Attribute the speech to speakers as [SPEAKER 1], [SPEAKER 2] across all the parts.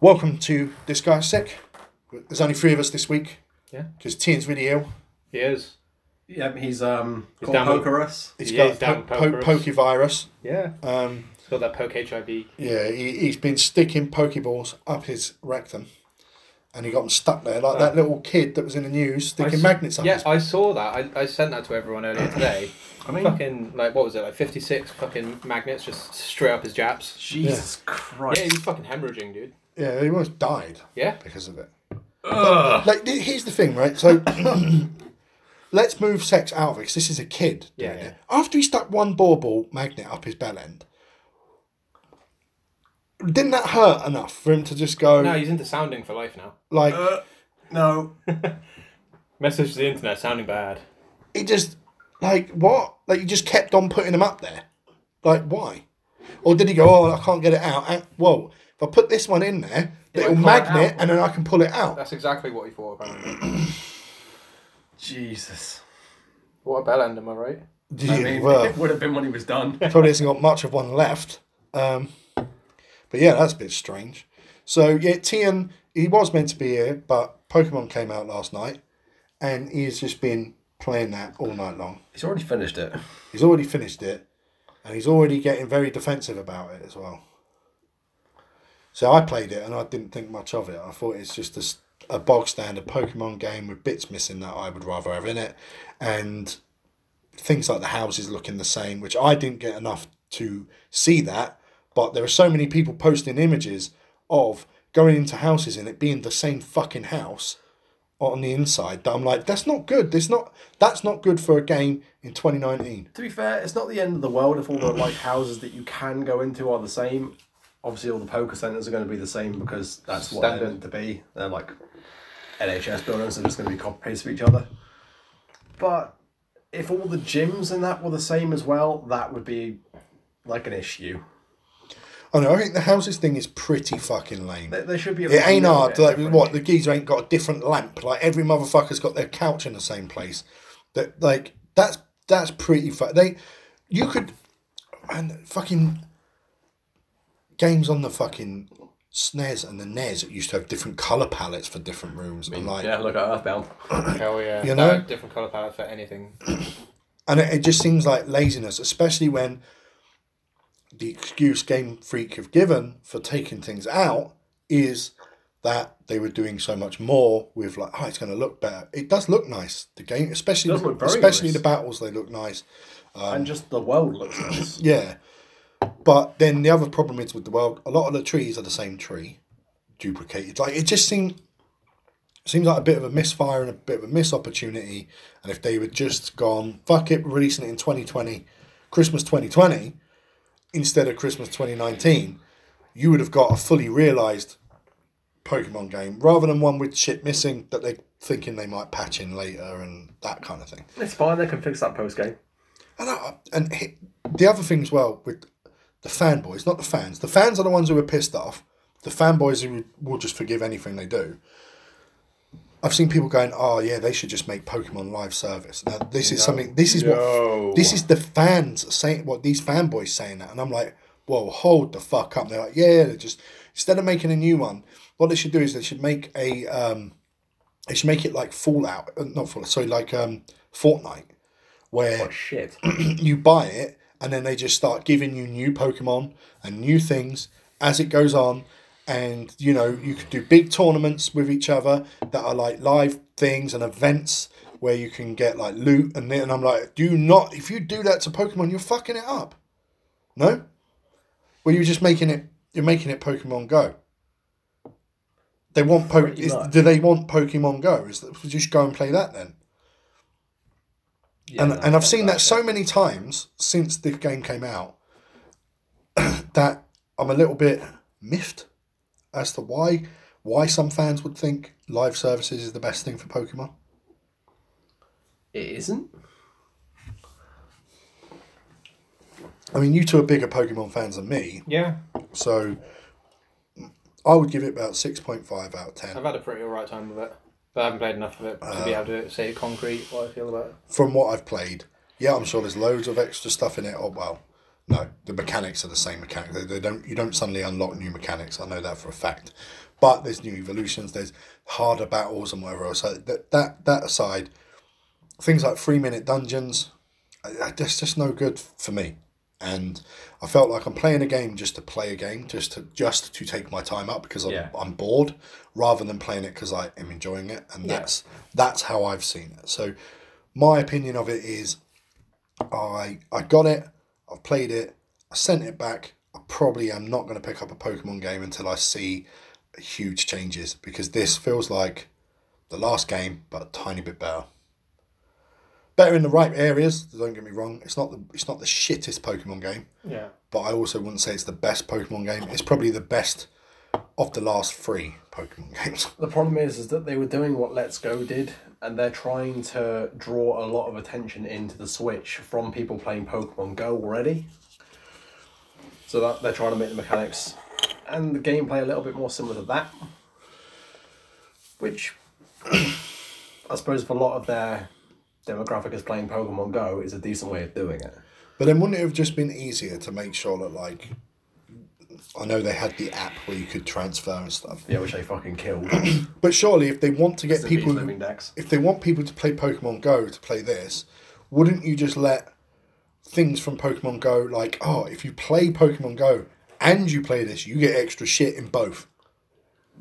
[SPEAKER 1] Welcome to This Guy's Sick. There's only three of us this week.
[SPEAKER 2] Yeah.
[SPEAKER 1] Because Tian's really ill.
[SPEAKER 2] He is.
[SPEAKER 3] Yep, he's um
[SPEAKER 2] He's
[SPEAKER 3] called
[SPEAKER 2] down with-
[SPEAKER 3] Pokerus.
[SPEAKER 1] He's
[SPEAKER 2] Yeah,
[SPEAKER 1] got
[SPEAKER 2] down
[SPEAKER 1] po- po-
[SPEAKER 2] pokerus.
[SPEAKER 1] pokevirus.
[SPEAKER 2] Yeah.
[SPEAKER 1] Um,
[SPEAKER 2] He's got that poke HIV.
[SPEAKER 1] yeah, he, he's been sticking pokeballs up his rectum. And he got them stuck there, like that little kid that was in the news
[SPEAKER 2] I
[SPEAKER 1] sticking
[SPEAKER 2] s-
[SPEAKER 1] magnets up.
[SPEAKER 2] Yeah,
[SPEAKER 1] his-
[SPEAKER 2] I saw that. I, I sent that to everyone earlier today.
[SPEAKER 3] I mean,
[SPEAKER 2] fucking like what was it? Like fifty six fucking magnets just straight up his japs.
[SPEAKER 3] Jesus
[SPEAKER 2] Yeah,
[SPEAKER 3] Christ.
[SPEAKER 2] he's fucking hemorrhaging, dude.
[SPEAKER 1] yeah, he almost died
[SPEAKER 2] Yeah.
[SPEAKER 1] because of it.
[SPEAKER 3] Ugh.
[SPEAKER 1] Like, th- here's the thing, right? So, let's move sex out of it 'cause this is a kid. doing
[SPEAKER 2] Yeah, yeah.
[SPEAKER 1] it. After he stuck one ball ball magnet up his bell end, didn't that hurt enough for him to just go,
[SPEAKER 2] No, he's into sounding for life now.
[SPEAKER 1] like,
[SPEAKER 3] Uh, no.
[SPEAKER 2] Message to the internet sounding bad.
[SPEAKER 1] it just like what like you just kept on putting them up there like why or did he go oh i can't get it out and, whoa if i put this one in there it'll
[SPEAKER 3] pull it
[SPEAKER 1] magnet
[SPEAKER 3] out.
[SPEAKER 1] and then i can pull it out
[SPEAKER 2] That's exactly what he thought apparently.
[SPEAKER 3] Jesus.
[SPEAKER 2] what a bell end, am I right?
[SPEAKER 1] yeah,
[SPEAKER 3] I mean,
[SPEAKER 1] well
[SPEAKER 3] it would have been when he was done.
[SPEAKER 1] probably hasn't got much of one left um but yeah that's a bit strange so yeah tian he was meant to be here but pokemon came out last night and he's just been playing that all night long
[SPEAKER 3] He's already finished it.
[SPEAKER 1] he's already finished it and he's already getting very defensive about it as well so i played it and i didn't think much of it i thought it's just a s- a, bog standard pokemon game with bits missing that i would rather have in it and things like the houses looking the same which i didn't get enough to see that but there are so many people posting images of going into houses and it being the same fucking house on the inside that i'm like that's not good that's not that's not good for a game in 2019
[SPEAKER 3] To be fair, it's not the end of the world if all the like houses that you can go into are the same. Obviously, all the poker centers are going to be the same because that's what they're
[SPEAKER 2] Standard.
[SPEAKER 3] meant to be. They're like NHS buildings; they're just going to be copy paste of each other. But if all the gyms and that were the same as well, that would be like an issue.
[SPEAKER 1] Oh, I know. I think the houses thing is pretty fucking lame.
[SPEAKER 3] There, there should be. A
[SPEAKER 1] It ain't
[SPEAKER 3] little
[SPEAKER 1] hard.
[SPEAKER 3] bit
[SPEAKER 1] Like
[SPEAKER 3] different.
[SPEAKER 1] what the geezer ain't got a different lamp. Like every motherfucker's got their couch in the same place. That like that's that's pretty. Fu- they, you could, and fucking games on the fucking SNES and the NES that used to have different color palettes for different rooms and like
[SPEAKER 3] Yeah, look at Earthbound.
[SPEAKER 2] Hell yeah.
[SPEAKER 1] You know?
[SPEAKER 2] Uh, different colour palette for anything.
[SPEAKER 1] And it, it just seems like laziness, especially when the excuse Game Freak have given for taking things out is that they were doing so much more with like, oh, it's going to look better. It does look nice. The game, especially
[SPEAKER 3] It does look very
[SPEAKER 1] especially
[SPEAKER 3] nice.
[SPEAKER 1] the battles, they look nice.
[SPEAKER 3] and just the world looks nice.
[SPEAKER 1] Yeah. But then the other problem is with the world, a lot of the trees are the same tree, duplicated. Like it just seems seems like a bit of a misfire and a bit of a miss opportunity. And if they were just gone, fuck it, we're releasing it in twenty twenty, Christmas twenty twenty, instead of Christmas twenty nineteen, you would have got a fully realised Pokemon game rather than one with shit missing that they're thinking they might patch in later and that kind of thing.
[SPEAKER 3] It's fine. They can fix that post game.
[SPEAKER 1] And, I, and he, the other thing as well with the fanboys, not the fans. The fans are the ones who are pissed off. The fanboys who will just forgive anything they do. I've seen people going, "Oh yeah, they should just make Pokemon live service." Now this is something. This is
[SPEAKER 3] No.
[SPEAKER 1] what. This is the fans saying what these fanboys saying that, and I'm like, "Whoa, hold the fuck up!" They're like, "Yeah, they just instead of making a new one, what they should do is they should make a um, they should make it like Fallout, uh, not Fallout, sorry, like um, Fortnite, where
[SPEAKER 3] Shit.
[SPEAKER 1] you buy it and then they just start giving you new pokemon and new things as it goes on and you know you could do big tournaments with each other that are like live things and events where you can get like loot and then and i'm like do you not if you do that to pokemon you're fucking it up no well you're just making it you're making it pokemon go they want po-
[SPEAKER 3] Pretty
[SPEAKER 1] is-
[SPEAKER 3] much.
[SPEAKER 1] do they want pokemon go is that, just go and play that then
[SPEAKER 2] Yeah,
[SPEAKER 1] and,
[SPEAKER 2] no,
[SPEAKER 1] and I've
[SPEAKER 2] that's
[SPEAKER 1] seen
[SPEAKER 2] bad.
[SPEAKER 1] that so many times since the game came out that I'm a little bit miffed as to why why some fans would think live services is the best thing for Pokemon.
[SPEAKER 3] It isn't.
[SPEAKER 1] I mean, you two are bigger Pokemon fans than me,
[SPEAKER 2] Yeah.
[SPEAKER 1] so I would give it about six point five out of ten
[SPEAKER 2] I've had a pretty alright time with it. But I haven't played enough of it to be able to say concrete what I feel about it.
[SPEAKER 1] from what I've played. Yeah, I'm sure there's loads of extra stuff in it. Oh well, no, the mechanics are the same mechanics. They, they don't you don't suddenly unlock new mechanics. I know that for a fact, But there's new evolutions, there's harder battles and whatever else. So that that that aside, things like three minute dungeons, I- I- that's just no good for me. And I felt like I'm playing a game just to play a game, just to just to take my time up because I'm,
[SPEAKER 3] Yeah.
[SPEAKER 1] I'm bored, rather than playing it because I am enjoying it. And that's that's how I've seen it. So my opinion of it is, I I got it, I've played it, I sent it back. I probably am not going to pick up a Pokemon game until I see huge changes because this feels like the last game, but a tiny bit better. Better in the right areas. Don't get me wrong. It's not the it's not the shittest Pokemon game,
[SPEAKER 2] Yeah.
[SPEAKER 1] but I also wouldn't say it's the best Pokemon game. It's probably the best of the last three Pokemon games.
[SPEAKER 3] The problem is, is that they were doing what Let's Go did, and they're trying to draw a lot of attention into the Switch from people playing Pokemon Go already. So that they're trying to make the mechanics and the gameplay a little bit more similar to that, which I suppose for a lot of their demographic is playing Pokemon Go is a decent way of doing it.
[SPEAKER 1] But then wouldn't it have just been easier to make sure that like I know they had the app where you could transfer and stuff.
[SPEAKER 3] Yeah, which they fucking killed.
[SPEAKER 1] But surely if they want to get people
[SPEAKER 3] living decks.
[SPEAKER 1] if they want people to play Pokemon Go to play this, wouldn't you just let things from Pokemon Go like, oh, if you play Pokemon Go and you play this, you get extra shit in both.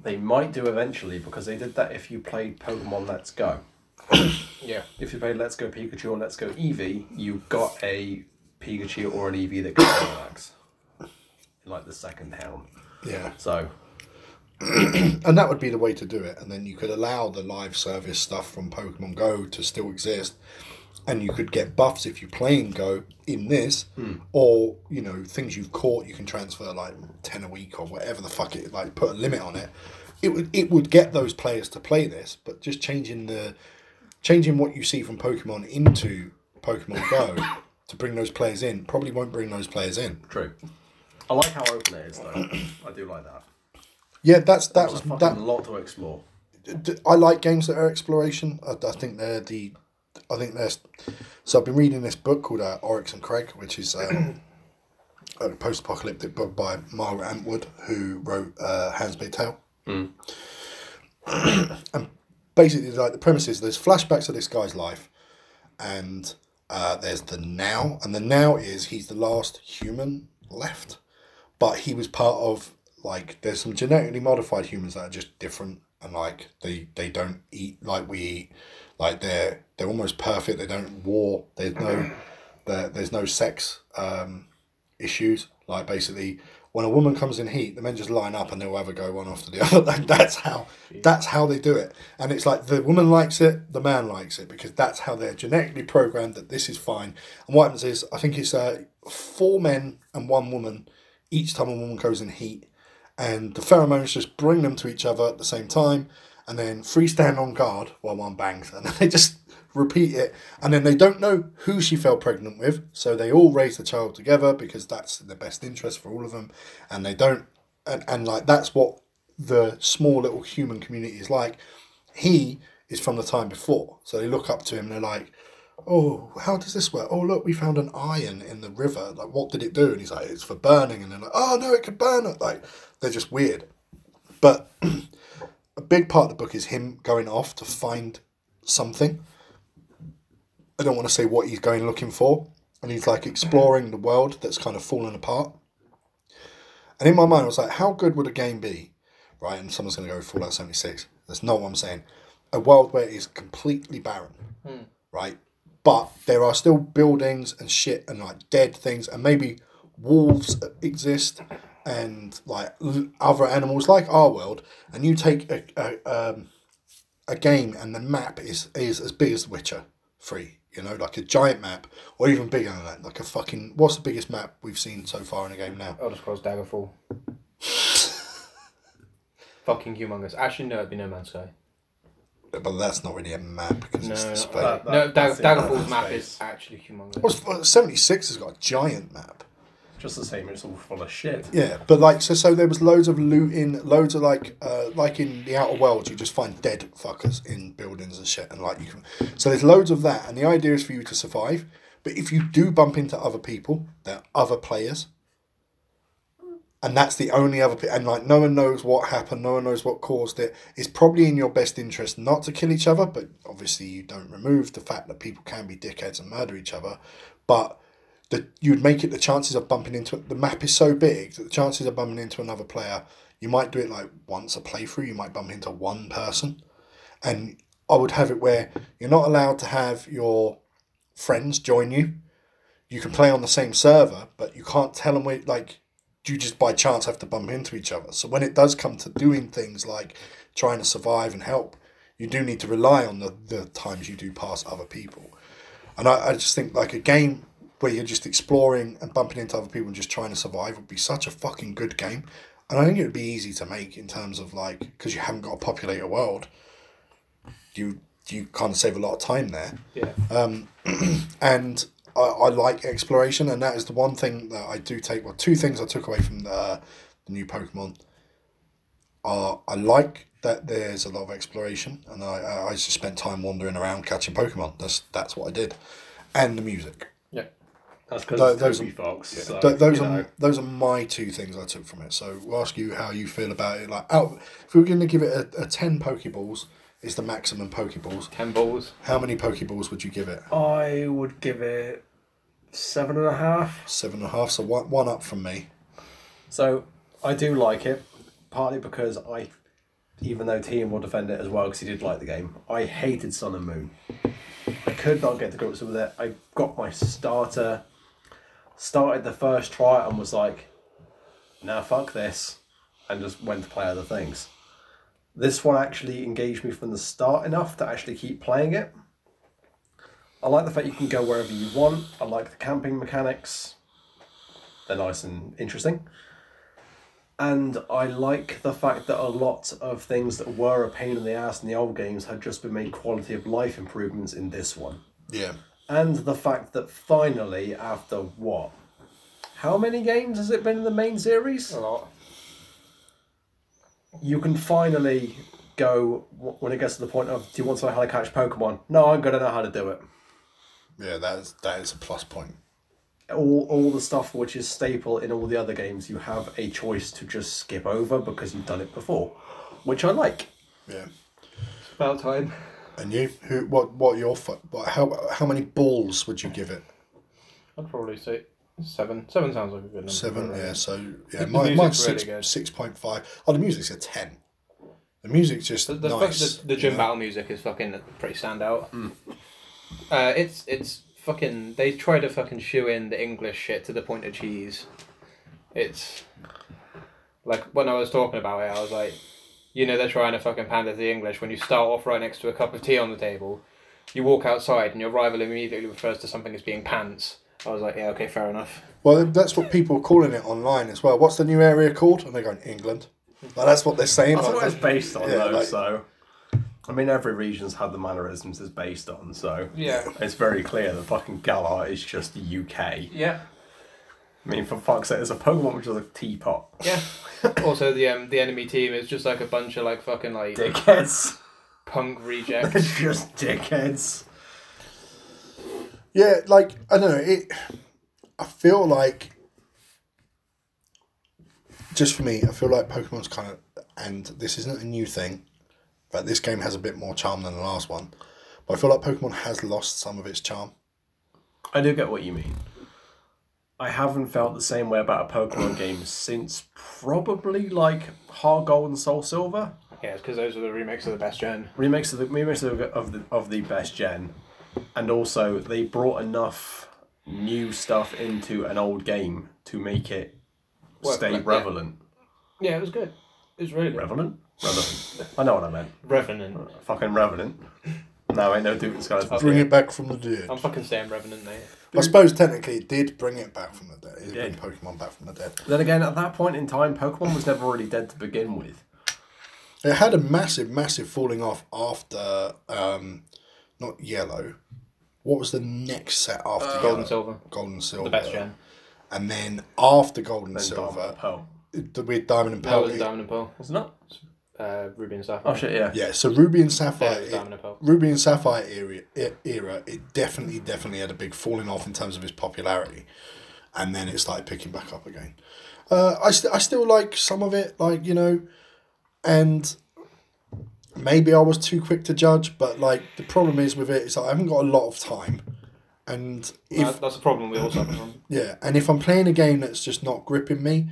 [SPEAKER 3] They might do eventually because they did that if you played Pokemon Let's Go.
[SPEAKER 2] Yeah.
[SPEAKER 3] if you played Let's Go Pikachu or Let's Go Eevee, you got a Pikachu or an Eevee that could relax. In like the second town.
[SPEAKER 1] Yeah.
[SPEAKER 3] So
[SPEAKER 1] And that would be the way to do it. And then you could allow the live service stuff from Pokemon Go to still exist. And you could get buffs if you're playing Go in this,
[SPEAKER 3] Hmm.
[SPEAKER 1] or you know things you've caught you can transfer like ten a week or whatever the fuck it like put a limit on it. It would it would get those players to play this, but just changing the changing what you see from Pokemon into Pokemon Go to bring those players in probably won't bring those players in.
[SPEAKER 3] true. I like how open it is though. I do like that.
[SPEAKER 1] Yeah, that's that
[SPEAKER 3] There's
[SPEAKER 1] was
[SPEAKER 3] a fucking
[SPEAKER 1] that
[SPEAKER 3] lot to explore.
[SPEAKER 1] d- I like games that are exploration. I, I think they're the, I think they're. So I've been reading this book called uh, Oryx and Craig, which is um, a post-apocalyptic book by Margaret Atwood, who wrote uh, Handmaid's Tale. and basically, like the premise is there's flashbacks of this guy's life, and uh, there's the now, and the now is he's the last human left, but he was part of like there's some genetically modified humans that are just different and like they they don't eat like we eat, like they're they're almost perfect. They don't war. There's no there, there's no sex um, issues. Like basically, when a woman comes in heat, the men just line up and they'll have a go one after the other. Like, that's how that's how they do it. And it's like the woman likes it, the man likes it because that's how they're genetically programmed that this is fine. And what happens is, I think it's uh, four men and one woman each time a woman goes in heat, and the pheromones just bring them to each other at the same time. And then three stand on guard while one bangs, and they just repeat it. And then they don't know who she fell pregnant with, so they all raise the child together because that's in the best interest for all of them. And they don't, and, and like that's what the small little human community is like. He is from the time before, so they look up to him and they're like, oh, how does this work? Oh, look, we found an iron in the river. Like, what did it do? And he's like, it's for burning. And they're like, oh, no, it could burn it. Like, they're just weird. But a big part of the book is him going off to find something. I don't want to say what he's going looking for. And he's like exploring the world that's kind of fallen apart. And in my mind, I was like, how good would a game be? Right? And someone's going to go Fallout 76. That's not what I'm saying. A world where it is completely barren. Right? But there are still buildings and shit and like dead things. And maybe wolves exist and like l- other animals like our world. And you take a, a, um, a game and the map is, is as big as The Witcher 3. You know, like a giant map, or even bigger than that, like a fucking. What's the biggest map we've seen so far in a game now?
[SPEAKER 2] Elder Scrolls Daggerfall. Fucking humongous. Actually, no, it'd be No Man's Sky.
[SPEAKER 1] But that's not really a map because
[SPEAKER 2] No,
[SPEAKER 1] it's
[SPEAKER 2] not
[SPEAKER 1] the space.
[SPEAKER 2] that.
[SPEAKER 3] that-
[SPEAKER 2] no. Dag-
[SPEAKER 3] that's it, that's
[SPEAKER 2] Daggerfall's
[SPEAKER 3] the
[SPEAKER 2] map
[SPEAKER 3] space.
[SPEAKER 2] is actually humongous.
[SPEAKER 1] What's, uh, 76 has got a giant map.
[SPEAKER 3] Just the same, it's all full of shit.
[SPEAKER 1] Yeah, but like, so so there was loads of looting, loads of like, uh, like in the outer world, you just find dead fuckers in buildings and shit, and like you can. So there's loads of that, and the idea is for you to survive. But if you do bump into other people, they're other players. and that's the only other pe- and like no one knows what happened no one knows what caused it it's probably in your best interest not to kill each other but obviously you don't remove the fact that people can be dickheads and murder each other but the, you'd make it the chances of bumping into the map is so big that the chances of bumping into another player you might do it like once a playthrough you might bump into one person and i would have it where you're not allowed to have your friends join you you can play on the same server but you can't tell them where like you just by chance have to bump into each other. So when it does come to doing things like trying to survive and help, you do need to rely on the, the times you do pass other people. And I, I just think like a game where you're just exploring and bumping into other people and just trying to survive would be such a fucking good game. And I think it would be easy to make in terms of like, because you haven't got to populate a world, you you kind of save a lot of time there
[SPEAKER 2] Yeah.
[SPEAKER 1] and I, I like exploration, and that is the one thing that I do take. Well, two things I took away from the, the new Pokemon are I like that there's a lot of exploration, and I- I I just spent time wandering around catching Pokemon. That's that's what I did, and the music.
[SPEAKER 2] Yeah.
[SPEAKER 3] That's because
[SPEAKER 1] Tho-
[SPEAKER 3] it's
[SPEAKER 1] those-
[SPEAKER 3] Toby Fox. so,
[SPEAKER 1] Th- those
[SPEAKER 3] you
[SPEAKER 1] are
[SPEAKER 3] know.
[SPEAKER 1] those are my two things I took from it. So we'll ask you how you feel about it. Like out, if we were going to give it a, a ten Pokeballs, is the maximum Pokeballs.
[SPEAKER 2] Ten balls.
[SPEAKER 1] How many Pokeballs would you give it?
[SPEAKER 3] I would give it seven and a half.
[SPEAKER 1] Seven and a half. So one one up from me.
[SPEAKER 3] So I do like it, partly because I, even though Team will defend it as well because he did like the game, I hated Sun and Moon. I could not get to grips with it. I got my starter, started the first try and was like, now fuck this, and just went to play other things. This one actually engaged me from the start enough to actually keep playing it. I like the fact you can go wherever you want. I like the camping mechanics. They're nice and interesting. And I like the fact that a lot of things that were a pain in the ass in the old games had just been made quality of life improvements in this one.
[SPEAKER 1] Yeah.
[SPEAKER 3] And the fact that finally, after what? How many games has it been in the main series?
[SPEAKER 2] A lot.
[SPEAKER 3] You can finally go w- when it gets to the point of do you want to know how to catch Pokemon? No, I'm going to know how to do it.
[SPEAKER 1] Yeah, that is that is a plus point.
[SPEAKER 3] all all the stuff which is staple in all the other games, you have a choice to just skip over because you've done it before, which I like.
[SPEAKER 1] Yeah.
[SPEAKER 2] It's about time.
[SPEAKER 1] And you, who, what, what your, fu- what, how, how many balls would you give it?
[SPEAKER 2] I'd probably say seven. Seven sounds like a good number.
[SPEAKER 1] Seven. Yeah. So yeah,
[SPEAKER 2] The
[SPEAKER 1] mine,
[SPEAKER 2] music's
[SPEAKER 1] mine's
[SPEAKER 2] really
[SPEAKER 1] six,
[SPEAKER 2] good.
[SPEAKER 1] six point five. Oh, the music's a ten. The music's just
[SPEAKER 2] The, the,
[SPEAKER 1] nice.
[SPEAKER 2] the, the gym
[SPEAKER 1] you know?
[SPEAKER 2] battle music is fucking pretty standout. Uh, it's it's fucking. They try to fucking shoe in the English shit to the point of cheese. It's like when I was talking about it, I was like, you know, they're trying to fucking pander to the English. When you start off right next to a cup of tea on the table, you walk outside and your rival immediately refers to something as being pants. I was like, yeah, okay, fair enough.
[SPEAKER 1] Well, that's what people are calling it online as well. What's the new area called? And they're going England. Like, that's what they're saying.
[SPEAKER 3] That's what
[SPEAKER 1] like,
[SPEAKER 3] it's based on,
[SPEAKER 1] yeah,
[SPEAKER 3] though.
[SPEAKER 1] like-
[SPEAKER 3] so, I mean, every region's had the mannerisms it's based on. So,
[SPEAKER 2] Yeah.
[SPEAKER 3] it's very clear that fucking Galar is just the UK. I
[SPEAKER 2] Yeah.
[SPEAKER 3] mean, for fuck's sake, it's a Pokemon which is a teapot.
[SPEAKER 2] Yeah. also, the um, the enemy team is just like a bunch of like fucking like
[SPEAKER 3] Dickheads.
[SPEAKER 2] punk rejects.
[SPEAKER 3] It's just dickheads.
[SPEAKER 1] Yeah, like I don't know. It. I feel like. Just for me, I feel like Pokemon's kind of, and this isn't a new thing, but this game has a bit more charm than the last one. But I feel like Pokemon has lost some of its charm.
[SPEAKER 3] I do get what you mean. I haven't felt the same way about a Pokemon game since probably like Heart Gold and Soul Silver
[SPEAKER 2] Yeah, it's because those are the remakes of the best gen.
[SPEAKER 3] remakes of the remakes of the, of the of the best gen, and also they brought enough new stuff into an old game to make it
[SPEAKER 2] Work
[SPEAKER 3] stay
[SPEAKER 2] like- yeah.
[SPEAKER 3] relevant.
[SPEAKER 2] Yeah, it was good. It was really good.
[SPEAKER 3] Relevant, relevant. I know what I meant.
[SPEAKER 2] Revenant.
[SPEAKER 3] Fucking relevant. No, ain't no Duke Skies.
[SPEAKER 1] Bring it back from the dead.
[SPEAKER 2] I'm fucking saying Revenant, mate.
[SPEAKER 1] I suppose technically it did bring it back from the dead. It did
[SPEAKER 3] did.
[SPEAKER 1] bring Pokemon back from the dead.
[SPEAKER 3] Then again, at that point in time, Pokemon was never really dead to begin with.
[SPEAKER 1] It had a massive, massive falling off after, um, not yellow. What was the next set after
[SPEAKER 2] Gold
[SPEAKER 1] yellow?
[SPEAKER 2] and silver.
[SPEAKER 1] Gold and silver.
[SPEAKER 2] The best gen.
[SPEAKER 1] And then after Gold and
[SPEAKER 3] Diamond
[SPEAKER 1] Silver,
[SPEAKER 3] and Pearl.
[SPEAKER 1] the with Diamond and
[SPEAKER 2] That
[SPEAKER 1] Pearl.
[SPEAKER 2] was
[SPEAKER 1] it-
[SPEAKER 2] Diamond and Pearl.
[SPEAKER 3] It's not.
[SPEAKER 2] Uh, Ruby and Sapphire.
[SPEAKER 3] Oh shit! Yeah.
[SPEAKER 1] yeah, so Ruby and
[SPEAKER 2] Yeah, it
[SPEAKER 1] Sapphire,
[SPEAKER 2] was
[SPEAKER 1] it-
[SPEAKER 2] Diamond and Pearl.
[SPEAKER 1] Ruby and Sapphire era, e- era, it definitely, definitely had a big falling off in terms of its popularity, and then it started picking back up again. Uh, I, st- I still like some of it, like, you know, and maybe I was too quick to judge, but like the problem is with it is that I haven't got a lot of time. And if
[SPEAKER 2] That- that's a problem we also have. um,
[SPEAKER 1] yeah, and if I'm playing a game that's just not gripping me,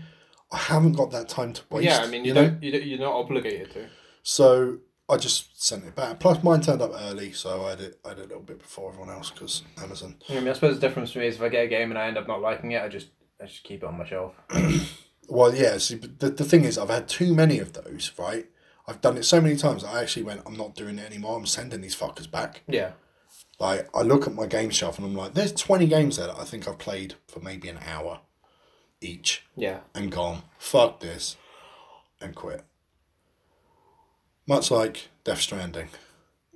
[SPEAKER 1] I haven't got that time to waste.
[SPEAKER 2] yeah, I mean, you,
[SPEAKER 1] know?
[SPEAKER 2] don't, you don't, you're not obligated to.
[SPEAKER 1] So I just sent it back. Plus, mine turned up early, so I did I did a little bit before everyone else because Amazon.
[SPEAKER 2] I mean, I suppose the difference for me is if I get a game and I end up not liking it, I just I just keep it on my shelf.
[SPEAKER 1] Well, yeah. See, but the, the thing is, I've had too many of those. Right, I've done it so many times. That I actually went, I'm not doing it anymore. I'm sending these fuckers back.
[SPEAKER 2] Yeah.
[SPEAKER 1] Like I look at my game shelf and I'm like, there's twenty games there that I think I've played for maybe an hour each
[SPEAKER 2] Yeah.
[SPEAKER 1] and gone, fuck this, and quit. Much like Death Stranding,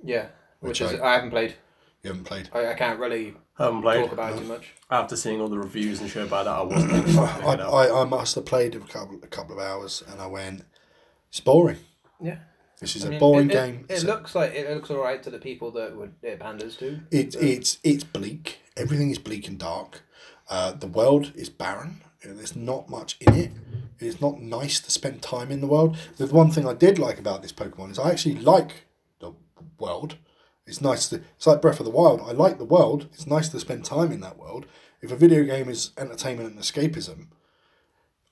[SPEAKER 2] Yeah. Which,
[SPEAKER 1] Which
[SPEAKER 2] is
[SPEAKER 1] I-
[SPEAKER 2] I haven't played.
[SPEAKER 1] you haven't played.
[SPEAKER 2] I, I can't really talk
[SPEAKER 3] haven't played.
[SPEAKER 2] about it too much.
[SPEAKER 3] Um, After seeing all the reviews and shit about it, I wasn't thinking about
[SPEAKER 1] I,
[SPEAKER 3] picking it up.
[SPEAKER 1] I, I must have played it for a couple, a couple of hours and I went, it's boring.
[SPEAKER 2] Yeah.
[SPEAKER 1] This is
[SPEAKER 2] I
[SPEAKER 1] a
[SPEAKER 2] mean,
[SPEAKER 1] boring
[SPEAKER 2] it- it-
[SPEAKER 1] game.
[SPEAKER 2] It,
[SPEAKER 1] It's a-
[SPEAKER 2] looks like it looks alright to the people that would it panders to.
[SPEAKER 1] It's it's it's bleak. Everything is bleak and dark. Uh, the world is barren. and There's not much in it. It's not nice to spend time in the world. The one thing I did like about this Pokemon is I actually like the world. It's nice to. It's like Breath of the Wild. I like the world. It's nice to spend time in that world. If a video game is entertainment and escapism,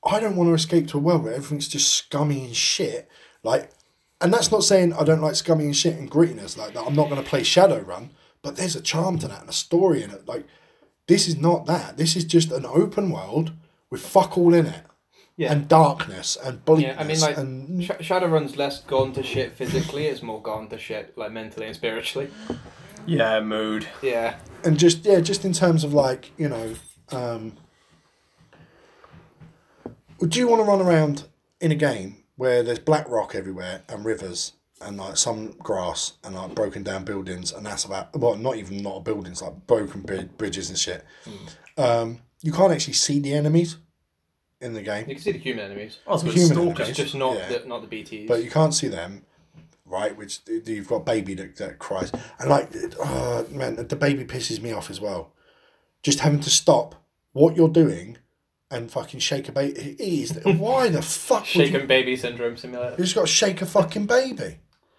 [SPEAKER 1] I don't want to escape to a world where everything's just scummy and shit. Like, and that's not saying I don't like scummy and shit and grittiness like that. I'm not going to play Shadowrun, but there's a charm to that and a story in it. Like, this is not that. This is just an open world with fuck all in it.
[SPEAKER 2] Yeah.
[SPEAKER 1] And darkness and bleakness.
[SPEAKER 2] Yeah, I mean, like
[SPEAKER 1] and
[SPEAKER 2] Sh- Shadowrun's less gone to shit physically; it's more gone to shit like mentally and spiritually.
[SPEAKER 3] Yeah, mood.
[SPEAKER 2] Yeah,
[SPEAKER 1] and just yeah, just in terms of like you know, um, do you want to run around in a game where there's black rock everywhere and rivers and like some grass and like broken down buildings and that's about well not even not buildings like broken bri- bridges and shit. Um, you can't actually see the enemies in the game.
[SPEAKER 2] you can see the human enemies,
[SPEAKER 3] Oh, so
[SPEAKER 1] The
[SPEAKER 3] it's
[SPEAKER 1] human
[SPEAKER 3] stalker.
[SPEAKER 1] element.
[SPEAKER 2] it's just not
[SPEAKER 1] Yeah.
[SPEAKER 2] the, not the BTS.
[SPEAKER 1] but you can't see them, right? Which you've got baby that, that cries, and like, oh man, the baby pisses me off as well. Just having to stop what you're doing and fucking shake a baby. It is why the fuck would you
[SPEAKER 2] Shaken baby syndrome simulator.
[SPEAKER 1] you just got to shake a fucking baby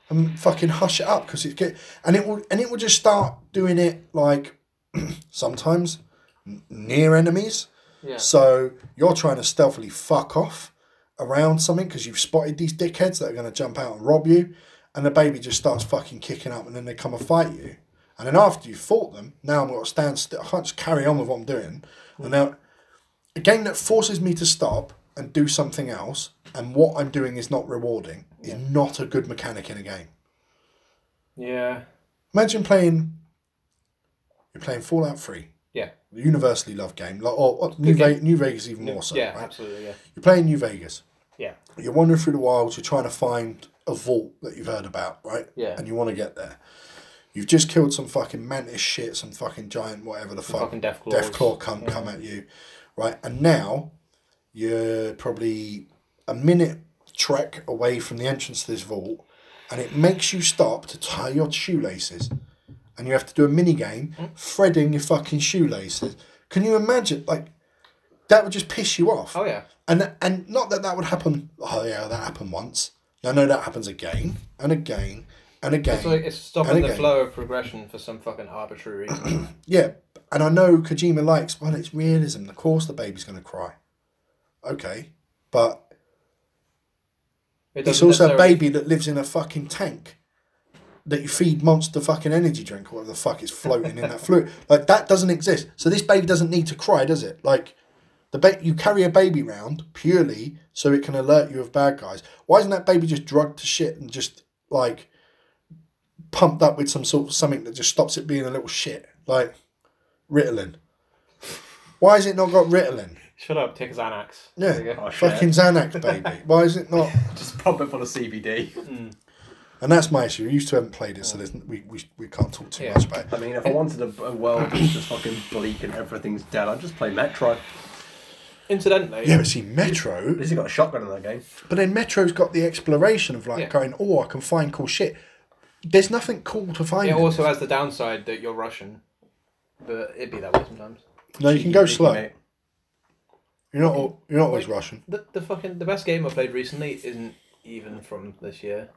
[SPEAKER 1] and fucking hush it up because it get and it will and it will just start doing it like sometimes n- near enemies.
[SPEAKER 2] Yeah.
[SPEAKER 1] So you're trying to stealthily fuck off around something because you've spotted these dickheads that are going to jump out and rob you, and the baby just starts fucking kicking up, and then they come and fight you. And then after you fought them, now I'm got to stand still. I can't just carry on with what I'm doing. And now a game that forces me to stop and do something else and what I'm doing is not rewarding is not a good mechanic in a game.
[SPEAKER 2] Yeah,
[SPEAKER 1] Imagine playing you're playing Fallout 3.
[SPEAKER 2] Yeah.
[SPEAKER 1] The universally loved game. Like or, or New,
[SPEAKER 2] game.
[SPEAKER 1] Ve- New Vegas even more so,
[SPEAKER 2] yeah,
[SPEAKER 1] right?
[SPEAKER 2] absolutely. Yeah,
[SPEAKER 1] You're playing New Vegas.
[SPEAKER 2] Yeah.
[SPEAKER 1] You're wandering through the wilds, you're trying to find a vault that you've heard about, right?
[SPEAKER 2] Yeah.
[SPEAKER 1] And you want to get there. You've just killed some fucking mantis shit, some fucking giant whatever the fuck
[SPEAKER 2] fucking death claws.
[SPEAKER 1] Death Claw come come at you, right? And now you're probably a minute trek away from the entrance to this vault, and it makes you stop to tie your shoelaces, and you have to do a mini game
[SPEAKER 2] Mm.
[SPEAKER 1] threading your fucking shoelaces. Can you imagine? Like that would just piss you off.
[SPEAKER 2] Oh yeah,
[SPEAKER 1] And and not that that would happen. Oh yeah, that happened once. No, no, that happens again and again and again.
[SPEAKER 2] so it's stopping
[SPEAKER 1] And
[SPEAKER 2] the
[SPEAKER 1] again.
[SPEAKER 2] flow of progression for some fucking arbitrary reason.
[SPEAKER 1] Yeah, and I know Kojima likes, well, it's realism. Of course, the baby's going to cry. Okay, but
[SPEAKER 2] It
[SPEAKER 1] it's
[SPEAKER 2] doesn't
[SPEAKER 1] also a
[SPEAKER 2] necessarily-
[SPEAKER 1] baby that lives in a fucking tank that you feed monster fucking energy drink or whatever the fuck is floating in that fluid. Like that doesn't exist. So this baby doesn't need to cry, does it? Like the ba- you carry a baby round purely so it can alert you of bad guys. Why isn't that baby just drugged to shit and just like pumped up with some sort of something that just stops it being a little shit like Ritalin? Why has it not got Ritalin?
[SPEAKER 2] Shut up, take Xanax.
[SPEAKER 1] Yeah.
[SPEAKER 2] There you go.
[SPEAKER 3] Oh, shit.
[SPEAKER 1] Fucking Xanax, baby. Why is it not?
[SPEAKER 3] Just pop it full of CBD.
[SPEAKER 1] And that's my issue. We used to haven't played it, so there's, we, we, we can't talk too
[SPEAKER 2] Yeah.
[SPEAKER 1] much about it.
[SPEAKER 3] I mean, if I wanted a, a world that's just fucking bleak and everything's dead, I'd just play Metro.
[SPEAKER 2] Incidentally,
[SPEAKER 1] Yeah, but see, Metro,
[SPEAKER 3] At least you got a shotgun in that game.
[SPEAKER 1] but then Metro's got the exploration of like
[SPEAKER 2] Yeah.
[SPEAKER 1] going, oh, I can find cool shit. There's nothing cool to find.
[SPEAKER 2] it
[SPEAKER 1] in
[SPEAKER 2] also has the downside that you're Russian, but it'd be that way sometimes.
[SPEAKER 1] no, you can go
[SPEAKER 3] Cheeky,
[SPEAKER 1] slow.
[SPEAKER 3] mate.
[SPEAKER 1] You're not al- you're not always Russian.
[SPEAKER 2] The, the fucking the best game I played recently isn't even from this year.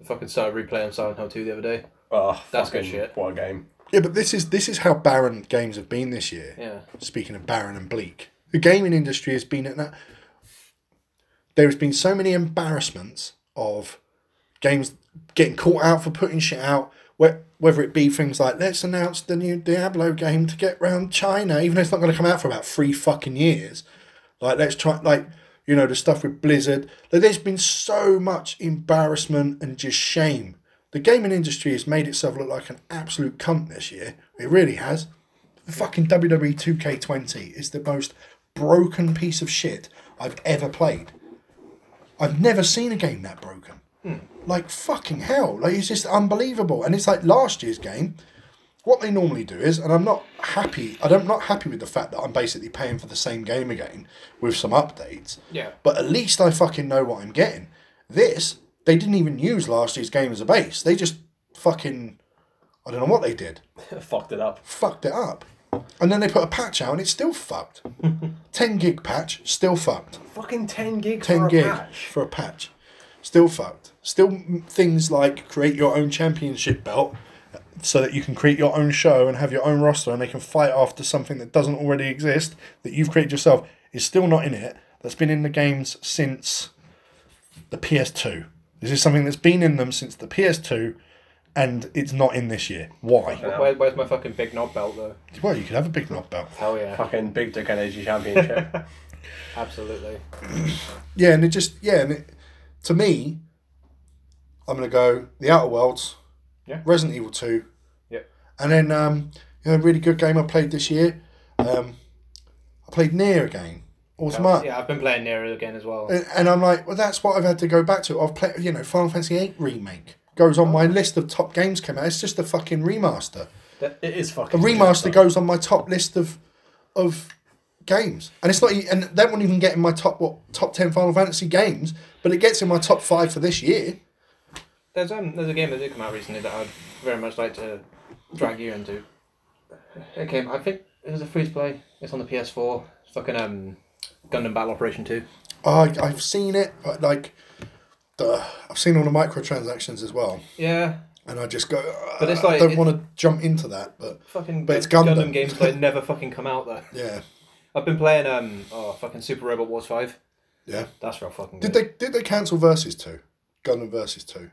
[SPEAKER 2] I fucking started replaying Silent Hill two the other day.
[SPEAKER 3] Oh,
[SPEAKER 2] That's good
[SPEAKER 3] fucking
[SPEAKER 2] shit.
[SPEAKER 3] What a game.
[SPEAKER 1] Yeah, but this is this is how barren games have been this year.
[SPEAKER 2] Yeah,
[SPEAKER 1] Speaking of barren and bleak, the gaming industry has been at that. There has been so many embarrassments of games getting caught out for putting shit out. whe- Whether it be things like let's announce the new Diablo game to get round China, even though it's not going to come out for about three fucking years. Like let's try like you know the stuff with Blizzard. Like there's been so much embarrassment and just shame. The gaming industry has made itself look like an absolute cunt this year. It really has. The fucking E WWE 2K20 is the most broken piece of shit I've ever played. I've never seen a game that broken. Like fucking hell. Like it's just unbelievable. And it's like last year's game. What they normally do is, and I'm not happy. I don't, am not happy with the fact that I'm basically paying for the same game again with some updates.
[SPEAKER 2] Yeah.
[SPEAKER 1] But at least I fucking know what I'm getting. This they didn't even use last year's game as a base. They just fucking. I don't know what they did
[SPEAKER 3] Fucked it up.
[SPEAKER 1] fucked it up. And then they put a patch out and it's still fucked. 10 gig patch, still fucked.
[SPEAKER 3] Fucking 10 gig
[SPEAKER 1] 10
[SPEAKER 3] for
[SPEAKER 1] gig
[SPEAKER 3] a patch.
[SPEAKER 1] for a patch, still fucked. Still m- things like create your own championship belt so that you can create your own show and have your own roster and they can fight after something that doesn't already exist that you've created yourself is still not in it. That's been in the games since the PS2. This is something that's been in them since the PS2 and it's not in this year. Why?
[SPEAKER 2] Where, where's my fucking big knob belt though?
[SPEAKER 1] Well, you could have a big knock belt.
[SPEAKER 2] Hell Oh, yeah,
[SPEAKER 3] Fucking Big Dick Energy Championship.
[SPEAKER 2] absolutely.
[SPEAKER 1] Yeah, and it just yeah, and it, to me, I'm gonna go The Outer Worlds,
[SPEAKER 2] Yeah.
[SPEAKER 1] Resident Evil Two,
[SPEAKER 2] Yep.
[SPEAKER 1] and then um, you know, a really good game I played this year. Um, I played Near again, Automata,
[SPEAKER 2] Yeah, I've been playing Nero again as well.
[SPEAKER 1] and, and I'm like, well, that's what I've had to go back to. I've played, you know, Final Fantasy VIII remake goes
[SPEAKER 2] Oh.
[SPEAKER 1] on my list of top games came out. It's just a fucking remaster.
[SPEAKER 3] it is
[SPEAKER 1] A
[SPEAKER 3] fucking.
[SPEAKER 1] remaster
[SPEAKER 3] good,
[SPEAKER 1] goes on my top list of of games, and it's not e- and that won't even get in my top what top ten Final Fantasy games, but it gets in my top five for this year.
[SPEAKER 2] There's um there's a game that did come out recently that I'd very much like to drag you into. It came I think it was a free to play. It's on the PS4. It's fucking um Gundam Battle Operation Two.
[SPEAKER 1] I I've seen it, but like, duh, I've seen all the microtransactions as well,
[SPEAKER 2] Yeah,
[SPEAKER 1] and I just go. "Ugh,
[SPEAKER 2] But it's
[SPEAKER 1] I
[SPEAKER 2] like-
[SPEAKER 1] don't
[SPEAKER 2] it-
[SPEAKER 1] want to jump into that, but
[SPEAKER 2] fucking
[SPEAKER 1] But it's
[SPEAKER 2] Gun-
[SPEAKER 1] Gundam.
[SPEAKER 2] Gundam games that never fucking come out though.
[SPEAKER 1] yeah,
[SPEAKER 2] I've been playing um oh fucking Super Robot Wars Five.
[SPEAKER 1] yeah.
[SPEAKER 2] That's real fucking.
[SPEAKER 1] Did
[SPEAKER 2] good.
[SPEAKER 1] they did they cancel versus two? Gundam versus two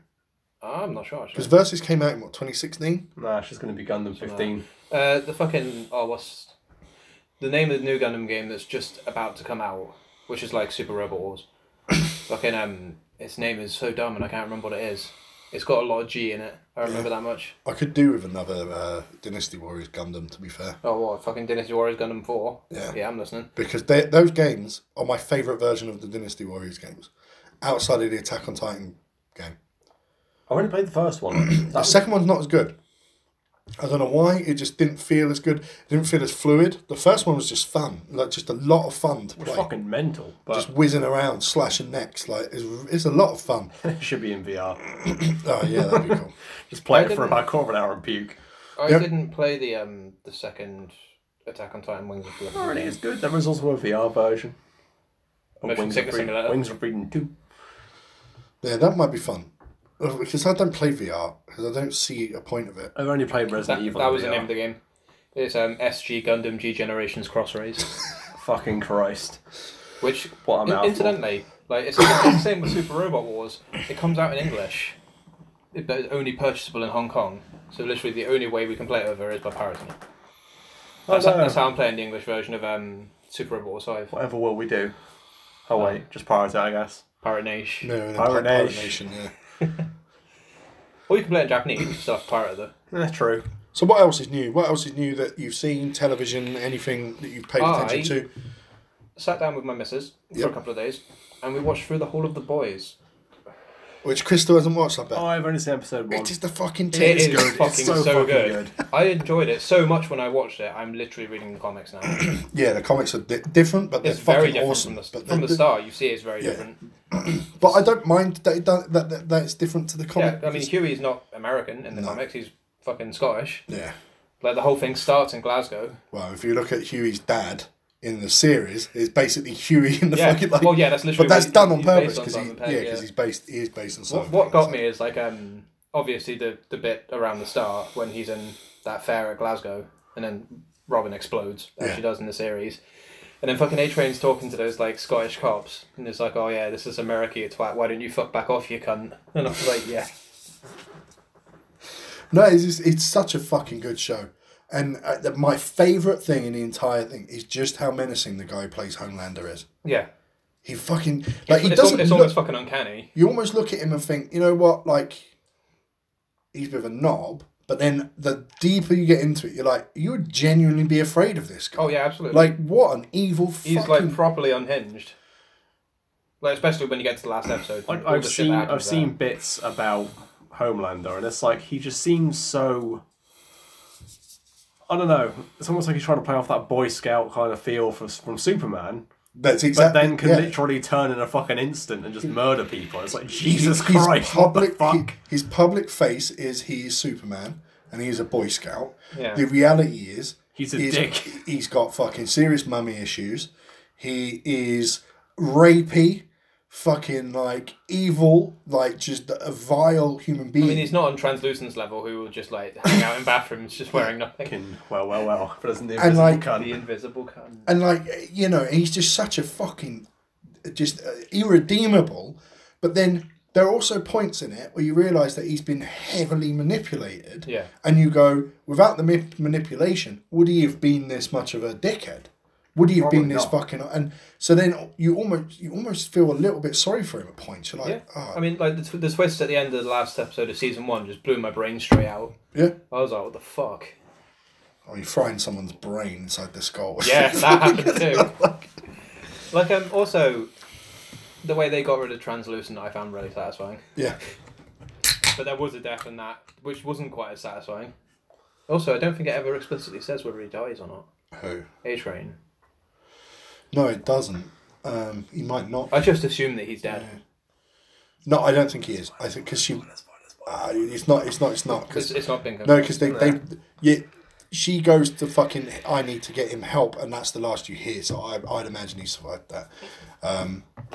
[SPEAKER 2] I'm not sure
[SPEAKER 1] because
[SPEAKER 2] actually.
[SPEAKER 1] versus came out in what twenty sixteen.
[SPEAKER 3] though. Nah, she's going to be Gundam 15.
[SPEAKER 2] Uh, the fucking oh what's the name of the new Gundam game that's just about to come out, which is like Super Robot Wars. fucking um, its name is so dumb and I can't remember what it is. It's got a lot of G in it. I remember that much.
[SPEAKER 1] I could do with another uh, Dynasty Warriors Gundam, to be fair.
[SPEAKER 2] Oh, what fucking Dynasty Warriors Gundam Four?
[SPEAKER 1] Yeah.
[SPEAKER 2] yeah, I'm listening.
[SPEAKER 1] because they, those games are my favorite version of the Dynasty Warriors games, outside of the Attack on Titan game.
[SPEAKER 3] I've only played the first one.
[SPEAKER 1] The
[SPEAKER 3] That's
[SPEAKER 1] second one's not as good. I don't know why. It just didn't feel as good. It didn't feel as fluid. The first one was just fun, like just a lot of fun to play.
[SPEAKER 3] fucking mental, but
[SPEAKER 1] Just whizzing around, slashing necks, like it's, it's a lot of fun.
[SPEAKER 3] it should be in VR.
[SPEAKER 1] Oh yeah, that'd be cool.
[SPEAKER 3] Just play
[SPEAKER 2] I
[SPEAKER 3] it for
[SPEAKER 2] didn't-
[SPEAKER 3] about quarter of an hour and puke.
[SPEAKER 2] I
[SPEAKER 1] Yeah.
[SPEAKER 2] didn't play the um the second Attack on Titan Wings of Freedom.
[SPEAKER 3] Apparently, it's good. There is also a VR version. of
[SPEAKER 2] Motion
[SPEAKER 3] Wings of,
[SPEAKER 2] Sickness
[SPEAKER 3] Freedom-
[SPEAKER 2] Simulator.
[SPEAKER 3] Wings of Freedom 2.
[SPEAKER 1] Yeah, that might be fun. Uh, Because I don't play VR, because I don't see a point of it.
[SPEAKER 3] I've only played Resident
[SPEAKER 2] That,
[SPEAKER 3] Evil.
[SPEAKER 2] that
[SPEAKER 3] in
[SPEAKER 2] was the
[SPEAKER 3] VR.
[SPEAKER 2] name of the game. It's um SG Gundam G Generations Cross Race,
[SPEAKER 3] Fucking Christ.
[SPEAKER 2] which
[SPEAKER 3] What a
[SPEAKER 2] in-
[SPEAKER 3] mouthful.
[SPEAKER 2] incidentally, like it's, it's the same with Super Robot Wars. It comes out in English, it, but it's only purchasable in Hong Kong. So literally, the only way we can play it over is by pirating it. That's,
[SPEAKER 3] Oh, no.
[SPEAKER 2] that's how I'm playing the English version of um Super Robot Wars Five.
[SPEAKER 3] Whatever will we do? Oh, wait. Just pirate it, I guess.
[SPEAKER 2] Pirate Nation.
[SPEAKER 1] No, no,
[SPEAKER 3] Pirate
[SPEAKER 1] Pirate
[SPEAKER 3] Nation.
[SPEAKER 1] Nation, yeah.
[SPEAKER 2] Or you can play it in Japanese stuff, pirate though.
[SPEAKER 3] That's Eh, true.
[SPEAKER 1] So what else is new? What else is new that you've seen? Television? Anything that you've paid
[SPEAKER 2] I-
[SPEAKER 1] attention to?
[SPEAKER 2] Sat down with my missus for
[SPEAKER 1] Yep.
[SPEAKER 2] a couple of days, and we watched through the whole of The Boys.
[SPEAKER 1] Which Crystal hasn't watched, I bet.
[SPEAKER 3] Oh, I've only seen episode one.
[SPEAKER 1] it is the fucking
[SPEAKER 2] It
[SPEAKER 1] tits.
[SPEAKER 2] is
[SPEAKER 3] good. It's
[SPEAKER 2] fucking
[SPEAKER 3] so
[SPEAKER 2] so,
[SPEAKER 3] fucking
[SPEAKER 2] good.
[SPEAKER 3] good.
[SPEAKER 2] I enjoyed it so much when I watched it. I'm literally reading the comics now.
[SPEAKER 1] Yeah, the comics are di- different, but they're
[SPEAKER 2] It's very
[SPEAKER 1] fucking
[SPEAKER 2] different
[SPEAKER 1] awesome.
[SPEAKER 2] from the
[SPEAKER 1] but,
[SPEAKER 2] from
[SPEAKER 1] they
[SPEAKER 2] the
[SPEAKER 1] do-
[SPEAKER 2] start. You see, it's very
[SPEAKER 1] Yeah.
[SPEAKER 2] different.
[SPEAKER 1] but I don't mind that, it don't, that, that that it's different to the
[SPEAKER 2] Yeah,
[SPEAKER 1] comic.
[SPEAKER 2] I mean, Huey's not American in the
[SPEAKER 1] No.
[SPEAKER 2] comics. He's fucking Scottish.
[SPEAKER 1] yeah.
[SPEAKER 2] Like the whole thing starts in Glasgow.
[SPEAKER 1] Well, if you look at Huey's dad, in the series is basically Huey in the
[SPEAKER 2] yeah.
[SPEAKER 1] fucking like.
[SPEAKER 2] well, yeah, that's literally.
[SPEAKER 1] but that's
[SPEAKER 2] what-
[SPEAKER 1] done on
[SPEAKER 2] he's based
[SPEAKER 1] purpose because he,
[SPEAKER 2] Simon Pegg,
[SPEAKER 1] yeah, because he's based, he is based on
[SPEAKER 2] What,
[SPEAKER 1] Simon.
[SPEAKER 2] what
[SPEAKER 1] Pegg,
[SPEAKER 2] got
[SPEAKER 1] so-
[SPEAKER 2] me is like um obviously the the bit around the start when he's in that fair at Glasgow and then Robin explodes as
[SPEAKER 1] Yeah.
[SPEAKER 2] she does in the series. And then fucking A Train's talking to those like Scottish cops and it's like, Oh yeah, this is America you twat, why don't you fuck back off you cunt? And I was like, Yeah.
[SPEAKER 1] No, it's just, it's such a fucking good show, and uh, the- my favorite thing in the entire thing is just how menacing the guy who plays Homelander is.
[SPEAKER 2] Yeah.
[SPEAKER 1] He fucking like he
[SPEAKER 2] it's,
[SPEAKER 1] doesn't.
[SPEAKER 2] al- it's
[SPEAKER 1] look-
[SPEAKER 2] almost fucking uncanny.
[SPEAKER 1] you almost look at him and think, you know what, like he's a bit of a knob. But then the deeper you get into it, you're like, you would genuinely be afraid of this guy.
[SPEAKER 2] Oh yeah, absolutely.
[SPEAKER 1] Like what an evil
[SPEAKER 2] he's
[SPEAKER 1] fucking
[SPEAKER 2] like properly unhinged. Like especially when you get to the last episode.
[SPEAKER 3] I,
[SPEAKER 2] all
[SPEAKER 3] I've
[SPEAKER 2] the shit
[SPEAKER 3] seen
[SPEAKER 2] that
[SPEAKER 3] I've
[SPEAKER 2] happens there.
[SPEAKER 3] seen bits about Homelander, and it's like he just seems so. I don't know. It's almost like he's trying to play off that Boy Scout kind of feel from from Superman,
[SPEAKER 1] That's
[SPEAKER 3] but
[SPEAKER 1] exactly.
[SPEAKER 3] then can
[SPEAKER 1] Uh, yeah.
[SPEAKER 3] literally turn in a fucking instant and just murder people. It's like
[SPEAKER 1] He-
[SPEAKER 3] Jesus
[SPEAKER 1] his
[SPEAKER 3] Christ,
[SPEAKER 1] public,
[SPEAKER 3] what the fuck?
[SPEAKER 1] he- his public face is he is Superman and he is a Boy Scout.
[SPEAKER 2] Yeah.
[SPEAKER 1] The reality is
[SPEAKER 3] He's a
[SPEAKER 1] he's,
[SPEAKER 3] dick.
[SPEAKER 1] He's got fucking serious mummy issues. He is rapey, fucking like evil, like just a vile human being.
[SPEAKER 2] I mean, he's not on Translucent's level, who will just like hang out in bathrooms, just wearing nothing.
[SPEAKER 3] Fucking- well, well, well. If it isn't the
[SPEAKER 1] And,
[SPEAKER 3] invisible
[SPEAKER 1] like,
[SPEAKER 2] The
[SPEAKER 3] cunt.
[SPEAKER 2] invisible cunt.
[SPEAKER 1] and like you know he's just such a fucking just uh, irredeemable but then there are also points in it where you realize that he's been heavily manipulated
[SPEAKER 2] Yeah.
[SPEAKER 1] and you go without the ma- manipulation would he have been this much of a dickhead would he have been
[SPEAKER 3] Probably
[SPEAKER 1] this
[SPEAKER 3] not.
[SPEAKER 1] fucking and so then you almost you almost feel a little bit sorry for him at points you're like
[SPEAKER 2] Yeah.
[SPEAKER 1] oh,
[SPEAKER 2] I mean, like the, tw- the twist at the end of the last episode of season one just blew my brain straight out.
[SPEAKER 1] yeah
[SPEAKER 2] I was like, what the fuck?
[SPEAKER 1] I mean frying someone's brain inside the skull
[SPEAKER 2] Yeah, that happened too. Like, um, also, the way they got rid of Translucent, I found really satisfying.
[SPEAKER 1] yeah
[SPEAKER 2] But there was a death in that, which wasn't quite as satisfying. Also, I don't think it ever explicitly says whether he dies or not.
[SPEAKER 1] who
[SPEAKER 2] A Train.
[SPEAKER 1] no it doesn't um, he might not
[SPEAKER 2] I just assume that he's dead.
[SPEAKER 1] No, I don't think he is. I think because she. Uh, it's not. It's not. It's not.
[SPEAKER 2] It's,
[SPEAKER 1] Because
[SPEAKER 2] it's not been
[SPEAKER 1] no,
[SPEAKER 2] confirmed.
[SPEAKER 1] because they they yeah. She goes to fucking. I need to get him help, and that's the last you hear. So I, I'd imagine he survived that.
[SPEAKER 3] I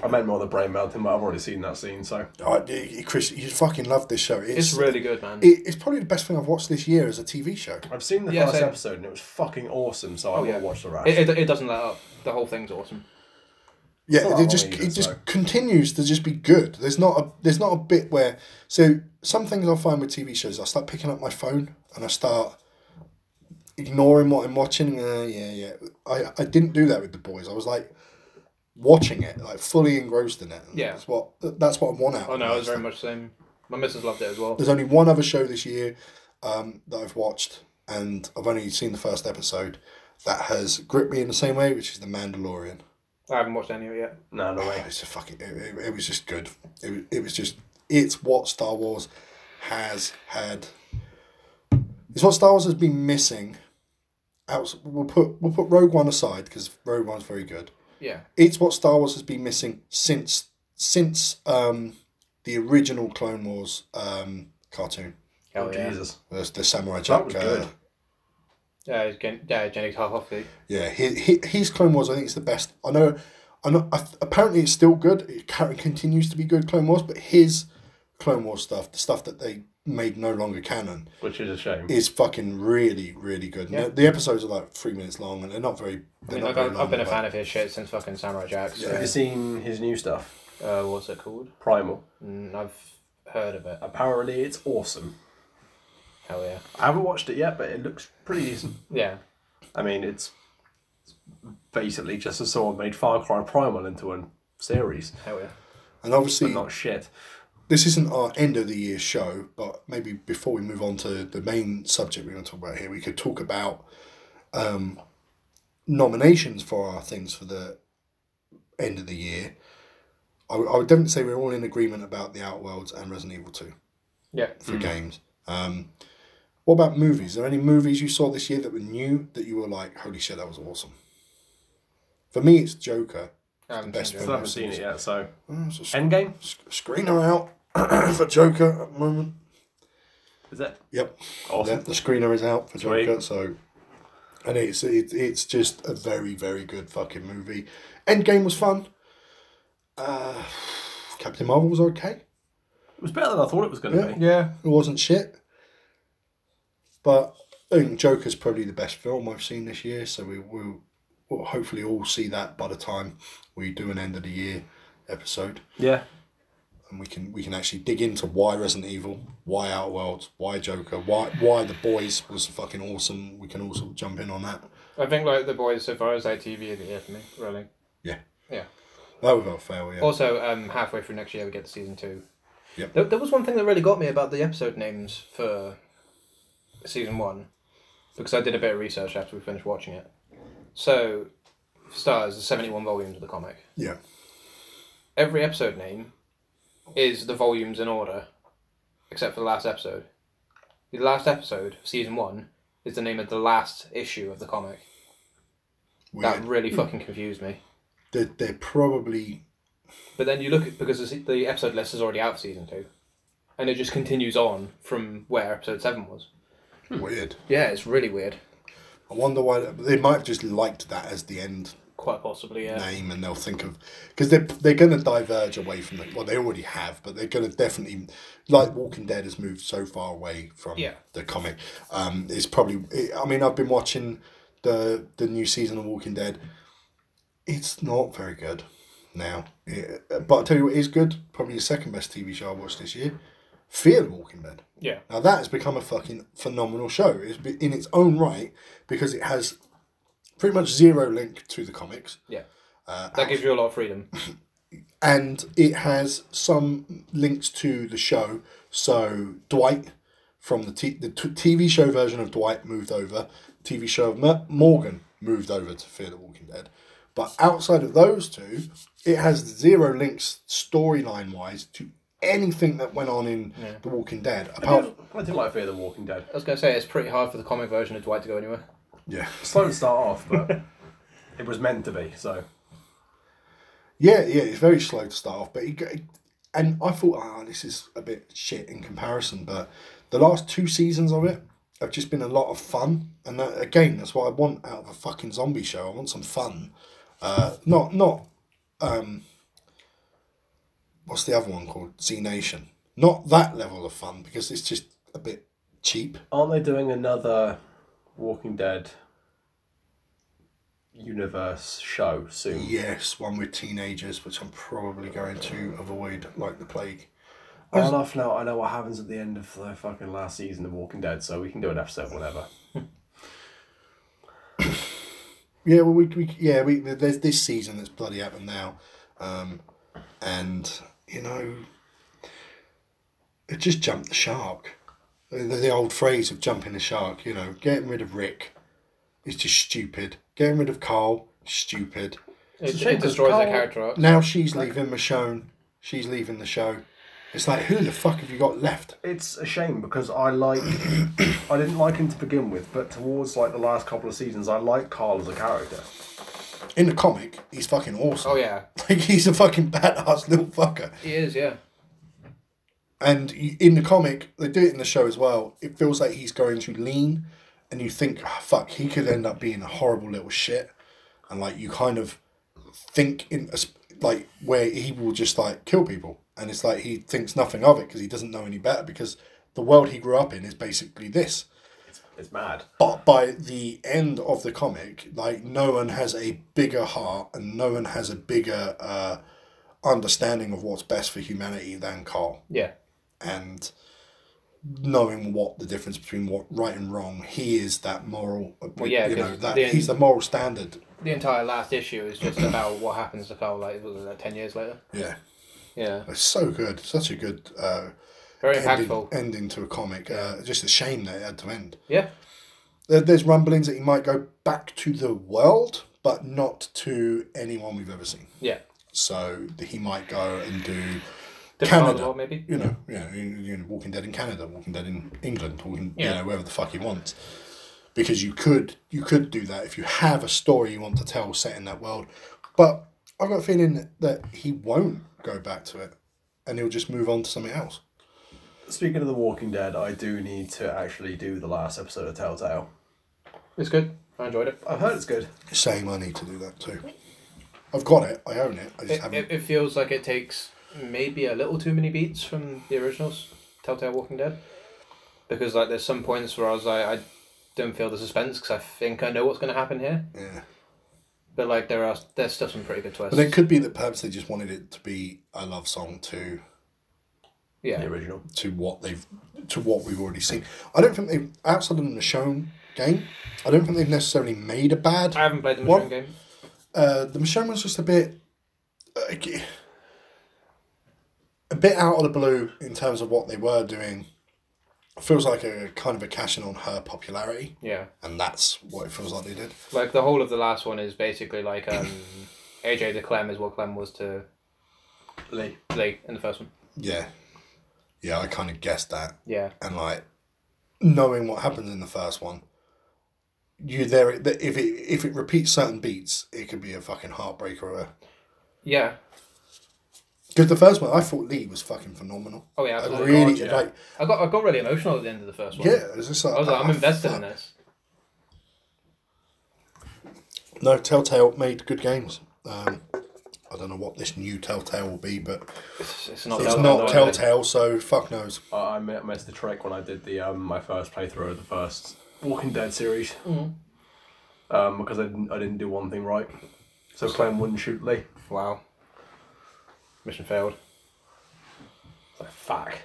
[SPEAKER 3] meant more the brain melting, but I've already seen that scene, so.
[SPEAKER 1] I, I- Chris, you fucking love this show. It's
[SPEAKER 2] It's really good, man.
[SPEAKER 1] it, it's probably the best thing I've watched this year as a TV show.
[SPEAKER 3] I've seen the
[SPEAKER 2] Yeah,
[SPEAKER 3] first
[SPEAKER 2] same. Oh,
[SPEAKER 3] episode and it was fucking awesome, so I will
[SPEAKER 2] yeah.
[SPEAKER 3] watch the rest.
[SPEAKER 2] It, it, it doesn't let up. The whole thing's awesome.
[SPEAKER 1] Yeah,
[SPEAKER 3] not
[SPEAKER 1] it
[SPEAKER 3] that
[SPEAKER 1] just
[SPEAKER 3] long
[SPEAKER 1] it
[SPEAKER 3] either,
[SPEAKER 1] just
[SPEAKER 3] so.
[SPEAKER 1] continues to just be good. There's not a there's not a bit where so some things I find with TV shows I start picking up my phone and I start ignoring what I'm watching. Uh, yeah, yeah. I I didn't do that with the boys. I was like watching it, like fully engrossed in it. And
[SPEAKER 2] Yeah.
[SPEAKER 1] that's what that's what I want out.
[SPEAKER 2] Oh
[SPEAKER 1] of
[SPEAKER 2] no, it was
[SPEAKER 1] it.
[SPEAKER 2] very much the same. My missus loved it as well.
[SPEAKER 1] There's only one other show this year um, that I've watched, and I've only seen the first episode that has gripped me in the same way, which is The Mandalorian.
[SPEAKER 2] I haven't watched any of it yet.
[SPEAKER 3] no, no way.
[SPEAKER 1] It's a fucking. It, it, it was just good. It, wa- it was just. It's what Star Wars has had. It's what Star Wars has been missing. Outs- We'll put we'll put Rogue One aside because Rogue One's very good.
[SPEAKER 2] Yeah.
[SPEAKER 1] It's what Star Wars has been missing since since um, the original Clone Wars um, cartoon.
[SPEAKER 3] Oh,
[SPEAKER 2] Hell yeah.
[SPEAKER 3] Jesus.
[SPEAKER 1] The, the Samurai Jack.
[SPEAKER 3] That was good.
[SPEAKER 1] Uh,
[SPEAKER 2] Yeah, it's Gen- yeah, Jenny Tarkovsky.
[SPEAKER 1] yeah, his, his, his Clone Wars I think is the best. I know, I know. I, apparently, it's still good. It ca- continues to be good Clone Wars, but his Clone Wars stuff, the stuff that they made no longer canon,
[SPEAKER 3] Which is a shame.
[SPEAKER 1] is fucking really, really good. And
[SPEAKER 2] Yeah.
[SPEAKER 1] The, the episodes are like three minutes long, and they're not very.
[SPEAKER 2] I
[SPEAKER 1] They're
[SPEAKER 2] mean,
[SPEAKER 1] not
[SPEAKER 2] like,
[SPEAKER 1] very
[SPEAKER 2] I've,
[SPEAKER 1] long,
[SPEAKER 2] I've been a
[SPEAKER 1] but-
[SPEAKER 2] fan of his shit since fucking Samurai Jack.
[SPEAKER 3] Have
[SPEAKER 2] So,
[SPEAKER 3] you seen his new stuff?
[SPEAKER 2] uh, what's it called?
[SPEAKER 3] Primal.
[SPEAKER 2] Mm, I've heard of it.
[SPEAKER 3] Apparently, it's awesome.
[SPEAKER 2] Hell yeah.
[SPEAKER 3] I haven't watched it yet, but it looks pretty decent.
[SPEAKER 2] Yeah.
[SPEAKER 3] I mean, it's basically just as someone made Far Cry Primal into a series,
[SPEAKER 2] Hell yeah.
[SPEAKER 1] And obviously,
[SPEAKER 3] but not shit.
[SPEAKER 1] this isn't our end of the year show, but maybe before we move on to the main subject we're going to talk about here, we could talk about um, nominations for our things for the end of the year. I, would- I would definitely say we're all in agreement about The Outworlds and Resident Evil 2
[SPEAKER 2] Yeah.
[SPEAKER 1] for games. Um, what about movies? Are there any movies you saw this year that were new that you were like, holy shit, that was awesome? For me, it's Joker.
[SPEAKER 2] I haven't
[SPEAKER 1] best
[SPEAKER 2] seen
[SPEAKER 1] film.
[SPEAKER 2] it.
[SPEAKER 3] So I haven't seen it yet. So
[SPEAKER 2] Mm,
[SPEAKER 1] Oh, it's a sc-
[SPEAKER 3] Endgame
[SPEAKER 1] sc- screener out for Joker at the moment.
[SPEAKER 3] is it?
[SPEAKER 1] Yep.
[SPEAKER 3] Awesome.
[SPEAKER 1] Yeah, the screener is out for
[SPEAKER 3] Sweet.
[SPEAKER 1] Joker, so and it's it, it's just a very very good fucking movie. Endgame was fun. Uh, Captain Marvel was okay.
[SPEAKER 4] It was better than I thought it was going to
[SPEAKER 1] Yeah.
[SPEAKER 4] be.
[SPEAKER 2] Yeah.
[SPEAKER 1] It wasn't shit. But I think Joker's probably the best film I've seen this year, so we will we'll hopefully all see that by the time we do an end of the year episode.
[SPEAKER 4] Yeah.
[SPEAKER 1] And we can we can actually dig into why Resident Evil, why Outworld, why Joker, why why the boys was fucking awesome. We can also jump in on that.
[SPEAKER 2] I think like the boys so far as ITV of the year for me, really.
[SPEAKER 1] That without fail, yeah.
[SPEAKER 2] Also, um, halfway through next year we get to season two.
[SPEAKER 1] Yep.
[SPEAKER 2] There, there was one thing that really got me about the episode names for season one, because I did a bit of research after we finished watching it. So, for starters, there's seventy-one volumes of the comic.
[SPEAKER 1] Yeah.
[SPEAKER 2] Every episode name is the volumes in order, except for the last episode. The last episode, season one, is the name of the last issue of the comic.
[SPEAKER 1] Weird. Hmm.
[SPEAKER 2] That really fucking confused me.
[SPEAKER 1] They're, they're probably
[SPEAKER 2] But then you look at because the se- the episode list is already out for season two, and it just continues on from where episode seven was.
[SPEAKER 1] weird.
[SPEAKER 2] Yeah, it's really weird.
[SPEAKER 1] I wonder why they might have just liked that as the end
[SPEAKER 2] Quite possibly, yeah.
[SPEAKER 1] name and they'll think of because they're, they're going to diverge away from the well they already have but they're going to definitely like walking dead has moved so far away from
[SPEAKER 2] Yeah.
[SPEAKER 1] the comic um it's probably it, i mean i've been watching the the new season of walking dead it's not very good now It- but i'll tell you what is good probably the second best tv show i watched this year fear the walking dead
[SPEAKER 2] Yeah,
[SPEAKER 1] now that has become a fucking phenomenal show. It's be- in its own right because it has pretty much zero link to the comics,
[SPEAKER 2] yeah. that gives you a lot of freedom.
[SPEAKER 1] and it has some links to the show. So Dwight from the t- the t- TV show version of Dwight moved over. TV show of Mer- Morgan moved over to Fear the Walking Dead. But outside of those two, it has zero links storyline wise to anything that went on in The Walking Dead. Apart,
[SPEAKER 3] I did like Fear the Walking Dead.
[SPEAKER 2] I was gonna say it's pretty hard for the comic version of Dwight to go anywhere.
[SPEAKER 1] yeah.
[SPEAKER 3] Slow to start off, but it was meant to be. So
[SPEAKER 1] Yeah, yeah, it's very slow to start off, but it, it, and I thought, ah, this is a bit shit in comparison, but the last two seasons of it have just been a lot of fun, and that, again, that's what I want out of a fucking zombie show. I want some fun, uh, not not um, what's the other one called Z Nation? Not that level of fun because it's just a bit cheap.
[SPEAKER 3] aren't they doing another Walking Dead universe show soon?
[SPEAKER 1] Yes, one with teenagers, which I'm probably going to avoid like the plague.
[SPEAKER 3] Well enough now. I know what happens at the end of the fucking last season of Walking Dead, so we can do an episode whenever.
[SPEAKER 1] Yeah, well, we, we yeah we there's this season that's bloody happened now, um, and you know, it just jumped the shark. The, the old phrase of jumping the shark, you know, getting rid of Rick is just stupid. Getting rid of Carl, stupid.
[SPEAKER 2] It,
[SPEAKER 3] shame
[SPEAKER 2] it
[SPEAKER 3] 'cause
[SPEAKER 2] destroys their
[SPEAKER 3] Carl-
[SPEAKER 2] character arc.
[SPEAKER 1] Now she's leaving Michonne. She's leaving the show. It's like who the fuck have you got left?
[SPEAKER 3] It's a shame because I like, I didn't like him to begin with, but towards like the last couple of seasons, I liked Carl as a character.
[SPEAKER 1] In the comic, he's fucking awesome.
[SPEAKER 2] Oh yeah,
[SPEAKER 1] Like he's a fucking badass little fucker.
[SPEAKER 2] he is. Yeah,
[SPEAKER 1] And y- in the comic, they do it in the show as well. It feels like he's going to lean, and you think, "Ah, fuck, he could end up being a horrible little shit. And like, you kind of think in a, sp- like where he will just like kill people, and it's like he thinks nothing of it because he doesn't know any better because the world he grew up in is basically this.
[SPEAKER 3] It's mad.
[SPEAKER 1] But by the end of the comic, like no one has a bigger heart and no one has a bigger uh, understanding of what's best for humanity than Carl
[SPEAKER 2] yeah.
[SPEAKER 1] and knowing what the difference between what right and wrong he is that moral
[SPEAKER 2] yeah,
[SPEAKER 1] you know
[SPEAKER 2] 'cause
[SPEAKER 1] that
[SPEAKER 2] the-
[SPEAKER 1] he's the moral standard
[SPEAKER 2] The entire last issue is just about what happens to Carl like, was it, like ten years later.
[SPEAKER 1] yeah
[SPEAKER 2] Yeah,
[SPEAKER 1] it's so good such a good uh
[SPEAKER 2] very
[SPEAKER 1] ending,
[SPEAKER 2] impactful.
[SPEAKER 1] ending to a comic uh, just a shame that it had to end
[SPEAKER 2] Yeah,
[SPEAKER 1] there, there's rumblings that he might go back to the world but not to anyone we've ever seen
[SPEAKER 2] yeah.
[SPEAKER 1] so he might go and do
[SPEAKER 2] Different part of the
[SPEAKER 1] Canada.
[SPEAKER 2] world, maybe.
[SPEAKER 1] you know, you know, you you know, Walking Dead in Canada, Walking Dead in England, Walking, you
[SPEAKER 2] Yeah.
[SPEAKER 1] know, wherever the fuck he wants. Because you could, you could do that if you have a story you want to tell set in that world. But I've got a feeling that he won't go back to it, and he'll just move on to something else.
[SPEAKER 3] Speaking of The Walking Dead, I do need to actually do the last episode of Telltale.
[SPEAKER 2] It's good. I enjoyed it.
[SPEAKER 3] I've heard it's good.
[SPEAKER 1] Same, I need to do that too. I've got it. I own it. I just
[SPEAKER 2] It,
[SPEAKER 1] haven't.
[SPEAKER 2] it, it feels like it takes maybe a little too many beats from the originals, Telltale Walking Dead, because like there's some points where I was like I don't feel the suspense because I think I know what's going to happen here,
[SPEAKER 1] yeah.
[SPEAKER 2] but like there are there's still some pretty good twists.
[SPEAKER 1] But it could be that perhaps they just wanted it to be a love song to
[SPEAKER 2] yeah,
[SPEAKER 4] The original.
[SPEAKER 1] to what they've to what we've already seen. I don't think they've outside of the Michonne game. I don't think they've necessarily made a bad.
[SPEAKER 2] I haven't played the
[SPEAKER 1] What?
[SPEAKER 2] Michonne game.
[SPEAKER 1] Uh, the Michonne was just a bit, uh, a bit out of the blue in terms of what they were doing. Feels like a kind of a cashing on her popularity,
[SPEAKER 2] Yeah,
[SPEAKER 1] and that's what it feels like they did.
[SPEAKER 2] like the whole of the last one is basically like um, AJ to Clem is what Clem was to
[SPEAKER 3] Lee.
[SPEAKER 2] Lee in the first one.
[SPEAKER 1] Yeah, yeah, I kind of guessed that.
[SPEAKER 2] Yeah,
[SPEAKER 1] and like knowing what happens in the first one, you there if it if it repeats certain beats, it could be a fucking heartbreaker.
[SPEAKER 2] yeah.
[SPEAKER 1] Because the first one, I thought Lee was fucking phenomenal.
[SPEAKER 2] Oh yeah,
[SPEAKER 1] I
[SPEAKER 2] absolutely.
[SPEAKER 1] really
[SPEAKER 3] God, yeah.
[SPEAKER 1] like.
[SPEAKER 2] I got I got really emotional at the end of the first one.
[SPEAKER 1] Yeah, it was just like,
[SPEAKER 2] I was like, I'm
[SPEAKER 1] ah,
[SPEAKER 2] invested in
[SPEAKER 1] fuck.
[SPEAKER 2] this.
[SPEAKER 1] No, Telltale made good games. Um, I don't know what this new Telltale will be, but
[SPEAKER 2] It's, it's not
[SPEAKER 1] it's
[SPEAKER 2] Telltale,
[SPEAKER 1] not
[SPEAKER 2] though, is it?
[SPEAKER 1] Telltale, so fuck knows.
[SPEAKER 3] Uh, I mi- missed the trick when I did the um, my first playthrough of the first Walking Dead series. Um, because I didn't, I didn't do one thing right. So Clem wouldn't shoot Lee.
[SPEAKER 2] Wow. Mission failed.
[SPEAKER 3] It's like, fuck.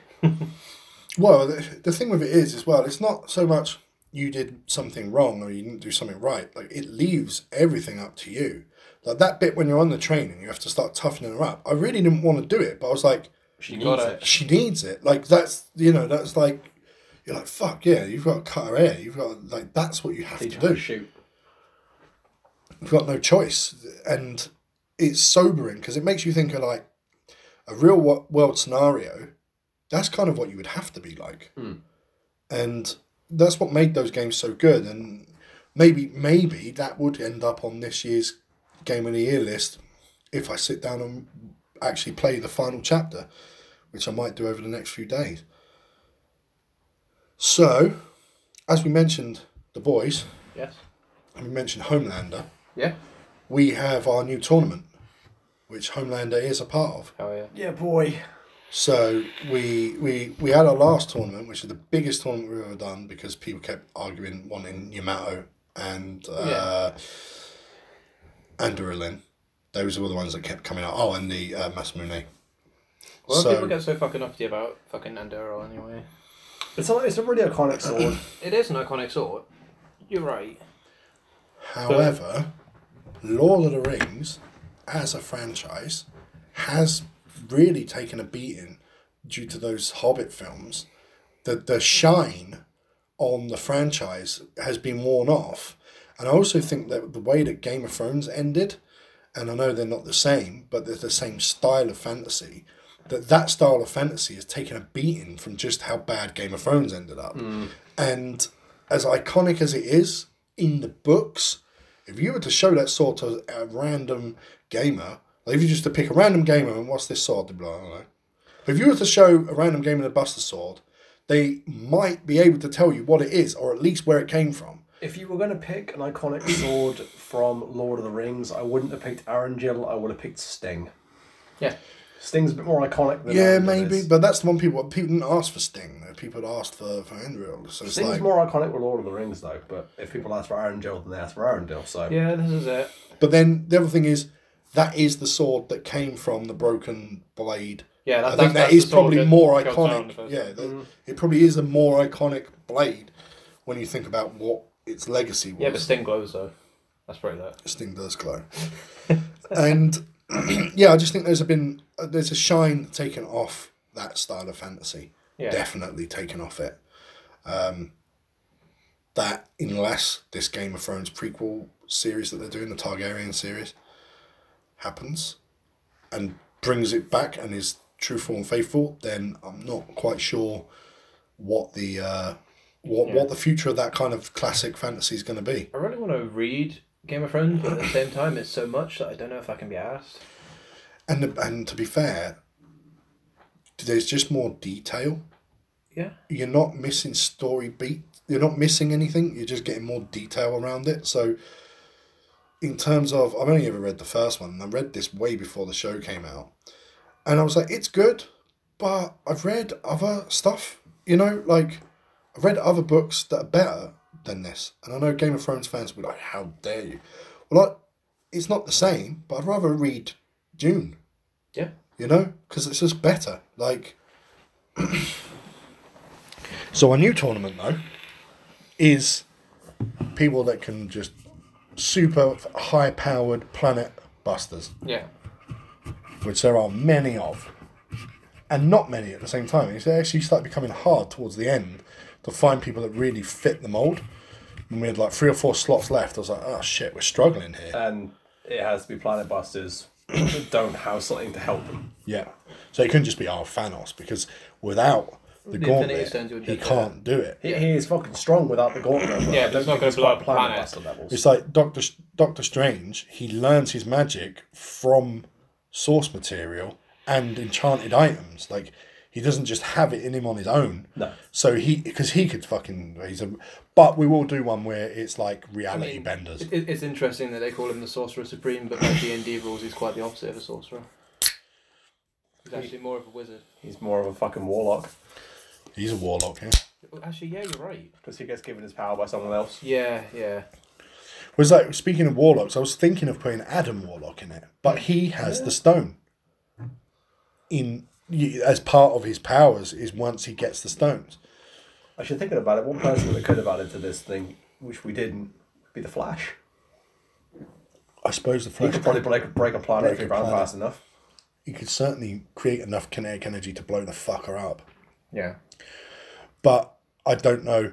[SPEAKER 1] Well, the, the thing with it is, as well, it's not so much you did something wrong or you didn't do something right. Like it leaves everything up to you. Like that bit when you're on the train and you have to start toughening her up. I really didn't want to do it, but I was like,
[SPEAKER 3] She
[SPEAKER 2] You
[SPEAKER 3] needs
[SPEAKER 2] gotta-
[SPEAKER 3] it.
[SPEAKER 1] she needs it. Like that's you know that's like you're like fuck yeah, you've got to cut her hair. You've got to, like that's what you have
[SPEAKER 3] Teach
[SPEAKER 1] to
[SPEAKER 3] her to
[SPEAKER 1] do.
[SPEAKER 3] shoot.
[SPEAKER 1] You've got no choice, and it's sobering because it makes you think of like a real wo- world scenario. That's kind of what you would have to be like,
[SPEAKER 3] Mm.
[SPEAKER 1] and that's what made those games so good. And maybe maybe that would end up on this year's game of the year list if I sit down and actually play the final chapter, which I might do over the next few days. So, as we mentioned, the boys,
[SPEAKER 2] Yes.
[SPEAKER 1] and we mentioned Homelander
[SPEAKER 2] Yeah.
[SPEAKER 1] we have our new tournament, which Homelander is a part of.
[SPEAKER 2] Hell yeah.
[SPEAKER 3] Yeah, boy.
[SPEAKER 1] So we we we had our last tournament, which is the biggest tournament we've ever done because people kept arguing wanting Yamato and uh, and Durilin. Those were the ones that kept coming out. Oh, and the uh, Masamune.
[SPEAKER 2] Well,
[SPEAKER 1] So-
[SPEAKER 2] people get so fucking uppity about fucking Andorra anyway.
[SPEAKER 3] It's a, it's a really iconic sword.
[SPEAKER 2] It is an iconic sword. You're right.
[SPEAKER 1] However, Lord of the Rings, as a franchise, has really taken a beating due to those Hobbit films. The the shine on the franchise has been worn off, and I also think that the way that Game of Thrones ended, and I know they're not the same, but they're the same style of fantasy. That that style of fantasy has taken a beating from just how bad Game of Thrones ended up, and as iconic as it is in the books, if you were to show that sword to a random gamer, like if you just to pick a random gamer and what's this sword, they'd be like, I don't know. But if you were to show a random gamer the Buster Sword, they might be able to tell you what it is or at least where it came from.
[SPEAKER 3] If you were going to pick an iconic sword from Lord of the Rings, I wouldn't have picked Arangil, I would have picked Sting.
[SPEAKER 2] Yeah.
[SPEAKER 3] Sting's a bit more iconic than
[SPEAKER 1] yeah,
[SPEAKER 3] Arangil
[SPEAKER 1] maybe,
[SPEAKER 3] is.
[SPEAKER 1] but that's the one people people didn't ask for Sting. though. People had asked for for Andriel, so it's
[SPEAKER 3] Sting's
[SPEAKER 1] like.
[SPEAKER 3] more iconic with Lord of the Rings, though, but if people ask for Arangil, then they ask for Arangil, so.
[SPEAKER 2] Yeah, this is it.
[SPEAKER 1] But then the other thing is, that is the sword that came from the broken blade.
[SPEAKER 2] Yeah,
[SPEAKER 1] I
[SPEAKER 2] that,
[SPEAKER 1] think
[SPEAKER 2] that's, that's
[SPEAKER 1] that is
[SPEAKER 2] the sword
[SPEAKER 1] probably
[SPEAKER 2] that
[SPEAKER 1] more
[SPEAKER 2] got down the
[SPEAKER 1] iconic.
[SPEAKER 2] first
[SPEAKER 1] Yeah,
[SPEAKER 2] time. Mm.
[SPEAKER 1] that- it probably is a more iconic blade when you think about what its legacy was.
[SPEAKER 2] Yeah, but Sting glows though. That's pretty lit.
[SPEAKER 1] Sting does glow. and yeah, I just think there's a been uh, there's a shine taken off that style of fantasy.
[SPEAKER 2] Yeah.
[SPEAKER 1] Definitely taken off it. Um, that unless this Game of Thrones prequel series that they're doing, the Targaryen series, happens and brings it back and is truthful and faithful, then I'm not quite sure what the uh, what
[SPEAKER 2] Yeah.
[SPEAKER 1] what the future of that kind of classic fantasy is going to be.
[SPEAKER 2] I really want to read Game of Thrones, but at the same time, it's so much that I don't know if I can be asked.
[SPEAKER 1] And and to be fair, there's just more detail.
[SPEAKER 2] Yeah.
[SPEAKER 1] You're not missing story beat you're not missing anything. You're just getting more detail around it. So, in terms of, I've only ever read the first one, and I read this way before the show came out, and I was like, it's good, but I've read other stuff. You know, like I've read other books that are better than this, and I know Game of Thrones fans will be like, how dare you? Well, I, it's not the same, but I'd rather read Dune.
[SPEAKER 2] Yeah.
[SPEAKER 1] You know, because it's just better. Like. So our new tournament though is people that can just super high powered planet busters,
[SPEAKER 2] Yeah.
[SPEAKER 1] which there are many of, and not many at the same time. It's actually started becoming hard towards the end to find people that really fit the mold. And we had like three or four slots left. I was like, oh shit, we're struggling here.
[SPEAKER 3] and it has to be Planet Busters that don't have something to help them.
[SPEAKER 1] Yeah. So it couldn't just be our Thanos because without the,
[SPEAKER 2] Infinity
[SPEAKER 1] gauntlet,
[SPEAKER 2] Stones would
[SPEAKER 1] he
[SPEAKER 2] just-
[SPEAKER 1] can't do it.
[SPEAKER 3] He, he is fucking strong without the gauntlet. but
[SPEAKER 2] Yeah,
[SPEAKER 3] I
[SPEAKER 2] it's
[SPEAKER 3] don't
[SPEAKER 2] not
[SPEAKER 3] think
[SPEAKER 2] gonna
[SPEAKER 3] it's
[SPEAKER 2] blow
[SPEAKER 3] quite
[SPEAKER 2] up
[SPEAKER 3] Planet
[SPEAKER 2] planet.
[SPEAKER 3] Buster levels.
[SPEAKER 1] It's like Doctor Doctor Strange. He learns his magic from source material and enchanted items. Like he doesn't just have it in him on his own.
[SPEAKER 3] No.
[SPEAKER 1] So he because he could fucking he's a. But we will do one where it's like reality benders.
[SPEAKER 2] It, it's interesting that they call him the Sorcerer Supreme, but by D and D rules, he's quite the opposite of a sorcerer. He's actually more of a wizard.
[SPEAKER 3] He's more of a fucking warlock
[SPEAKER 1] He's a warlock. Yeah.
[SPEAKER 2] Well, Actually, yeah, you're right.
[SPEAKER 3] because he gets given his power by someone else.
[SPEAKER 2] Yeah, yeah.
[SPEAKER 1] Was like speaking of warlocks, I was thinking of putting Adam Warlock in it, but he has the stone. In y- as part of his powers is once he gets the stones.
[SPEAKER 3] Actually, thinking about it, one person that could have added to this thing, which we didn't, would be the Flash.
[SPEAKER 1] I suppose the
[SPEAKER 3] He
[SPEAKER 1] flash.
[SPEAKER 3] could probably break, break a planet
[SPEAKER 1] Break
[SPEAKER 3] if he
[SPEAKER 1] a
[SPEAKER 3] ran
[SPEAKER 1] planet.
[SPEAKER 3] fast enough.
[SPEAKER 1] he could certainly create enough kinetic energy to blow the fucker up.
[SPEAKER 2] Yeah.
[SPEAKER 1] But I don't know.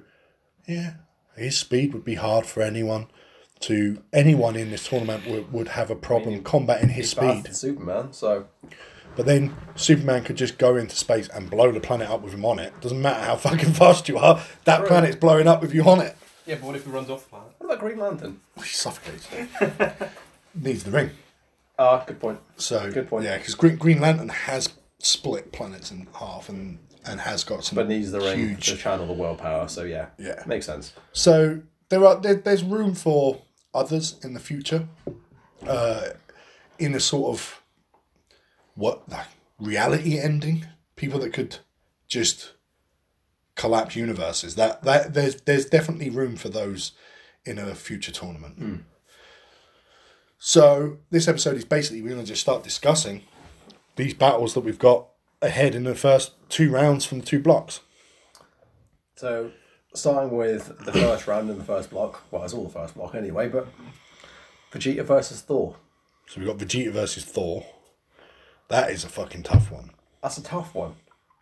[SPEAKER 1] Yeah, his speed would be hard for anyone. To anyone in this tournament would, would have a problem combating his
[SPEAKER 3] He's faster
[SPEAKER 1] speed.
[SPEAKER 3] than Superman, so
[SPEAKER 1] But then Superman could just go into space and blow the planet up with him on it. Doesn't matter how fucking fast you are, that planet's blowing up with you on it. Oh,
[SPEAKER 2] Yeah, but what if he runs off the planet?
[SPEAKER 3] what about Green Lantern?
[SPEAKER 1] He suffocates. Needs the ring.
[SPEAKER 3] Ah, good point.
[SPEAKER 1] So
[SPEAKER 3] Good point.
[SPEAKER 1] Yeah, because Green, Green Lantern has split planets in half and and has got some
[SPEAKER 3] But needs the ring
[SPEAKER 1] huge
[SPEAKER 3] to channel the world power. So yeah,
[SPEAKER 1] Yeah.
[SPEAKER 3] makes sense.
[SPEAKER 1] So there are there, there's room for others in the future, uh, in a sort of what like reality ending. People that could just collapse universes. That that there's there's definitely room for those in a future tournament. So this episode is basically we're going to just start discussing these battles that we've got ahead in the first two rounds from the two blocks.
[SPEAKER 3] So, starting with the first round in the first block, well, it's all the first block anyway, but Vegeta versus Thor.
[SPEAKER 1] So we've got Vegeta versus Thor. That is a fucking tough one.
[SPEAKER 3] That's a tough one,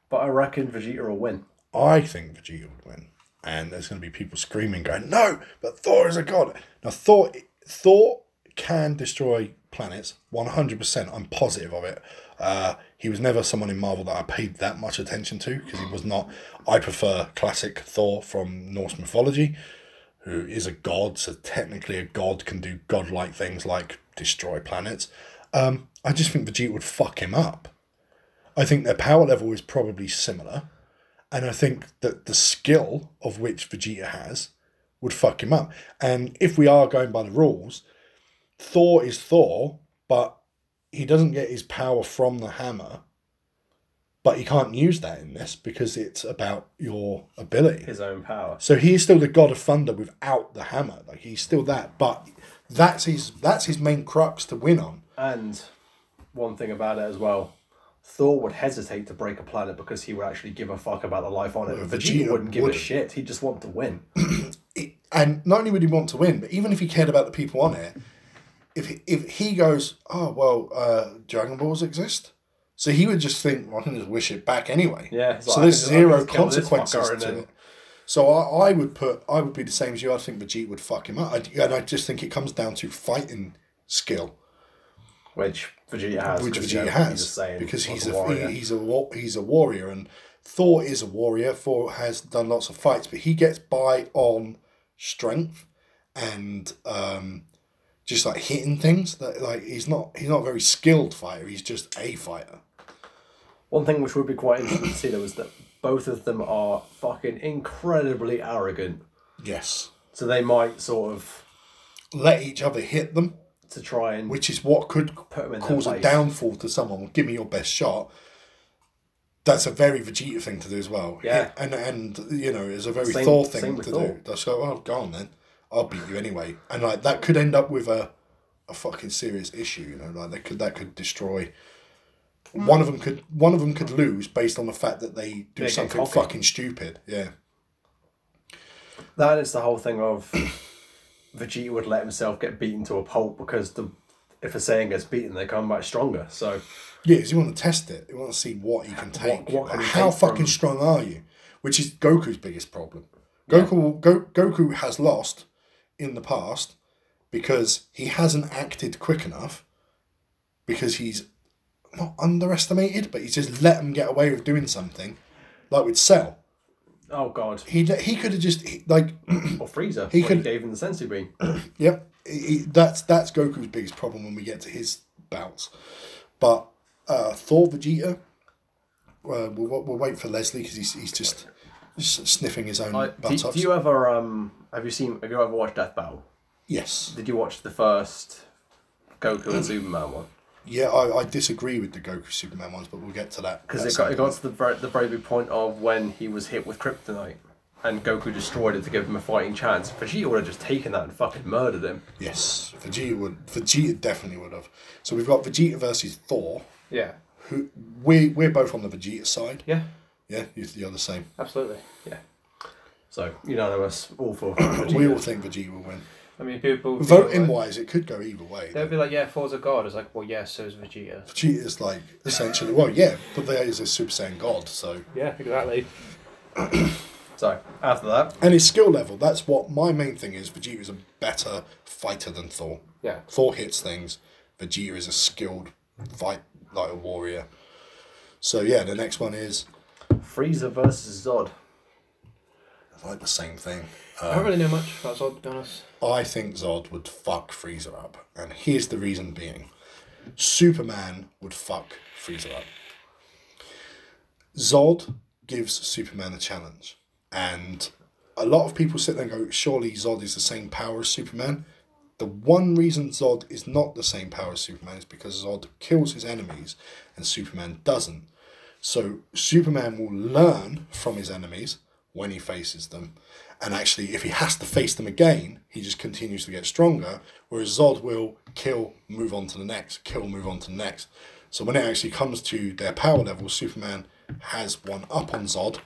[SPEAKER 3] but I reckon Vegeta will win.
[SPEAKER 1] I think Vegeta would win. And there's going to be people screaming, going, no, but Thor is a god. Now, Thor, Thor can destroy planets 100%. I'm positive of it. Uh, he was never someone in Marvel that I paid that much attention to because he was not. I prefer classic Thor from Norse mythology, who is a god. So, technically, a god can do godlike things like destroy planets. Um, I just think Vegeta would fuck him up. I think their power level is probably similar. And I think that the skill of which Vegeta has would fuck him up. And if we are going by the rules, Thor is Thor, but he doesn't get his power from the hammer. But he can't use that in this because it's about your ability.
[SPEAKER 3] His own power.
[SPEAKER 1] So he is still the god of thunder without the hammer. Like he's still that, but that's his that's his main crux to win on.
[SPEAKER 3] And one thing about it as well, Thor would hesitate to break a planet because he would actually give a fuck about the life on it.
[SPEAKER 1] Well,
[SPEAKER 3] Vegeta,
[SPEAKER 1] Vegeta
[SPEAKER 3] wouldn't give a
[SPEAKER 1] wouldn't.
[SPEAKER 3] shit. He'd just want to win.
[SPEAKER 1] it- and not only would he want to win, but even if he cared about the people on it, if he, if he goes, oh well, uh, Dragon Balls exist, so he would just think, well, I can just wish it back anyway.
[SPEAKER 3] Yeah, it's
[SPEAKER 1] So
[SPEAKER 3] like,
[SPEAKER 1] there's
[SPEAKER 3] I can- I can
[SPEAKER 1] zero
[SPEAKER 3] just kill this
[SPEAKER 1] consequences
[SPEAKER 3] fucker and
[SPEAKER 1] to
[SPEAKER 3] then-
[SPEAKER 1] it. So I, I would put I would be the same as you. I think Vegeta would fuck him up, I, and I just think it comes down to fighting skill,
[SPEAKER 3] Which Vegeta has.
[SPEAKER 1] which
[SPEAKER 3] 'cause,
[SPEAKER 1] Vegeta
[SPEAKER 3] you know,
[SPEAKER 1] has,
[SPEAKER 3] he's just saying,
[SPEAKER 1] because
[SPEAKER 3] "What's
[SPEAKER 1] he's a,
[SPEAKER 3] warrior?"
[SPEAKER 1] he- he's a wa- he's a warrior, and Thor is a warrior. Thor has done lots of fights, but he gets by on strength and um, just like hitting things. That like he's not he's not a very skilled fighter. He's just a fighter.
[SPEAKER 3] One thing which would be quite interesting to see though is that both of them are fucking incredibly arrogant.
[SPEAKER 1] Yes.
[SPEAKER 3] So they might sort of
[SPEAKER 1] Let each other hit them,
[SPEAKER 3] to try and
[SPEAKER 1] which is what could
[SPEAKER 3] Put 'em in their
[SPEAKER 1] cause a
[SPEAKER 3] place.
[SPEAKER 1] downfall to someone. Well, give me your best shot. That's a very Vegeta thing to do as well.
[SPEAKER 3] Yeah.
[SPEAKER 1] And and you know, it's a very
[SPEAKER 3] Same-
[SPEAKER 1] Thor
[SPEAKER 3] same
[SPEAKER 1] thing
[SPEAKER 3] with
[SPEAKER 1] to
[SPEAKER 3] Thor.
[SPEAKER 1] do. That's go, oh go on then. I'll beat you anyway. And like that could end up with a a fucking serious issue, you know, like that could that could destroy one of them could one of them could lose based on the fact that they do
[SPEAKER 3] get
[SPEAKER 1] something
[SPEAKER 3] cocky.
[SPEAKER 1] fucking stupid. Yeah.
[SPEAKER 3] that is the whole thing of Vegeta would let himself get beaten to a pulp because the if a Saiyan gets beaten, they come back stronger. So
[SPEAKER 1] Yeah, because you want to test it. You want to see what you can take.
[SPEAKER 3] what can
[SPEAKER 1] Like,
[SPEAKER 3] you
[SPEAKER 1] how
[SPEAKER 3] take
[SPEAKER 1] fucking
[SPEAKER 3] from-
[SPEAKER 1] strong are you? Which is Goku's biggest problem. Goku, Go, Goku has lost in the past because he hasn't acted quick enough. Because he's not underestimated, but he's just let him get away with doing something, like with Cell.
[SPEAKER 3] oh god,
[SPEAKER 1] He he could have just he, like
[SPEAKER 3] or Frieza,
[SPEAKER 1] He
[SPEAKER 3] he could
[SPEAKER 1] could-
[SPEAKER 3] gave him the sensu bean.
[SPEAKER 1] Yep, he, he- that's that's Goku's biggest problem when we get to his bouts. But uh, Thor, Vegeta, uh, we'll, we'll wait for Leslie because he's, he's just, just sniffing his own
[SPEAKER 3] I, do,
[SPEAKER 1] butt
[SPEAKER 3] do
[SPEAKER 1] ups.
[SPEAKER 3] you ever um have you seen have you ever watched Death Battle?
[SPEAKER 1] yes,
[SPEAKER 3] Did you watch the first Goku and Superman one?
[SPEAKER 1] yeah, I, I disagree with the Goku Superman ones, but we'll get to that.
[SPEAKER 3] Because
[SPEAKER 1] at
[SPEAKER 3] it
[SPEAKER 1] some
[SPEAKER 3] got it
[SPEAKER 1] point.
[SPEAKER 3] got to the very, the very big point of when he was hit with kryptonite. And Goku destroyed it to give him a fighting chance. Vegeta would have just taken that and fucking murdered him.
[SPEAKER 1] yes, Vegeta would Vegeta definitely would have. So we've got Vegeta versus Thor.
[SPEAKER 2] Yeah.
[SPEAKER 1] Who we we're both on the Vegeta side.
[SPEAKER 2] Yeah.
[SPEAKER 1] Yeah, you, you're the same.
[SPEAKER 2] Absolutely.
[SPEAKER 3] Yeah. So unanimous, all for Vegeta.
[SPEAKER 1] We all think Vegeta will win.
[SPEAKER 2] I mean, people
[SPEAKER 1] Voting wise, it could go either way.
[SPEAKER 2] They'll be like, "Yeah, Thor's a god." It's like, "Well, yeah, so is Vegeta."
[SPEAKER 1] Vegeta's like essentially well, yeah, but there is a Super Saiyan God, so
[SPEAKER 2] Yeah, exactly.
[SPEAKER 3] So after that,
[SPEAKER 1] and his skill level, that's what my main thing is. Vegeta is a better fighter than Thor.
[SPEAKER 2] Yeah.
[SPEAKER 1] Thor hits things. Vegeta is a skilled fight like a warrior. So yeah, the next one is
[SPEAKER 3] Frieza versus Zod.
[SPEAKER 1] like the same thing.
[SPEAKER 3] Uh,
[SPEAKER 2] I don't really know much about Zod, to be honest.
[SPEAKER 1] I think Zod would fuck Freezer up, and here's the reason being: Superman would fuck Freezer up. Zod gives Superman a challenge, and a lot of people sit there and go, "Surely Zod is the same power as Superman." The one reason Zod is not the same power as Superman is because Zod kills his enemies, and Superman doesn't. So Superman will learn from his enemies when he faces them. And actually, if he has to face them again, he just continues to get stronger. Whereas Zod will kill, move on to the next, kill, move on to the next. So when it actually comes to their power level, Superman has one up on Zod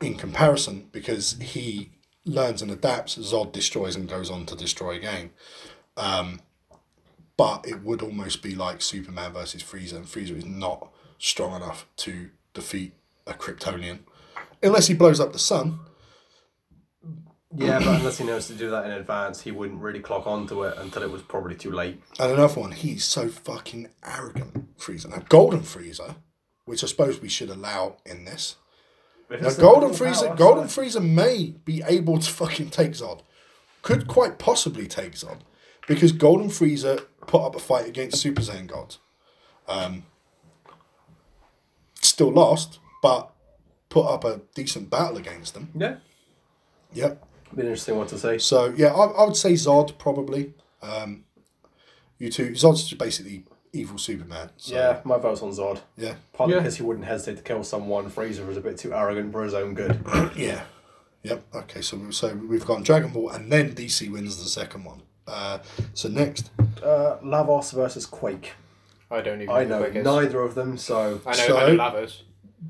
[SPEAKER 1] in comparison because he learns and adapts. Zod destroys and goes on to destroy again Um, but it would almost be like Superman versus Freezer, and Freezer is not strong enough to defeat a Kryptonian, unless he blows up the sun.
[SPEAKER 3] Yeah, but unless he knows to do that in advance, he wouldn't really clock onto it until it was probably too late.
[SPEAKER 1] And another one, he's so fucking arrogant, Freezer. Now, Golden Freezer, which I suppose we should allow in this.
[SPEAKER 3] If
[SPEAKER 1] Now,
[SPEAKER 3] it's a
[SPEAKER 1] Golden
[SPEAKER 3] power,
[SPEAKER 1] Freezer,
[SPEAKER 3] that's
[SPEAKER 1] Golden
[SPEAKER 3] fine.
[SPEAKER 1] Freezer may be able to fucking take Zod. Could quite possibly take Zod, because Golden Freezer put up a fight against Super Saiyan God. Um, still lost, but put up a decent battle against them.
[SPEAKER 3] Yeah,
[SPEAKER 1] Yep.
[SPEAKER 3] be an interesting one to see.
[SPEAKER 1] So yeah, I, I would say Zod probably. Um, you two, Zod's just basically evil Superman. So,
[SPEAKER 3] Yeah, my vote's on Zod.
[SPEAKER 1] Yeah.
[SPEAKER 3] Partly
[SPEAKER 4] Yeah.
[SPEAKER 3] because he wouldn't hesitate to kill someone. Freezer was a bit too arrogant for his own good.
[SPEAKER 1] Yeah. Yep. Okay. So we- so we've gone Dragon Ball, and then DC wins the second one. Uh, so next,
[SPEAKER 3] Uh, Lavos versus Quake.
[SPEAKER 2] I don't even.
[SPEAKER 3] I know
[SPEAKER 2] who Quake is.
[SPEAKER 3] neither of them, so
[SPEAKER 2] I know. I
[SPEAKER 1] So-
[SPEAKER 2] know Lavos.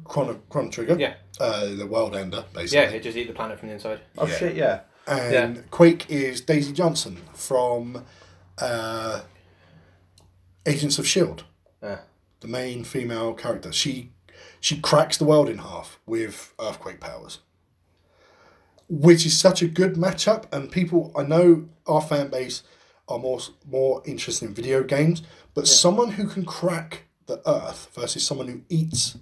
[SPEAKER 1] Chrono, Chrono Trigger.
[SPEAKER 2] Yeah.
[SPEAKER 1] Uh, the World Ender,
[SPEAKER 2] Yeah,
[SPEAKER 1] basically.
[SPEAKER 2] they just eat the planet from the inside.
[SPEAKER 3] oh
[SPEAKER 1] Yeah.
[SPEAKER 3] shit, yeah.
[SPEAKER 1] and Quake is Daisy Johnson from uh, Agents of Shield.
[SPEAKER 2] Yeah.
[SPEAKER 1] The main female character. She she cracks the world in half with earthquake powers. Which is such a good matchup, and people I know our fan base are more more interested in video games, but someone who can crack the earth versus someone who eats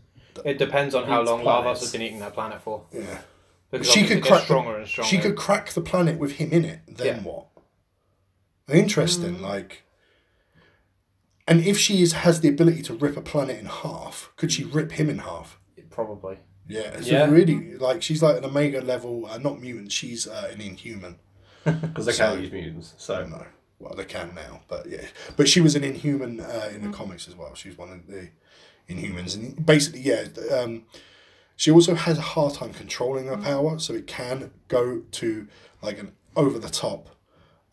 [SPEAKER 2] It depends on how
[SPEAKER 3] Eats
[SPEAKER 2] long Lavos
[SPEAKER 3] planets.
[SPEAKER 2] has been eating that planet for.
[SPEAKER 1] yeah.
[SPEAKER 2] Because
[SPEAKER 1] She
[SPEAKER 2] she
[SPEAKER 1] could
[SPEAKER 2] could
[SPEAKER 1] crack-
[SPEAKER 2] get stronger and stronger.
[SPEAKER 1] she could crack the planet with him in it. Then
[SPEAKER 2] Yeah.
[SPEAKER 1] what? Interesting. Like, and if she is has the ability to rip a planet in half, could she rip him in half?
[SPEAKER 2] probably.
[SPEAKER 1] Yeah, it's
[SPEAKER 2] Yeah.
[SPEAKER 1] really like she's like an Omega level, uh, not mutant. She's uh, an Inhuman.
[SPEAKER 4] Because they can't use mutants. So
[SPEAKER 1] No, well they can now, but yeah, but she was an Inhuman uh, in the comics as well. She's one of the Inhumans, and basically, yeah. th- Um, she also has a hard time controlling her power, so it can go to like an over the top.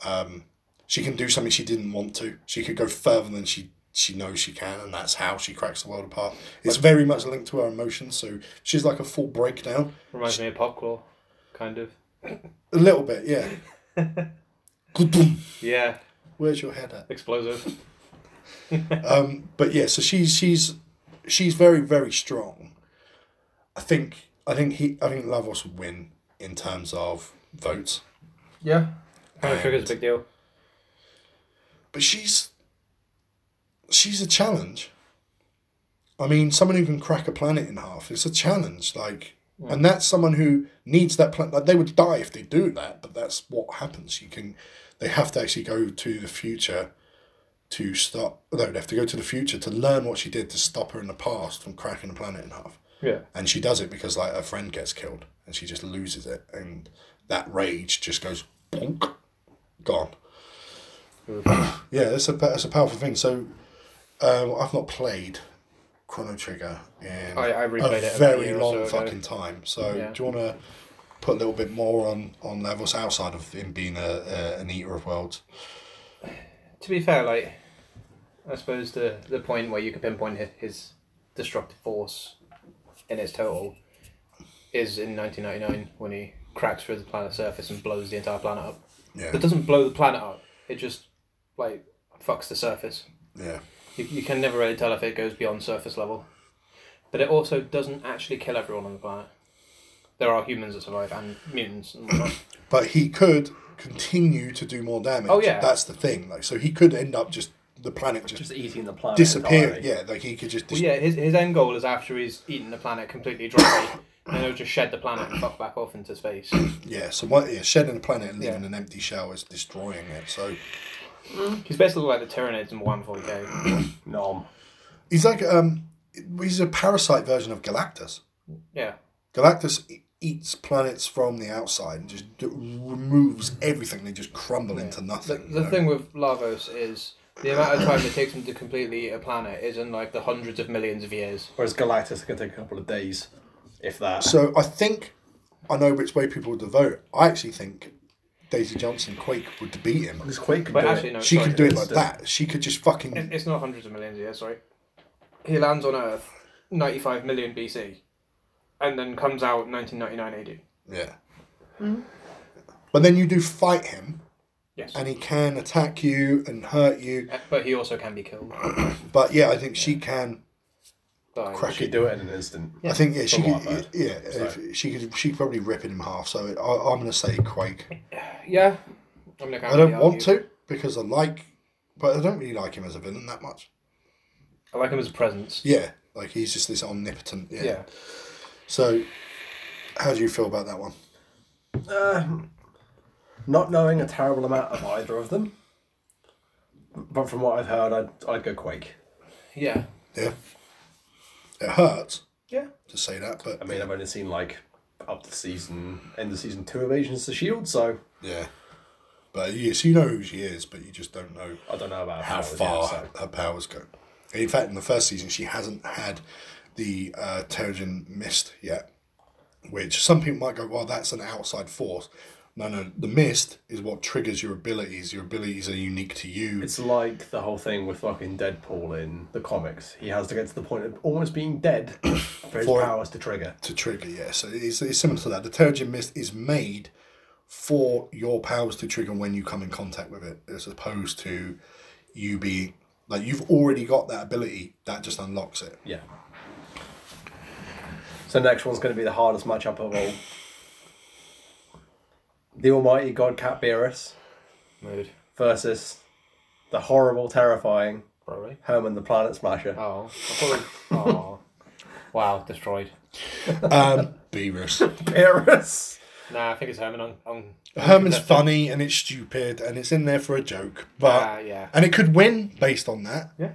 [SPEAKER 1] Um, she can do something she didn't want to. She could go further than she she knows she can, and that's how she cracks the world apart. It's very much linked to her emotions, so she's like a full breakdown.
[SPEAKER 2] Reminds me of Popclaw, kind of.
[SPEAKER 1] A little bit, yeah. Kaboom.
[SPEAKER 2] Yeah,
[SPEAKER 1] Where's your head at?
[SPEAKER 2] explosive.
[SPEAKER 1] Um, but yeah, so she's she's she's very very strong. I think I think he I think Lavos would win in terms of votes,
[SPEAKER 2] Yeah. Kind of triggers a big deal.
[SPEAKER 1] but she's she's a challenge. I mean, someone who can crack a planet in half is a challenge. Like, and that's someone who needs that planet. Like, they would die if they do that, but that's what happens. You can, they have to actually go to the future to stop. No, they have to go to the future to learn what she did to stop her in the past from cracking a planet in half.
[SPEAKER 2] Yeah.
[SPEAKER 1] and she does it because like her friend gets killed and she just loses it and that rage just goes bonk gone yeah that's a that's a powerful thing so um, i've not played chrono trigger in
[SPEAKER 2] I- I replayed
[SPEAKER 1] a
[SPEAKER 2] it about a
[SPEAKER 1] very
[SPEAKER 2] year or
[SPEAKER 1] long
[SPEAKER 2] so ago.
[SPEAKER 1] fucking time so
[SPEAKER 2] Yeah.
[SPEAKER 1] do you want to put a little bit more on on levels outside of him being a, a an eater of worlds
[SPEAKER 2] To be fair, like, I suppose the, the point where you could pinpoint hi- his destructive force in its total is in 1999 when he cracks through the planet's surface and blows the entire planet up.
[SPEAKER 1] yeah
[SPEAKER 2] It doesn't blow the planet up, it just, like, fucks the surface.
[SPEAKER 1] yeah
[SPEAKER 2] You, you can never really tell if it goes beyond surface level. But it also doesn't actually kill everyone on the planet. There are humans that survive and mutants and whatnot.
[SPEAKER 1] but he could continue to do more damage
[SPEAKER 2] Oh, yeah.
[SPEAKER 1] that's the thing like so he could end up just the planet just
[SPEAKER 4] just eating the planet.
[SPEAKER 1] disappear.
[SPEAKER 4] entirely.
[SPEAKER 1] Yeah, like he could just. Dis-
[SPEAKER 2] Well, yeah, his, his end goal is after he's eaten the planet completely dry, and then he'll just shed the planet and fuck back off into space.
[SPEAKER 1] yeah. So what? Yeah, shedding a planet and leaving
[SPEAKER 2] Yeah.
[SPEAKER 1] an empty shell is destroying it. So
[SPEAKER 2] He's basically like the Tyranids in 140k.
[SPEAKER 4] Nom.
[SPEAKER 1] he's like um, he's a parasite version of Galactus.
[SPEAKER 2] Yeah.
[SPEAKER 1] Galactus e- eats planets from the outside and just d- removes everything. They just crumble into
[SPEAKER 2] The,
[SPEAKER 1] nothing. you
[SPEAKER 2] the
[SPEAKER 1] know?
[SPEAKER 2] thing with Lavos is the amount of time it takes him to completely eat a planet is in like the hundreds of millions of years.
[SPEAKER 3] Whereas Galactus can take a couple of days, if that.
[SPEAKER 1] So I think I know which way people would vote. I actually think Daisy Johnson Quake would beat him.
[SPEAKER 3] Because Quake can
[SPEAKER 2] But
[SPEAKER 3] do
[SPEAKER 2] actually,
[SPEAKER 3] it.
[SPEAKER 2] no,
[SPEAKER 1] She
[SPEAKER 2] sorry,
[SPEAKER 1] could do it
[SPEAKER 2] it's-
[SPEAKER 1] like that. She could just fucking
[SPEAKER 2] It- It's not hundreds of millions of years, sorry. He lands on Earth 95 million BC and then comes out 1999 AD.
[SPEAKER 1] Yeah. But then you do fight him,
[SPEAKER 2] Yes.
[SPEAKER 1] and he can attack you and hurt you.
[SPEAKER 2] Uh, But he also can be killed.
[SPEAKER 1] But yeah, I think she can
[SPEAKER 2] Dying.
[SPEAKER 1] crack
[SPEAKER 3] She'd
[SPEAKER 1] it.
[SPEAKER 3] do it in an instant.
[SPEAKER 1] I think yeah, she
[SPEAKER 3] From
[SPEAKER 1] could,
[SPEAKER 3] what I've heard.
[SPEAKER 1] yeah, if she could she could probably rip it in half. So it, I, I'm gonna say Quake.
[SPEAKER 2] Yeah. I'm gonna
[SPEAKER 1] I don't want to because I like, but I don't really like him as a villain that much.
[SPEAKER 2] I like him as a presence.
[SPEAKER 1] Yeah, like he's just this omnipotent. Yeah.
[SPEAKER 2] Yeah.
[SPEAKER 1] So, how do you feel about that one?
[SPEAKER 3] Uh, Not knowing a terrible amount of either of them, but from what I've heard, I'd, I'd go Quake.
[SPEAKER 2] Yeah.
[SPEAKER 1] Yeah. It hurts
[SPEAKER 2] Yeah.
[SPEAKER 1] to say that, but
[SPEAKER 3] I mean, I've only seen like up to season end of season two of Agents of Shield, E so
[SPEAKER 1] yeah. But yes, you know who she is, but you just don't know
[SPEAKER 3] I don't know about
[SPEAKER 1] how
[SPEAKER 3] powers yet,
[SPEAKER 1] far
[SPEAKER 3] so.
[SPEAKER 1] her powers go. In fact, in the first season, she hasn't had the uh, Terrigen Mist yet, which some people might go, well, that's an outside force. No, no, the mist is what triggers your abilities. Your abilities are unique to you.
[SPEAKER 3] It's like the whole thing with fucking Deadpool in the comics. He has to get to the point of almost being dead for his
[SPEAKER 1] For-
[SPEAKER 3] powers to trigger.
[SPEAKER 1] to trigger, yeah. So it's, it's similar to that. The Terrigen Mist is made for your powers to trigger when you come in contact with it, as opposed to you be like you've already got that ability that just unlocks it.
[SPEAKER 3] Yeah. So next one's going to be the hardest matchup of all. The almighty god Cat Beerus
[SPEAKER 2] Mood.
[SPEAKER 3] versus the horrible, terrifying
[SPEAKER 2] Probably.
[SPEAKER 3] Herman the Planet Smasher.
[SPEAKER 2] Oh. I thought we- oh. Wow, destroyed.
[SPEAKER 1] Um, Beerus.
[SPEAKER 3] Beerus!
[SPEAKER 2] Nah, I think it's Herman on. on
[SPEAKER 1] Herman's funny and it's stupid and it's in there for a joke, but
[SPEAKER 2] Ah, yeah.
[SPEAKER 1] and it could win based on that.
[SPEAKER 2] Yeah.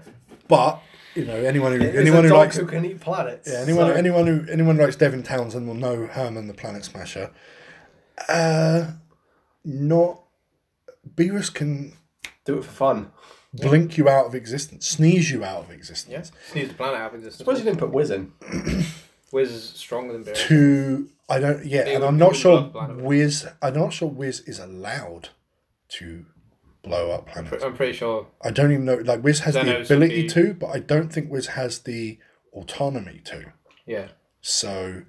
[SPEAKER 1] But you know anyone who
[SPEAKER 3] It is
[SPEAKER 1] anyone
[SPEAKER 3] a
[SPEAKER 1] who
[SPEAKER 3] dog
[SPEAKER 1] likes
[SPEAKER 3] who can eat planets.
[SPEAKER 1] yeah, anyone
[SPEAKER 3] so-
[SPEAKER 1] anyone who anyone who likes Devin Townsend will know Herman the Planet Smasher. Uh, not Beerus can
[SPEAKER 3] do it for fun.
[SPEAKER 1] blink you out of existence, sneeze you out of existence.
[SPEAKER 2] Sneeze the planet out of
[SPEAKER 3] Suppose you
[SPEAKER 2] existence.
[SPEAKER 3] didn't put Wiz in.
[SPEAKER 2] Wiz is stronger than Beerus.
[SPEAKER 1] To I don't yeah,
[SPEAKER 2] They
[SPEAKER 1] and
[SPEAKER 2] would-
[SPEAKER 1] I'm
[SPEAKER 2] they
[SPEAKER 1] not
[SPEAKER 2] would
[SPEAKER 1] sure
[SPEAKER 2] blow up planet.
[SPEAKER 1] Wiz. I'm not sure Wiz is allowed to blow up planets.
[SPEAKER 2] I'm pretty sure.
[SPEAKER 1] I don't even know. Like Wiz has the
[SPEAKER 2] Xenos
[SPEAKER 1] ability
[SPEAKER 2] would be-
[SPEAKER 1] to, but I don't think Wiz has the autonomy to.
[SPEAKER 2] Yeah.
[SPEAKER 1] So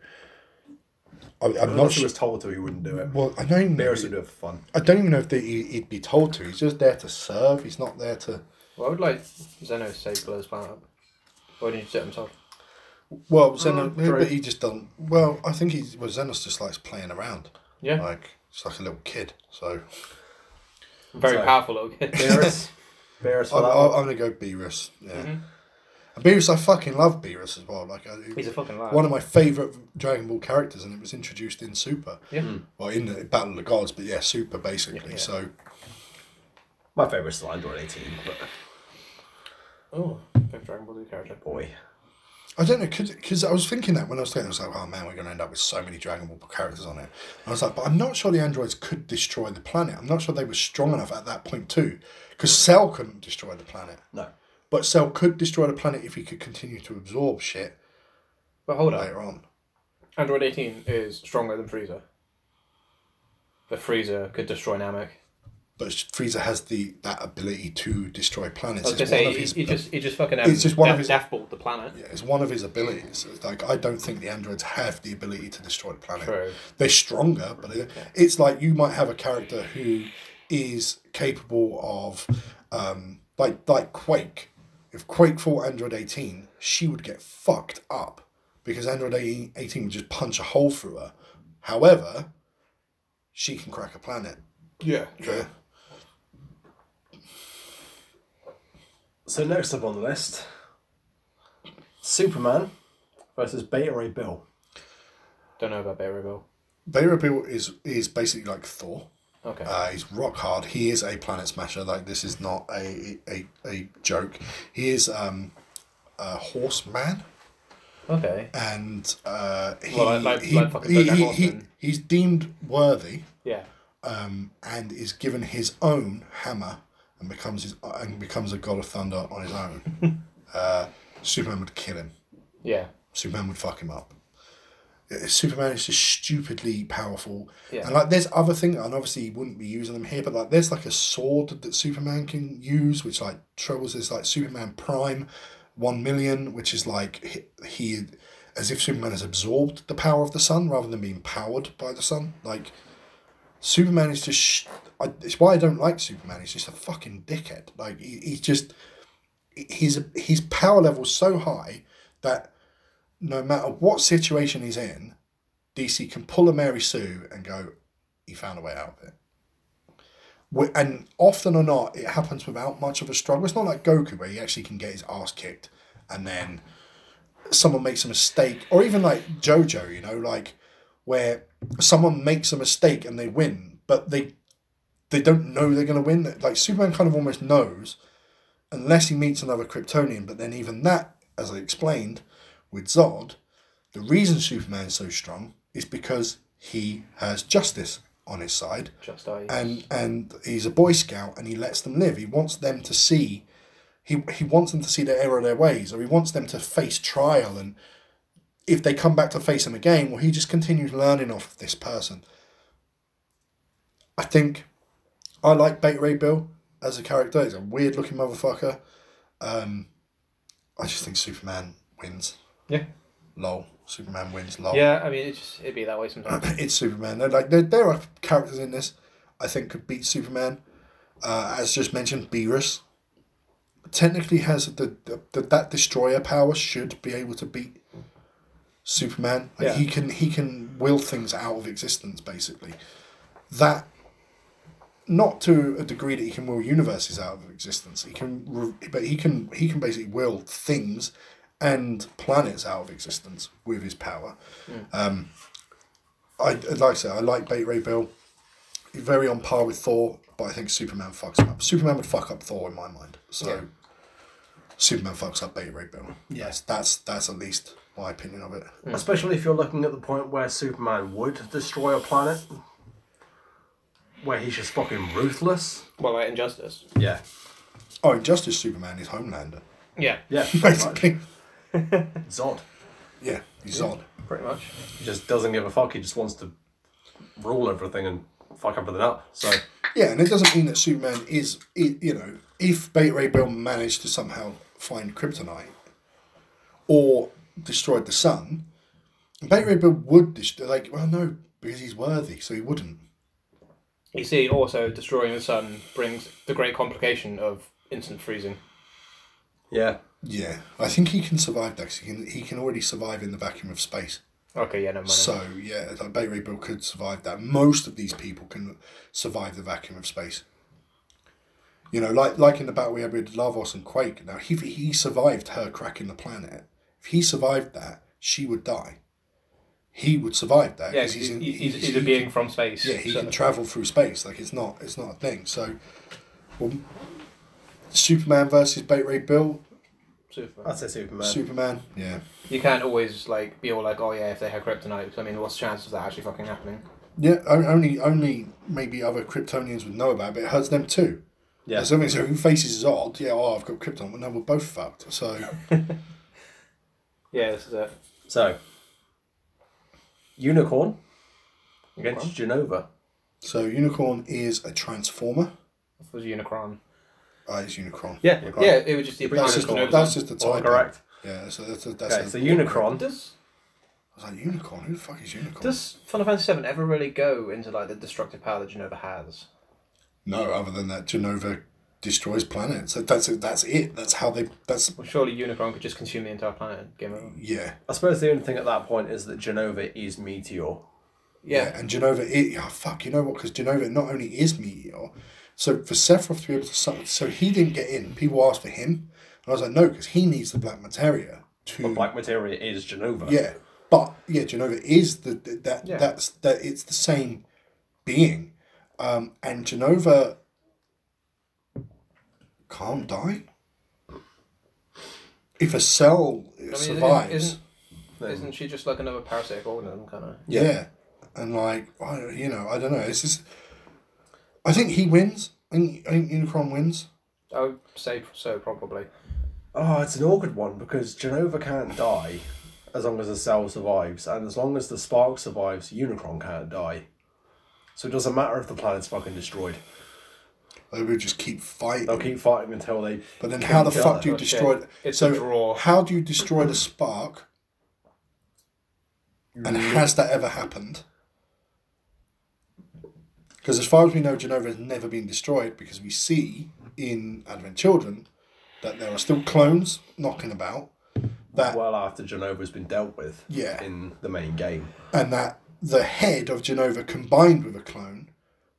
[SPEAKER 1] I, I'm not
[SPEAKER 3] Unless he
[SPEAKER 1] sure.
[SPEAKER 3] was told to, he wouldn't do it.
[SPEAKER 1] Well, I don't even know.
[SPEAKER 3] Beerus would do it for fun.
[SPEAKER 1] I don't even know if they, he- he'd be told to. He's just there to serve. He's not there to.
[SPEAKER 2] Well, I would like Xenos to say blow his planet up. Or did you do it himself?
[SPEAKER 1] Well,
[SPEAKER 2] Oh,
[SPEAKER 1] Xenos,
[SPEAKER 3] true.
[SPEAKER 1] but he just doesn't. Well, I think he's. Well, Xenos just likes playing around.
[SPEAKER 2] Yeah.
[SPEAKER 1] Like, just like a little kid. So
[SPEAKER 2] Very
[SPEAKER 3] So-
[SPEAKER 2] powerful little kid.
[SPEAKER 3] Beerus. Beerus
[SPEAKER 1] I,
[SPEAKER 3] for that
[SPEAKER 1] I,
[SPEAKER 3] one.
[SPEAKER 1] I'm going to go Beerus. Yeah.
[SPEAKER 2] Mm-hmm.
[SPEAKER 1] And Beerus, I fucking love Beerus as well. Like, I,
[SPEAKER 2] He's a fucking liar.
[SPEAKER 1] one of my favourite Dragon Ball characters, and it was introduced in Super.
[SPEAKER 2] Yeah.
[SPEAKER 1] Well, in the Battle of the Gods, but yeah, Super basically.
[SPEAKER 2] Yeah.
[SPEAKER 1] So
[SPEAKER 4] My favourite's still Android 18, but
[SPEAKER 2] Oh, fifth Dragon Ball Z character.
[SPEAKER 4] boy.
[SPEAKER 1] I don't know, because I was thinking that when I was doing it, I was like, oh man, we're going to end up with so many Dragon Ball characters on it. And I was like, but I'm not sure the androids could destroy the planet. I'm not sure they were strong enough at that point, too, because Cell couldn't destroy the planet.
[SPEAKER 4] No.
[SPEAKER 1] But Cell could destroy the planet if he could continue to absorb shit
[SPEAKER 2] But hold on.
[SPEAKER 1] later on.
[SPEAKER 2] Android 18 is stronger than Frieza. But Frieza could destroy Namek.
[SPEAKER 1] But Frieza has the that ability to destroy planets.
[SPEAKER 2] I was gonna
[SPEAKER 1] It's
[SPEAKER 2] say
[SPEAKER 1] one of
[SPEAKER 2] he,
[SPEAKER 1] his
[SPEAKER 2] he just he just fucking um,
[SPEAKER 1] It's just one of
[SPEAKER 2] death,
[SPEAKER 1] his-
[SPEAKER 2] deathballed the planet.
[SPEAKER 1] It's one of his abilities. It's Like I don't think the androids have the ability to destroy the planet.
[SPEAKER 2] True.
[SPEAKER 1] They're stronger, but it, it's like you might have a character who is capable of, um, like like Quake. If Quake fought Android eighteen, she would get fucked up because Android 18 18 would just punch a hole through her. However, she can crack a planet.
[SPEAKER 2] Yeah.
[SPEAKER 1] Yeah.
[SPEAKER 3] So next up on the list, Superman versus Beta Ray Bill.
[SPEAKER 2] Don't know about Bear Bill.
[SPEAKER 1] Beta Bill is is basically like Thor.
[SPEAKER 2] Okay.
[SPEAKER 1] Uh, he's rock hard. He is a planet smasher. Like this is not a a, a joke. He is um, a horseman,
[SPEAKER 2] okay.
[SPEAKER 1] and uh, he,
[SPEAKER 2] Well, like- like-
[SPEAKER 1] he,
[SPEAKER 2] like fucking
[SPEAKER 1] he,
[SPEAKER 2] Bojack
[SPEAKER 1] he, he-
[SPEAKER 2] Horseman.
[SPEAKER 1] he's deemed worthy,
[SPEAKER 2] Yeah.
[SPEAKER 1] um, and is given his own hammer and becomes his and becomes a god of thunder on his own. uh, Superman would kill him.
[SPEAKER 2] Yeah.
[SPEAKER 1] Superman would fuck him up. Uh, Superman is just stupidly powerful.
[SPEAKER 2] Yeah.
[SPEAKER 1] And like there's other thing, and obviously he wouldn't be using them here, but like there's like a sword that Superman can use, which like troubles is like Superman Prime one million, which is like he, he as if Superman has absorbed the power of the sun rather than being powered by the sun. Like Superman is just sh- I, it's why I don't like Superman. He's just a fucking dickhead. Like he, he's just his his power level's so high that no matter what situation he's in, DC can pull a Mary Sue and go, he found a way out of it. Wh- And often or not, it happens without much of a struggle. It's not like Goku where he actually can get his ass kicked and then someone makes a mistake, or even like JoJo, you know, like where someone makes a mistake and they win, but they they don't know they're going to win. Like Superman kind of almost knows, unless he meets another Kryptonian. But then even that, as I explained with Zod, the reason Superman is so strong is because he has justice on his side
[SPEAKER 2] Just I.
[SPEAKER 1] and and he's a boy scout and he lets them live he wants them to see he, he wants them to see the error of their ways or he wants them to face trial and if they come back to face him again well he just continues learning off of this person i think i like beta ray bill as a character he's a weird looking motherfucker um i just think superman wins
[SPEAKER 2] Yeah.
[SPEAKER 1] lol superman wins lol
[SPEAKER 2] Yeah. I mean, it just it'd be that way sometimes.
[SPEAKER 1] it's Superman. They're like there, there are characters in this I think could beat Superman. Uh, as just mentioned, Beerus technically has the, the, the that destroyer power should be able to beat Superman. Like
[SPEAKER 2] Yeah.
[SPEAKER 1] He can he can will things out of existence basically. That not to a degree that he can will universes out of existence. He can re- but he can he can basically will things and planets out of existence with his power. I like I said, I like Bait Ray Bill. He's very on par with Thor, but I think Superman fucks him up. Superman would fuck up Thor in my mind. So Superman fucks up Beta Ray Bill. Yes, that's that's at least my opinion of it.
[SPEAKER 3] Especially if you're looking at the point where Superman would destroy a planet, where he's just fucking ruthless.
[SPEAKER 2] Well, like Injustice.
[SPEAKER 4] Yeah.
[SPEAKER 1] Oh, Injustice Superman is Homelander,
[SPEAKER 2] Yeah,
[SPEAKER 3] Yeah, pretty much.
[SPEAKER 1] basically.
[SPEAKER 3] Zod.
[SPEAKER 1] Yeah, he's Zod.
[SPEAKER 2] pretty much.
[SPEAKER 3] He just doesn't give a fuck. He just wants to rule everything and fuck everything up. So
[SPEAKER 1] Yeah, and it doesn't mean that Superman is, i- you know, if Beta Ray Bill managed to somehow find kryptonite or destroyed the sun, Beta Ray Bill would destroy, like, well, no, because he's worthy, so he wouldn't.
[SPEAKER 2] You see, also destroying the sun brings the great complication of instant freezing.
[SPEAKER 3] yeah,
[SPEAKER 1] Yeah, I think he can survive that 'cause he can, he can already survive in the vacuum of space.
[SPEAKER 2] Okay, yeah, never mind.
[SPEAKER 1] So, yeah, like Beta Ray Bill could survive that. Most of these people can survive the vacuum of space. You know, like like in the battle we had with Lavos and Quake. Now, if he survived her cracking the planet, if he survived that, she would die. He would survive that
[SPEAKER 2] yeah,
[SPEAKER 1] 'cause
[SPEAKER 2] he's,
[SPEAKER 1] in-
[SPEAKER 2] he's, he's,
[SPEAKER 1] he-
[SPEAKER 2] a
[SPEAKER 1] he
[SPEAKER 2] being from space.
[SPEAKER 1] yeah, he
[SPEAKER 2] so-
[SPEAKER 1] can travel through space. Like it's not, it's not a thing. So, well, Superman versus Beta Ray Bill.
[SPEAKER 2] Superman.
[SPEAKER 4] I'd say Superman.
[SPEAKER 1] Superman. Yeah.
[SPEAKER 2] You can't always like be all like, oh yeah, if they had kryptonite. 'cause, I mean, what's the chance of that actually fucking happening?
[SPEAKER 1] Yeah. o- Only, only maybe other Kryptonians would know about it, but it hurts them too.
[SPEAKER 4] Yeah.
[SPEAKER 1] So, I mean, so who faces Zod? Yeah. Oh, I've got Krypton. Well, no, we're both fucked. So
[SPEAKER 2] Yeah, this is it.
[SPEAKER 4] So,
[SPEAKER 3] Unicorn against Genova.
[SPEAKER 1] So Unicorn is a transformer.
[SPEAKER 2] This was Unicron.
[SPEAKER 1] Ah, it's Unicron.
[SPEAKER 3] Yeah,
[SPEAKER 1] Right.
[SPEAKER 2] Yeah, it would just be
[SPEAKER 1] That's just,
[SPEAKER 2] Unicron.
[SPEAKER 1] that's just the
[SPEAKER 3] all
[SPEAKER 1] type.
[SPEAKER 3] correct.
[SPEAKER 1] Yeah, so that's a, that's
[SPEAKER 3] Okay,
[SPEAKER 1] a,
[SPEAKER 3] so Unicron.
[SPEAKER 2] Does
[SPEAKER 1] I was like, Unicorn? Who the fuck is Unicorn?
[SPEAKER 2] does Final Fantasy VII ever really go into like the destructive power that Genova has?
[SPEAKER 1] No, other than that, Genova destroys planets. So that's it. That's it. That's how they. That's
[SPEAKER 2] Well, surely Unicron could just consume the entire planet. Game over.
[SPEAKER 1] yeah,
[SPEAKER 3] I suppose the only thing at that point is that Genova is Meteor.
[SPEAKER 2] Yeah,
[SPEAKER 1] And Genova, it, oh, fuck, you know what? Because Genova not only is meteor, so for Sephiroth to be able to summon, so he didn't get in. People asked for him, and I was like, no, because he needs the black materia to
[SPEAKER 3] But Black Materia is Genova.
[SPEAKER 1] Hmm. Yeah, but yeah, Genova is the, the that
[SPEAKER 2] Yeah.
[SPEAKER 1] that's that it's the same being, um, and Genova can't die. If a cell
[SPEAKER 2] isn't-
[SPEAKER 1] survives,
[SPEAKER 2] isn't- Isn't she just like another parasitic organism, kind of?
[SPEAKER 1] yeah. and like I, you know, I don't know. It's just, I think he wins. I think, I think Unicron wins.
[SPEAKER 2] I would say so, probably.
[SPEAKER 3] Oh, it's an awkward one because Genova can't die as long as the cell survives, and as long as the spark survives, Unicron can't die. So it doesn't matter if the planet's fucking destroyed.
[SPEAKER 1] They would just keep fighting.
[SPEAKER 3] They'll keep fighting until they.
[SPEAKER 1] But then, how the
[SPEAKER 3] kill
[SPEAKER 1] fuck
[SPEAKER 3] it.
[SPEAKER 1] do you
[SPEAKER 2] Oh, shit.
[SPEAKER 1] destroy? it?
[SPEAKER 2] It's
[SPEAKER 1] so
[SPEAKER 2] a draw.
[SPEAKER 1] how do you destroy the spark? And has that ever happened? Because as far as we know, Genova has never been destroyed because we see in Advent Children that there are still clones knocking about. That
[SPEAKER 3] Well, after Genova's been dealt with
[SPEAKER 1] Yeah.
[SPEAKER 3] in the main game.
[SPEAKER 1] and that the head of Genova combined with a clone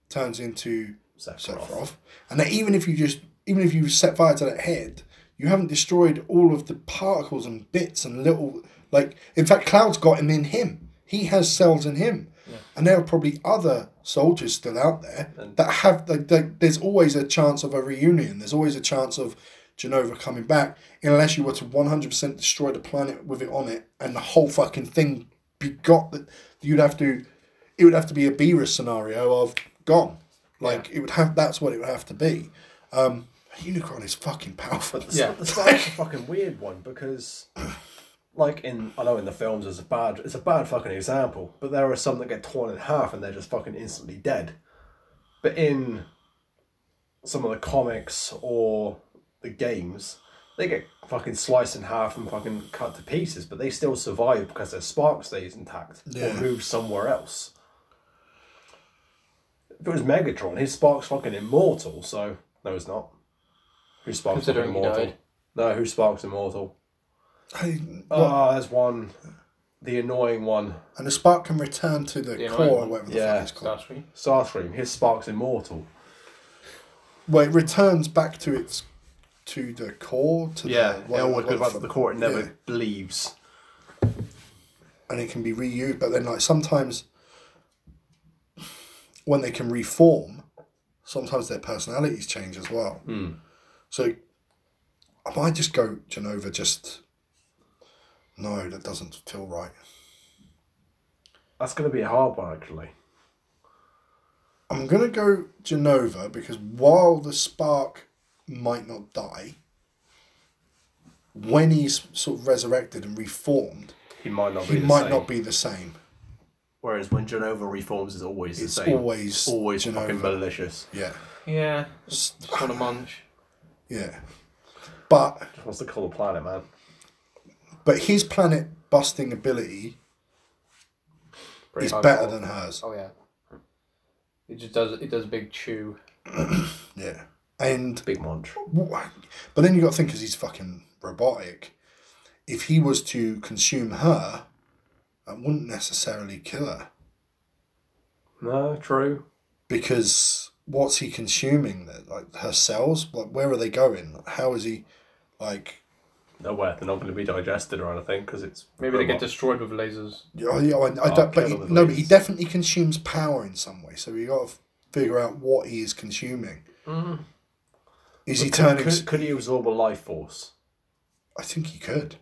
[SPEAKER 1] turns into
[SPEAKER 3] Sephiroth.
[SPEAKER 1] Sephiroth, and that even if you just even if you set fire to that head, you haven't destroyed all of the particles and bits and little like. In fact, Cloud's got him in him. He has cells in him, and there are probably other soldiers still out there that have like. like, There's always a chance of a reunion. There's always a chance of. Genova coming back, unless you were to 100% destroy the planet with it on it, and the whole fucking thing be got that you'd have to it would have to be a Beerus scenario of gone. Like it would have that's what it would have to be. Um Unicron is fucking powerful.
[SPEAKER 3] The, yeah. the spark's a fucking weird one because. Like in, I know in the films, it's a bad, it's a bad fucking example. But there are some that get torn in half and they're just fucking instantly dead. But in some of the comics or the games, they get fucking sliced in half and fucking cut to pieces, but they still survive because their spark stays intact
[SPEAKER 1] Yeah.
[SPEAKER 3] or moves somewhere else. If it was Megatron, his spark's fucking immortal, so no, it's not. Whose spark's fucking
[SPEAKER 2] Considering he
[SPEAKER 3] immortal?
[SPEAKER 2] died.
[SPEAKER 3] No, whose spark's immortal?
[SPEAKER 1] I-
[SPEAKER 3] Oh, there's one, the annoying one,
[SPEAKER 1] and the spark can return to the
[SPEAKER 2] Yeah,
[SPEAKER 1] core or
[SPEAKER 2] right.
[SPEAKER 1] whatever the
[SPEAKER 3] Yeah.
[SPEAKER 1] fuck it's called.
[SPEAKER 2] Starscream.
[SPEAKER 3] Starscream. His spark's immortal.
[SPEAKER 1] Well it returns back to its to the core to
[SPEAKER 3] Yeah,
[SPEAKER 1] the,
[SPEAKER 3] it
[SPEAKER 1] what-
[SPEAKER 3] always
[SPEAKER 1] what
[SPEAKER 3] goes back to
[SPEAKER 1] fuck-
[SPEAKER 3] the court. It never
[SPEAKER 1] yeah.
[SPEAKER 3] leaves.
[SPEAKER 1] and it can be reused. But then, like sometimes, when they can
[SPEAKER 3] Hmm.
[SPEAKER 1] reform, sometimes their personalities change as well. So I might just go Genova. Just no, that doesn't feel right.
[SPEAKER 3] That's going to be a hard one, actually.
[SPEAKER 1] I'm gonna go Genova because while the spark might not die, when he's sort of resurrected and reformed,
[SPEAKER 3] He might not be.
[SPEAKER 1] he
[SPEAKER 3] the
[SPEAKER 1] might
[SPEAKER 3] same.
[SPEAKER 1] not be the same.
[SPEAKER 3] Whereas when Genova reforms, it's always
[SPEAKER 1] It's
[SPEAKER 3] the same.
[SPEAKER 1] always
[SPEAKER 3] always
[SPEAKER 1] Genova.
[SPEAKER 3] fucking malicious.
[SPEAKER 1] Yeah,
[SPEAKER 2] Yeah, just want a munch.
[SPEAKER 1] yeah. But
[SPEAKER 3] Just wants to kill the planet, man.
[SPEAKER 1] but his planet busting ability
[SPEAKER 3] Pretty
[SPEAKER 1] is
[SPEAKER 3] hard
[SPEAKER 1] better
[SPEAKER 2] call.
[SPEAKER 1] than hers.
[SPEAKER 2] Oh yeah. It just does. It does big chew.
[SPEAKER 1] Yeah, and
[SPEAKER 3] Big munch.
[SPEAKER 1] But then you got to think, because he's fucking robotic, if he was to consume her, that wouldn't necessarily kill her.
[SPEAKER 3] No, true.
[SPEAKER 1] Because what's he consuming? That Like her cells? Like where are they going? How is he, like?
[SPEAKER 3] Nowhere. They're not going to be digested or anything because it's.
[SPEAKER 2] Maybe they get
[SPEAKER 3] robot.
[SPEAKER 2] destroyed with lasers.
[SPEAKER 1] Oh, yeah, I, I
[SPEAKER 3] Oh,
[SPEAKER 1] don't, but
[SPEAKER 3] kill
[SPEAKER 1] he,
[SPEAKER 3] her with
[SPEAKER 1] no, but he
[SPEAKER 3] lasers.
[SPEAKER 1] definitely consumes power in some way. So you got to figure out what he is consuming. Is he
[SPEAKER 3] Could-
[SPEAKER 1] turning?
[SPEAKER 3] Could, could he absorb a life force?
[SPEAKER 1] I think he could.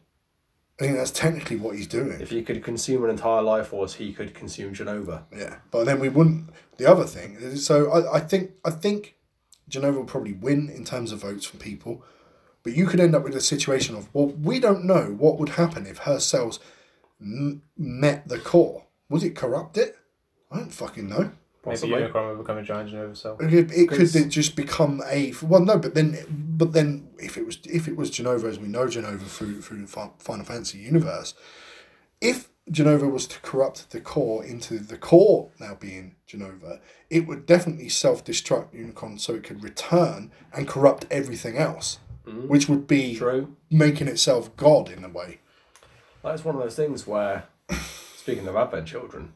[SPEAKER 1] I think that's technically what he's doing.
[SPEAKER 3] If he could consume an entire life force, he could consume Genova.
[SPEAKER 1] Yeah, but then we wouldn't. The other thing, is- so I, I think I think Genova will probably win in terms of votes from people, but you could end up with a situation of well, we don't know what would happen if her cells m- met the core. Would it corrupt it? I don't fucking know.
[SPEAKER 3] Possibly.
[SPEAKER 2] Maybe Unicron will become a giant Genova cell.
[SPEAKER 1] It, it could
[SPEAKER 3] 'Cause-
[SPEAKER 1] then just become a well, no, but then but then if it was if it was Genova as we know Genova through through the Fi- Final Fantasy universe, if Genova was to corrupt the core into the core now being Genova, it would definitely self destruct Unicron so it could return and corrupt everything else, which would be
[SPEAKER 3] Mm-hmm. True.
[SPEAKER 1] making itself God in a way.
[SPEAKER 3] That's one of those things where, speaking of Advent children,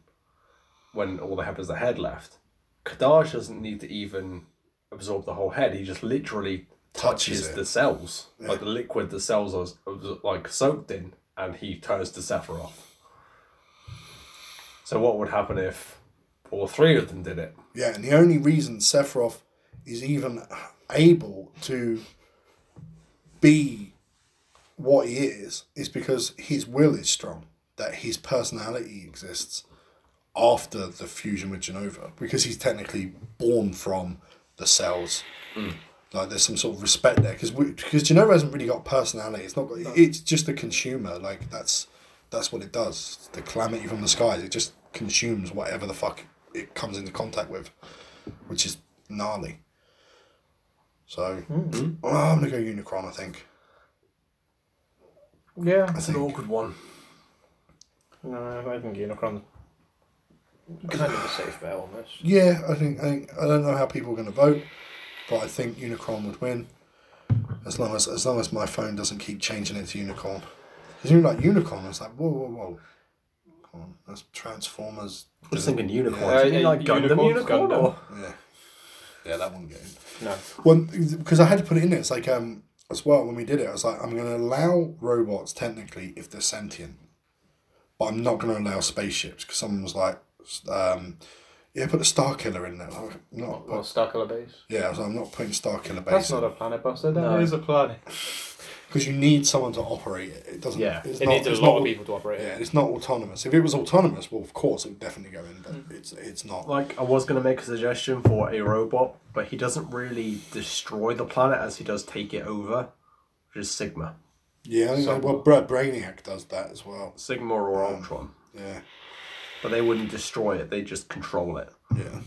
[SPEAKER 3] when all that happens, the head left, Kadaj doesn't need to even absorb the whole head. He just literally touches,
[SPEAKER 1] Touches it.
[SPEAKER 3] the cells, like the liquid the cells are s- abs- like soaked in, and he turns to Sephiroth. So what would happen if all three of them did it?
[SPEAKER 1] Yeah, and the only reason Sephiroth is even able to be what he is is because his will is strong, that his personality exists after the fusion with Genova, because he's technically born from the cells. Like there's some sort of respect there, because because Genova hasn't really got personality. It's not. got- It's just a consumer. Like that's that's what it does. The calamity from the skies. It just consumes whatever the fuck it comes into contact with, which is gnarly. So oh, I'm gonna go Unicron. I think.
[SPEAKER 2] Yeah.
[SPEAKER 1] I think.
[SPEAKER 3] one.
[SPEAKER 2] No, I think Unicron. Kind of a safe bet almost.
[SPEAKER 1] Yeah, I think I think I don't know how people are going to vote, but I think Unicron would win. As long as as long as my phone doesn't keep changing it to Unicorn, because you like Unicorn, it's like whoa whoa whoa. Come on, that's Transformers.
[SPEAKER 3] I was thinking unicorn.
[SPEAKER 2] Yeah,
[SPEAKER 3] Yeah,
[SPEAKER 2] yeah,
[SPEAKER 3] like Gundam
[SPEAKER 2] unicorns,
[SPEAKER 3] unicorn?
[SPEAKER 2] Gundam.
[SPEAKER 3] or-
[SPEAKER 1] Yeah, yeah, that won't get in.
[SPEAKER 2] No.
[SPEAKER 1] Well, because I had to put it in there. It's like um as well when we did it, I was like, I'm going to allow robots technically if they're sentient, but I'm not going to allow spaceships because someone was like, s- um, yeah, put a Star Killer in there. I'm like, not
[SPEAKER 2] Or Starkiller Base.
[SPEAKER 1] Yeah, so I'm not putting Star Killer
[SPEAKER 2] That's
[SPEAKER 1] Base
[SPEAKER 2] not a planet buster. That
[SPEAKER 3] No.
[SPEAKER 2] is a planet.
[SPEAKER 1] because you need someone to operate it. It doesn't.
[SPEAKER 3] Yeah,
[SPEAKER 1] it's
[SPEAKER 2] It
[SPEAKER 1] not-
[SPEAKER 2] needs a
[SPEAKER 1] it's
[SPEAKER 2] lot
[SPEAKER 1] not-
[SPEAKER 2] of people to operate
[SPEAKER 1] Yeah,
[SPEAKER 2] it.
[SPEAKER 1] it's not autonomous. If it was autonomous, well, of course it would definitely go in, but
[SPEAKER 2] Mm.
[SPEAKER 1] it's it's not.
[SPEAKER 3] Like I was gonna make a suggestion for a robot, but he doesn't really destroy the planet as he does take it over, which is Sigma,
[SPEAKER 1] yeah, I think that, well, Bra- Brainiac does that as well.
[SPEAKER 3] Sigma or Ultron.
[SPEAKER 1] Yeah,
[SPEAKER 3] But they wouldn't destroy it; they just control it.
[SPEAKER 1] yeah.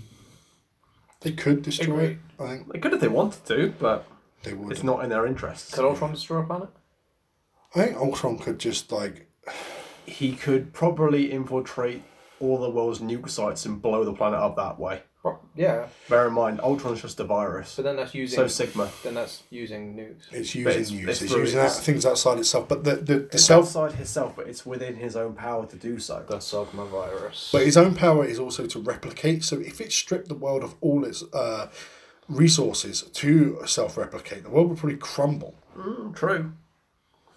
[SPEAKER 1] They could destroy it. I think
[SPEAKER 3] They could if they wanted to, but
[SPEAKER 1] they would.
[SPEAKER 3] it's not in their interests.
[SPEAKER 2] Could Ultron destroy a planet?
[SPEAKER 1] I think Ultron could just like
[SPEAKER 3] He could probably infiltrate all the world's nuke sites and blow the planet up that way.
[SPEAKER 2] Well, yeah.
[SPEAKER 3] Bear in mind, Ultron's just a virus.
[SPEAKER 2] So then that's using.
[SPEAKER 3] So Sigma.
[SPEAKER 2] then that's using nukes.
[SPEAKER 1] it's
[SPEAKER 3] it's-
[SPEAKER 1] using
[SPEAKER 3] it's
[SPEAKER 1] nukes. It's
[SPEAKER 3] through
[SPEAKER 1] using that,
[SPEAKER 3] its-
[SPEAKER 1] things outside itself, but the the, the
[SPEAKER 3] It's
[SPEAKER 1] self.
[SPEAKER 3] outside himself, but it's within his own power to do so.
[SPEAKER 2] The Sogma virus.
[SPEAKER 1] But his own power is also to replicate. So if it stripped the world of all its uh, resources to self-replicate, the world would probably crumble.
[SPEAKER 3] True.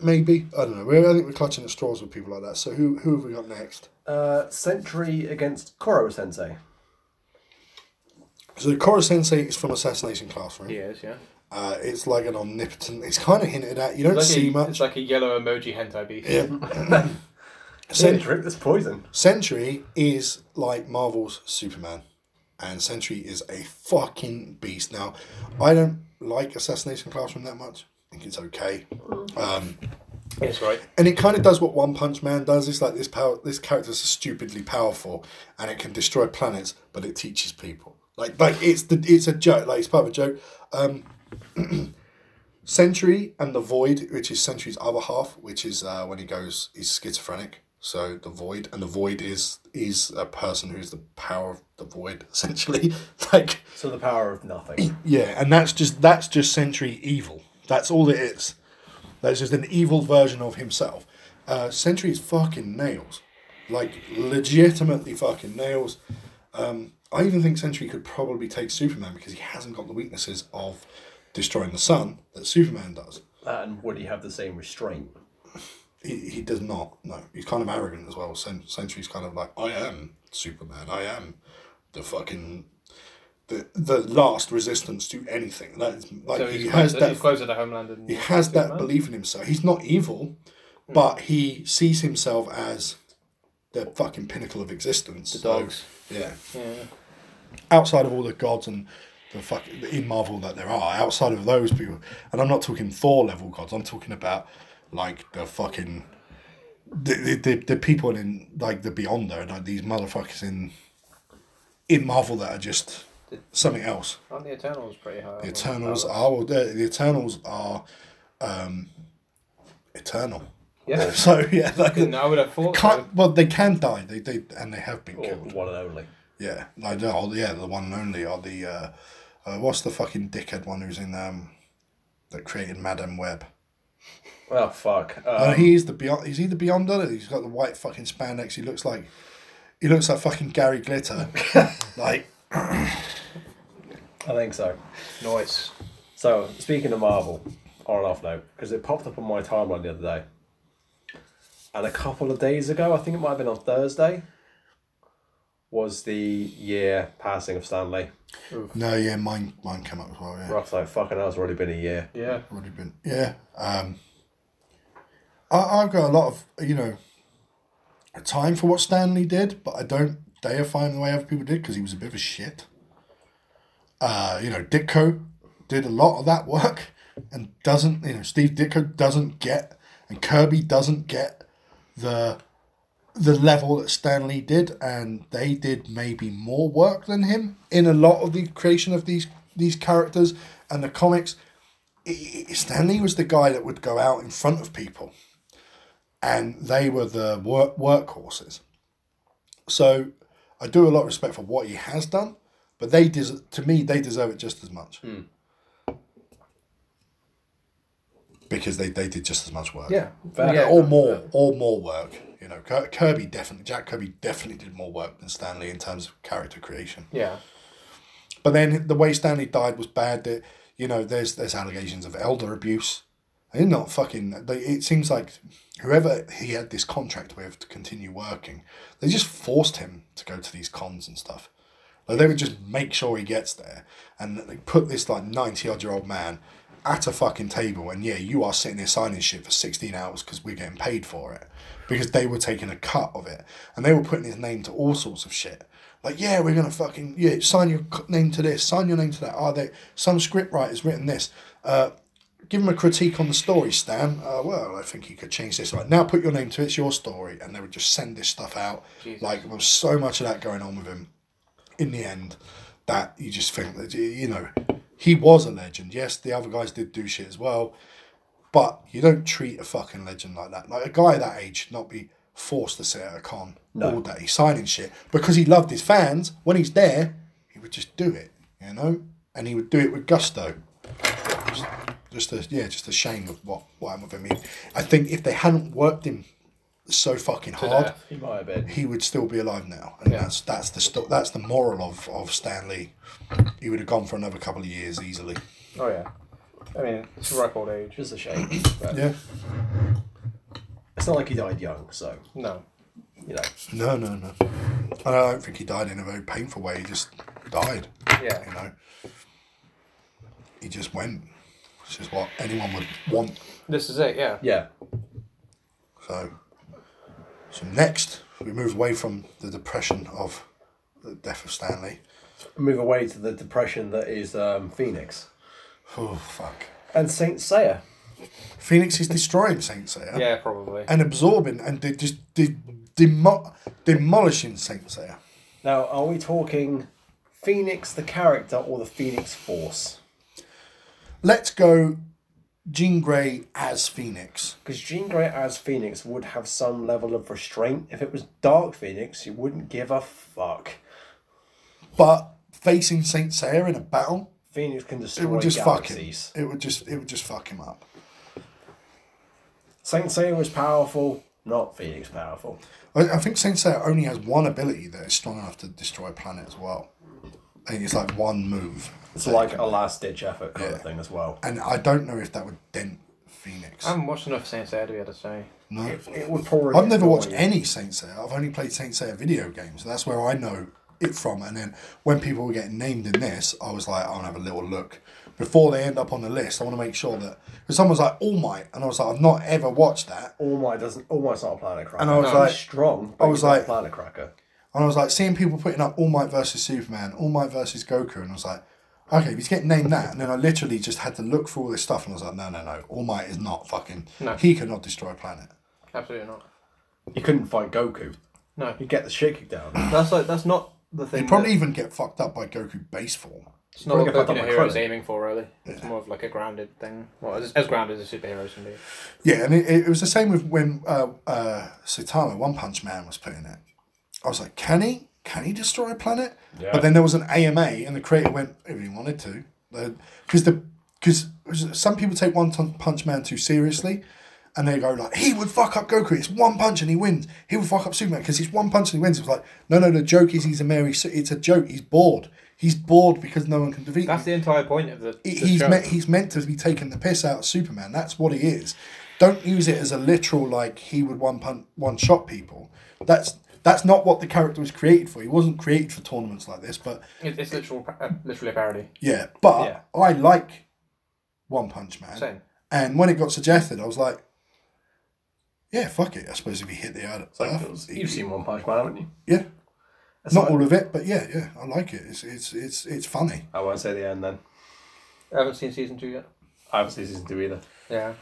[SPEAKER 1] Maybe I don't know. we I think we're clutching at straws with people like that. So who who have we got next?
[SPEAKER 3] Uh, Sentry against Koro Sensei.
[SPEAKER 1] So Koro Sensei is from Assassination Classroom,
[SPEAKER 2] he is, yeah.
[SPEAKER 1] Uh, it's like an omnipotent. It's kind of hinted at. You don't
[SPEAKER 2] It's like,
[SPEAKER 1] see
[SPEAKER 2] a,
[SPEAKER 1] much.
[SPEAKER 2] it's like a yellow emoji hentai beast.
[SPEAKER 1] Yeah.
[SPEAKER 3] Say
[SPEAKER 1] Cent-
[SPEAKER 3] drink this poison.
[SPEAKER 1] Sentry is like Marvel's Superman, and Sentry is a fucking beast. Now, I don't like Assassination Classroom that much. I think it's okay. Um,
[SPEAKER 2] That's right.
[SPEAKER 1] and it kind of does what One Punch Man does. It's like this power, this character's stupidly powerful, and it can destroy planets, but it teaches people. Like, like it's the it's a joke. Like it's part of a joke. Um, Sentry and the Void, which is Sentry's other half, which is uh, when he goes, he's schizophrenic. So the Void, and the Void is is a person who's the power of the Void, essentially. like,
[SPEAKER 3] So the power of nothing.
[SPEAKER 1] yeah, and that's just that's just Sentry evil. That's all it is. That's just an evil version of himself. Uh, Sentry is fucking nails, like legitimately fucking nails. Um, I even think Sentry could probably take Superman because he hasn't got the weaknesses of destroying the sun that Superman does.
[SPEAKER 3] and would he have the same restraint?
[SPEAKER 1] He, he does not. No, he's kind of arrogant as well. Sen- Sentry's kind of like, I am Superman. I am the fucking the the last resistance to anything. That is like
[SPEAKER 2] So
[SPEAKER 1] he
[SPEAKER 2] he's,
[SPEAKER 1] has
[SPEAKER 2] closer,
[SPEAKER 1] that
[SPEAKER 2] he's closer to Homeland. And
[SPEAKER 1] he has that
[SPEAKER 2] Superman.
[SPEAKER 1] belief in himself. He's not evil, but he sees himself as the fucking pinnacle of existence. The
[SPEAKER 2] dogs.
[SPEAKER 1] yeah.
[SPEAKER 2] Yeah.
[SPEAKER 1] Outside of all the gods and the fuck in Marvel that there are, outside of those people, and I'm not talking Thor level gods. I'm talking about like the fucking the the, the, the people in like the Beyonder, like these motherfuckers in in Marvel that are just something else.
[SPEAKER 2] Aren't the Eternals pretty high?
[SPEAKER 1] The Eternals are well, the, the Eternals are um, eternal.
[SPEAKER 2] Yeah.
[SPEAKER 1] So yeah,
[SPEAKER 2] Couldn't-
[SPEAKER 1] they
[SPEAKER 2] I would have thought. so.
[SPEAKER 1] can't. Well, they can die. They they and they have been
[SPEAKER 3] Or
[SPEAKER 1] killed.
[SPEAKER 3] one and only?
[SPEAKER 1] Yeah, like oh, yeah, the one and only are the uh, uh, what's the fucking dickhead one who's in um that created Madame Web.
[SPEAKER 3] Oh, fuck.
[SPEAKER 1] Uh,
[SPEAKER 3] Um,
[SPEAKER 1] he's the beyond. Is he the beyonder? He's got the white fucking spandex. He looks like he looks like fucking Gary Glitter. like
[SPEAKER 3] I think so.
[SPEAKER 2] Nice.
[SPEAKER 3] So, speaking of Marvel, on and off note, because it popped up on my timeline the other day. And a couple of days ago, I think it might have been on Thursday, was the year passing of Stanley.
[SPEAKER 1] no, yeah, mine mine came up as well. Yeah.
[SPEAKER 3] Rough, like, fucking hell, it's already been a year.
[SPEAKER 2] Yeah.
[SPEAKER 1] would have been yeah um I, i've got a lot of you know time for what stanley did but i don't deify him the way other people did because he was a bit of a shit uh you know ditko did a lot of that work and doesn't you know steve ditko doesn't get and kirby doesn't get the the level that stanley did and they did maybe more work than him in a lot of the creation of these these characters and the comics Stanley was the guy that would go out in front of people, and they were the work workhorses. So I do a lot of respect for what he has done, but they des- to me they deserve it just as much because they, they did just as much work.
[SPEAKER 2] Yeah.
[SPEAKER 3] Fair.
[SPEAKER 2] Yeah.
[SPEAKER 1] or more, or more work. You know, Kir- Kirby definitely, Jack Kirby definitely did more work than Stanley in terms of character creation.
[SPEAKER 2] Yeah.
[SPEAKER 1] But then the way Stanley died was bad. That you know, there's there's allegations of elder abuse. They're not fucking. They, it seems like whoever he had this contract with to continue working, they just forced him to go to these cons and stuff. Like they would just make sure he gets there, and they put this like ninety odd year old man at a fucking table, and yeah, you are sitting there signing shit for sixteen hours because we're getting paid for it, because they were taking a cut of it, and they were putting his name to all sorts of shit. Like yeah, we're gonna fucking yeah, sign your c- name to this, sign your name to that. Are they some script writer's written this? Uh, give him a critique on the story, Stan. Uh, well, I think you could change this. Right now, put your name to it. It's your story, and they would just send this stuff out.
[SPEAKER 2] Jesus.
[SPEAKER 1] Like there was so much of that going on with him in the end that you just think that you know he was a legend. Yes, the other guys did do shit as well, but you don't treat a fucking legend like that. Like a guy that age should not be forced to sit at a con all day signing shit because he loved his fans. When he's there, he would just do it, you know, and he would do it with gusto. Just, just a yeah, just a shame of what what happened with him. He- I think if they hadn't worked him so fucking hard
[SPEAKER 2] death.
[SPEAKER 3] He might have been.
[SPEAKER 1] he would still be alive now, and that's that's the sto- that's the moral of of Stanley. He would have gone for another couple of years easily.
[SPEAKER 2] Oh yeah. I mean, it's a ripe old age.
[SPEAKER 3] Just a shame. But
[SPEAKER 1] Yeah.
[SPEAKER 3] It's not like he died young, so,
[SPEAKER 2] No.
[SPEAKER 3] you know.
[SPEAKER 1] No, no, no. And I don't think he died in a very painful way. He just died. You
[SPEAKER 2] Yeah.
[SPEAKER 1] know. He just went. Which is what anyone would want.
[SPEAKER 2] This is it, yeah.
[SPEAKER 3] Yeah.
[SPEAKER 1] So, so next, we move away from the depression of the death of Stanley.
[SPEAKER 3] Move away to the depression that is um, Phoenix
[SPEAKER 1] Oh, fuck.
[SPEAKER 3] and Saint Seiya.
[SPEAKER 1] Phoenix is destroying Saint Seiya
[SPEAKER 2] Yeah, probably.
[SPEAKER 1] and absorbing and de- just de- demo- demolishing Saint Seiya.
[SPEAKER 3] Now, are we talking Phoenix the character or the Phoenix Force?
[SPEAKER 1] Let's go Jean Grey as Phoenix.
[SPEAKER 3] Because Jean Grey as Phoenix would have some level of restraint. If it was Dark Phoenix, you wouldn't give a fuck.
[SPEAKER 1] But facing Saint Seiya in a battle,
[SPEAKER 3] Phoenix can destroy
[SPEAKER 1] it would just fuck him.
[SPEAKER 3] galaxies.
[SPEAKER 1] It would just it would just fuck him up.
[SPEAKER 3] Saint Seiya was powerful, not Phoenix powerful.
[SPEAKER 1] I, I think Saint Seiya only has one ability that is strong enough to destroy a planet as well. I think it's like one move.
[SPEAKER 3] It's like a last ditch effort kind of thing as well.
[SPEAKER 1] And I don't know if that would dent Phoenix.
[SPEAKER 2] I haven't watched enough Saints Air to be able to say.
[SPEAKER 1] no.
[SPEAKER 3] It would probably.
[SPEAKER 1] I've never watched
[SPEAKER 3] annoy
[SPEAKER 1] any Saint Seiya. I've only played Saint Seiya video games. That's where I know it from. And then when people were getting named in this, I was like, I'll have a little look. Before they end up on the list, I want to make sure that. Because someone's like, All Might. And I was like, I've not ever watched that.
[SPEAKER 3] you. All Might doesn't. All Might's not a planet cracker.
[SPEAKER 1] And I was
[SPEAKER 3] He's
[SPEAKER 1] like-
[SPEAKER 3] strong. But
[SPEAKER 1] I was
[SPEAKER 3] he's not a
[SPEAKER 1] like-
[SPEAKER 3] planet cracker.
[SPEAKER 1] And I was like, seeing people putting up All Might versus Superman, All Might versus Goku. And I was like, okay, if he's getting named that. And then I literally just had to look for all this stuff. And I was like, no, no, no. All Might is not fucking.
[SPEAKER 2] No.
[SPEAKER 1] He cannot destroy a planet.
[SPEAKER 2] Absolutely not.
[SPEAKER 3] You couldn't fight Goku.
[SPEAKER 2] No.
[SPEAKER 3] You'd get the shit kicked out. of him.
[SPEAKER 2] That's like that's not the thing.
[SPEAKER 1] He'd probably
[SPEAKER 2] that-
[SPEAKER 1] even get fucked up by Goku base form.
[SPEAKER 2] it's not what
[SPEAKER 3] probably get
[SPEAKER 2] Boku no
[SPEAKER 3] fucked up
[SPEAKER 2] Hero
[SPEAKER 3] by
[SPEAKER 2] is
[SPEAKER 3] Krillin.
[SPEAKER 2] aiming for, really. It's more of like a grounded thing. Well, as, as grounded as superheroes can be.
[SPEAKER 1] Yeah, and it, it was the same with when uh, uh, Saitama, One Punch Man, was putting it. I was like, can he? Can he destroy a planet? But then there was an AMA, and the creator went, if he wanted to. Because the because some people take One Ton- Punch Man too seriously, and they go like, he would fuck up Goku. It's one punch and he wins. He would fuck up Superman because it's one punch and he wins. It was like, no, no, the joke is he's a merry. su- It's a joke. He's bored. He's bored because no one can defeat him
[SPEAKER 2] That's the entire point of the, the
[SPEAKER 1] he's
[SPEAKER 2] show.
[SPEAKER 1] meant he's meant to be taking the piss out of Superman. That's what he is. Don't use it as a literal like he would one punch one shot people. That's that's not what the character was created for. He wasn't created for tournaments like this. But
[SPEAKER 2] It, it's literal, pa- uh, literally a parody.
[SPEAKER 1] yeah, but
[SPEAKER 3] Yeah.
[SPEAKER 1] I like One Punch Man.
[SPEAKER 2] Same.
[SPEAKER 1] And when it got suggested, I was like, yeah, fuck it. I suppose if he hit the earth, Earth, he-
[SPEAKER 3] You've seen One Punch Man, haven't you?
[SPEAKER 1] yeah.
[SPEAKER 3] It's
[SPEAKER 1] Not
[SPEAKER 3] like-
[SPEAKER 1] all of it, but yeah, yeah, I like it. It's it's it's it's funny.
[SPEAKER 3] I won't say the end then.
[SPEAKER 2] I haven't seen season two yet.
[SPEAKER 3] I haven't seen season two either.
[SPEAKER 2] Yeah.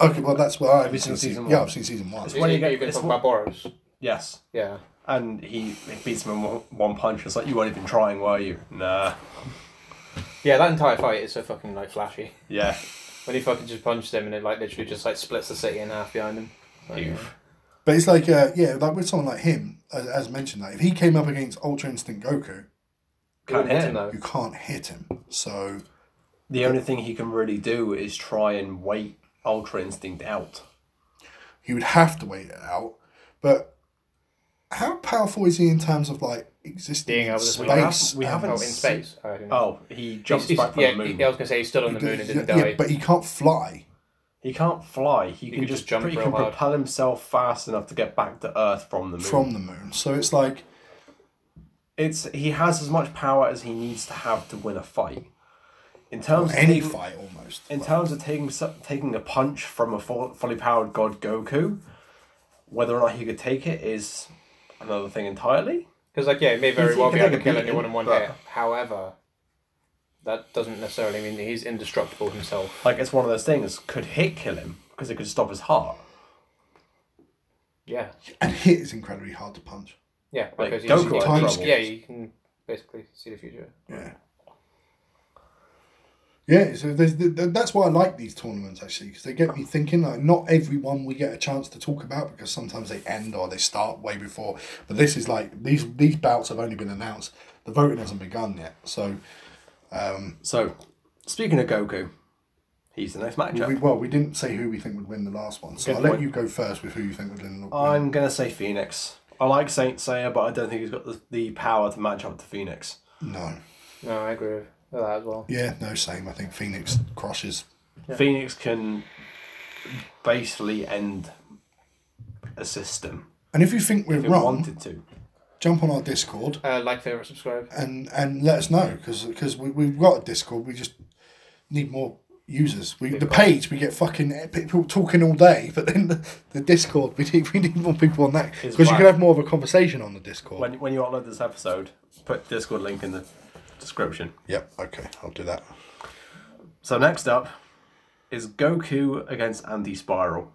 [SPEAKER 1] Okay, well that's where I have
[SPEAKER 3] you seen season
[SPEAKER 1] Yeah,
[SPEAKER 3] one?
[SPEAKER 1] I've seen season one.
[SPEAKER 3] when
[SPEAKER 2] you,
[SPEAKER 3] you get-
[SPEAKER 2] are going
[SPEAKER 3] it's
[SPEAKER 2] to talk
[SPEAKER 3] what-
[SPEAKER 2] about Boros.
[SPEAKER 3] Yes.
[SPEAKER 2] Yeah.
[SPEAKER 3] And he, he beats him in one- one punch. It's like, you weren't even trying, were you? Nah.
[SPEAKER 2] Yeah, that entire fight is so fucking like flashy.
[SPEAKER 3] Yeah.
[SPEAKER 2] When he fucking just punches him and it like literally just like splits the city in half behind him. Like,
[SPEAKER 3] Oof.
[SPEAKER 1] But it's like, uh, yeah, like with someone like him, as, as mentioned, like if he came up against Ultra Instinct Goku,
[SPEAKER 2] it wouldn't
[SPEAKER 3] Can't hit
[SPEAKER 2] hit him though.
[SPEAKER 1] you can't hit him. So
[SPEAKER 3] The only thing he can really do is try and wait Ultra Instinct out.
[SPEAKER 1] he would have to wait it out. But how powerful is he in terms of like existing
[SPEAKER 2] Being
[SPEAKER 1] in
[SPEAKER 2] able to
[SPEAKER 1] space?
[SPEAKER 2] swing around?
[SPEAKER 3] We
[SPEAKER 1] and-
[SPEAKER 2] Oh,
[SPEAKER 3] haven't
[SPEAKER 2] in space. Oh, I didn't know.
[SPEAKER 3] Oh, he
[SPEAKER 2] He's-
[SPEAKER 3] jumps
[SPEAKER 2] he's-
[SPEAKER 3] back from
[SPEAKER 2] yeah,
[SPEAKER 3] the moon.
[SPEAKER 2] yeah, I was gonna say he uh, stood on the moon and didn't
[SPEAKER 1] yeah,
[SPEAKER 2] die.
[SPEAKER 1] yeah, but he can't fly.
[SPEAKER 3] He can't fly. He, can,
[SPEAKER 2] can
[SPEAKER 3] just
[SPEAKER 2] just jump
[SPEAKER 3] He
[SPEAKER 2] real
[SPEAKER 3] can
[SPEAKER 2] hard.
[SPEAKER 3] propel himself fast enough to get back to Earth from the moon.
[SPEAKER 1] From the moon, so it's like
[SPEAKER 3] it's he has as much power as he needs to have to win a fight. In terms of
[SPEAKER 1] any
[SPEAKER 3] taking-
[SPEAKER 1] fight almost.
[SPEAKER 3] in terms of taking so- taking a punch from a full, fully powered god Goku, whether or not he could take it is another thing entirely.
[SPEAKER 2] Because like yeah, he may very
[SPEAKER 3] He's-
[SPEAKER 2] well
[SPEAKER 3] he
[SPEAKER 2] be
[SPEAKER 3] can
[SPEAKER 2] able to
[SPEAKER 3] take a
[SPEAKER 2] kill
[SPEAKER 3] beating,
[SPEAKER 2] anyone in one
[SPEAKER 3] but-
[SPEAKER 2] hit. However, that doesn't necessarily mean that he's indestructible himself.
[SPEAKER 3] Like it's one of those things. Could hit kill him because it could stop his heart.
[SPEAKER 2] Yeah.
[SPEAKER 1] And hit is incredibly hard to punch.
[SPEAKER 2] Yeah.
[SPEAKER 3] Like,
[SPEAKER 2] Because
[SPEAKER 3] Goku
[SPEAKER 2] he's,
[SPEAKER 3] had
[SPEAKER 2] he's-
[SPEAKER 3] trouble.
[SPEAKER 2] yeah, you can basically see the future.
[SPEAKER 1] Yeah. Yeah, so there's, th- th- that's why I like these tournaments actually because they get me thinking. Like, not everyone we get a chance to talk about because sometimes they end or they start way before. But this is like these these bouts have only been announced. The voting hasn't begun yet, so
[SPEAKER 3] So, speaking of Goku, he's the next matchup.
[SPEAKER 1] we, well we didn't say who we think would win the last one. So
[SPEAKER 3] Good
[SPEAKER 1] I'll let
[SPEAKER 3] point.
[SPEAKER 1] you go first with who you think would win. the-
[SPEAKER 3] I'm gonna say Phoenix. I like Saint Seiya, but I don't think he's got the, the power to match up to Phoenix.
[SPEAKER 1] no,
[SPEAKER 2] No, I agree with that as well.
[SPEAKER 1] yeah, no, same. I think Phoenix crushes.
[SPEAKER 3] Phoenix can basically end a system
[SPEAKER 1] And if you think we're
[SPEAKER 3] if it
[SPEAKER 1] wrong,
[SPEAKER 3] wanted to.
[SPEAKER 1] jump on our Discord
[SPEAKER 2] Uh, like, favorite,
[SPEAKER 3] Mm.
[SPEAKER 2] subscribe.
[SPEAKER 1] and and let us know because we, we've got a discord we just need more users. We the page we get fucking people talking all day, but then the, the Discord we need we need more people on that
[SPEAKER 3] Is
[SPEAKER 1] because you
[SPEAKER 3] why-
[SPEAKER 1] can have more of a conversation on the Discord.
[SPEAKER 3] When, when you upload this episode, put Discord link in the description.
[SPEAKER 1] Yep. Okay, I'll do that.
[SPEAKER 3] So next up is Goku against Anti Spiral.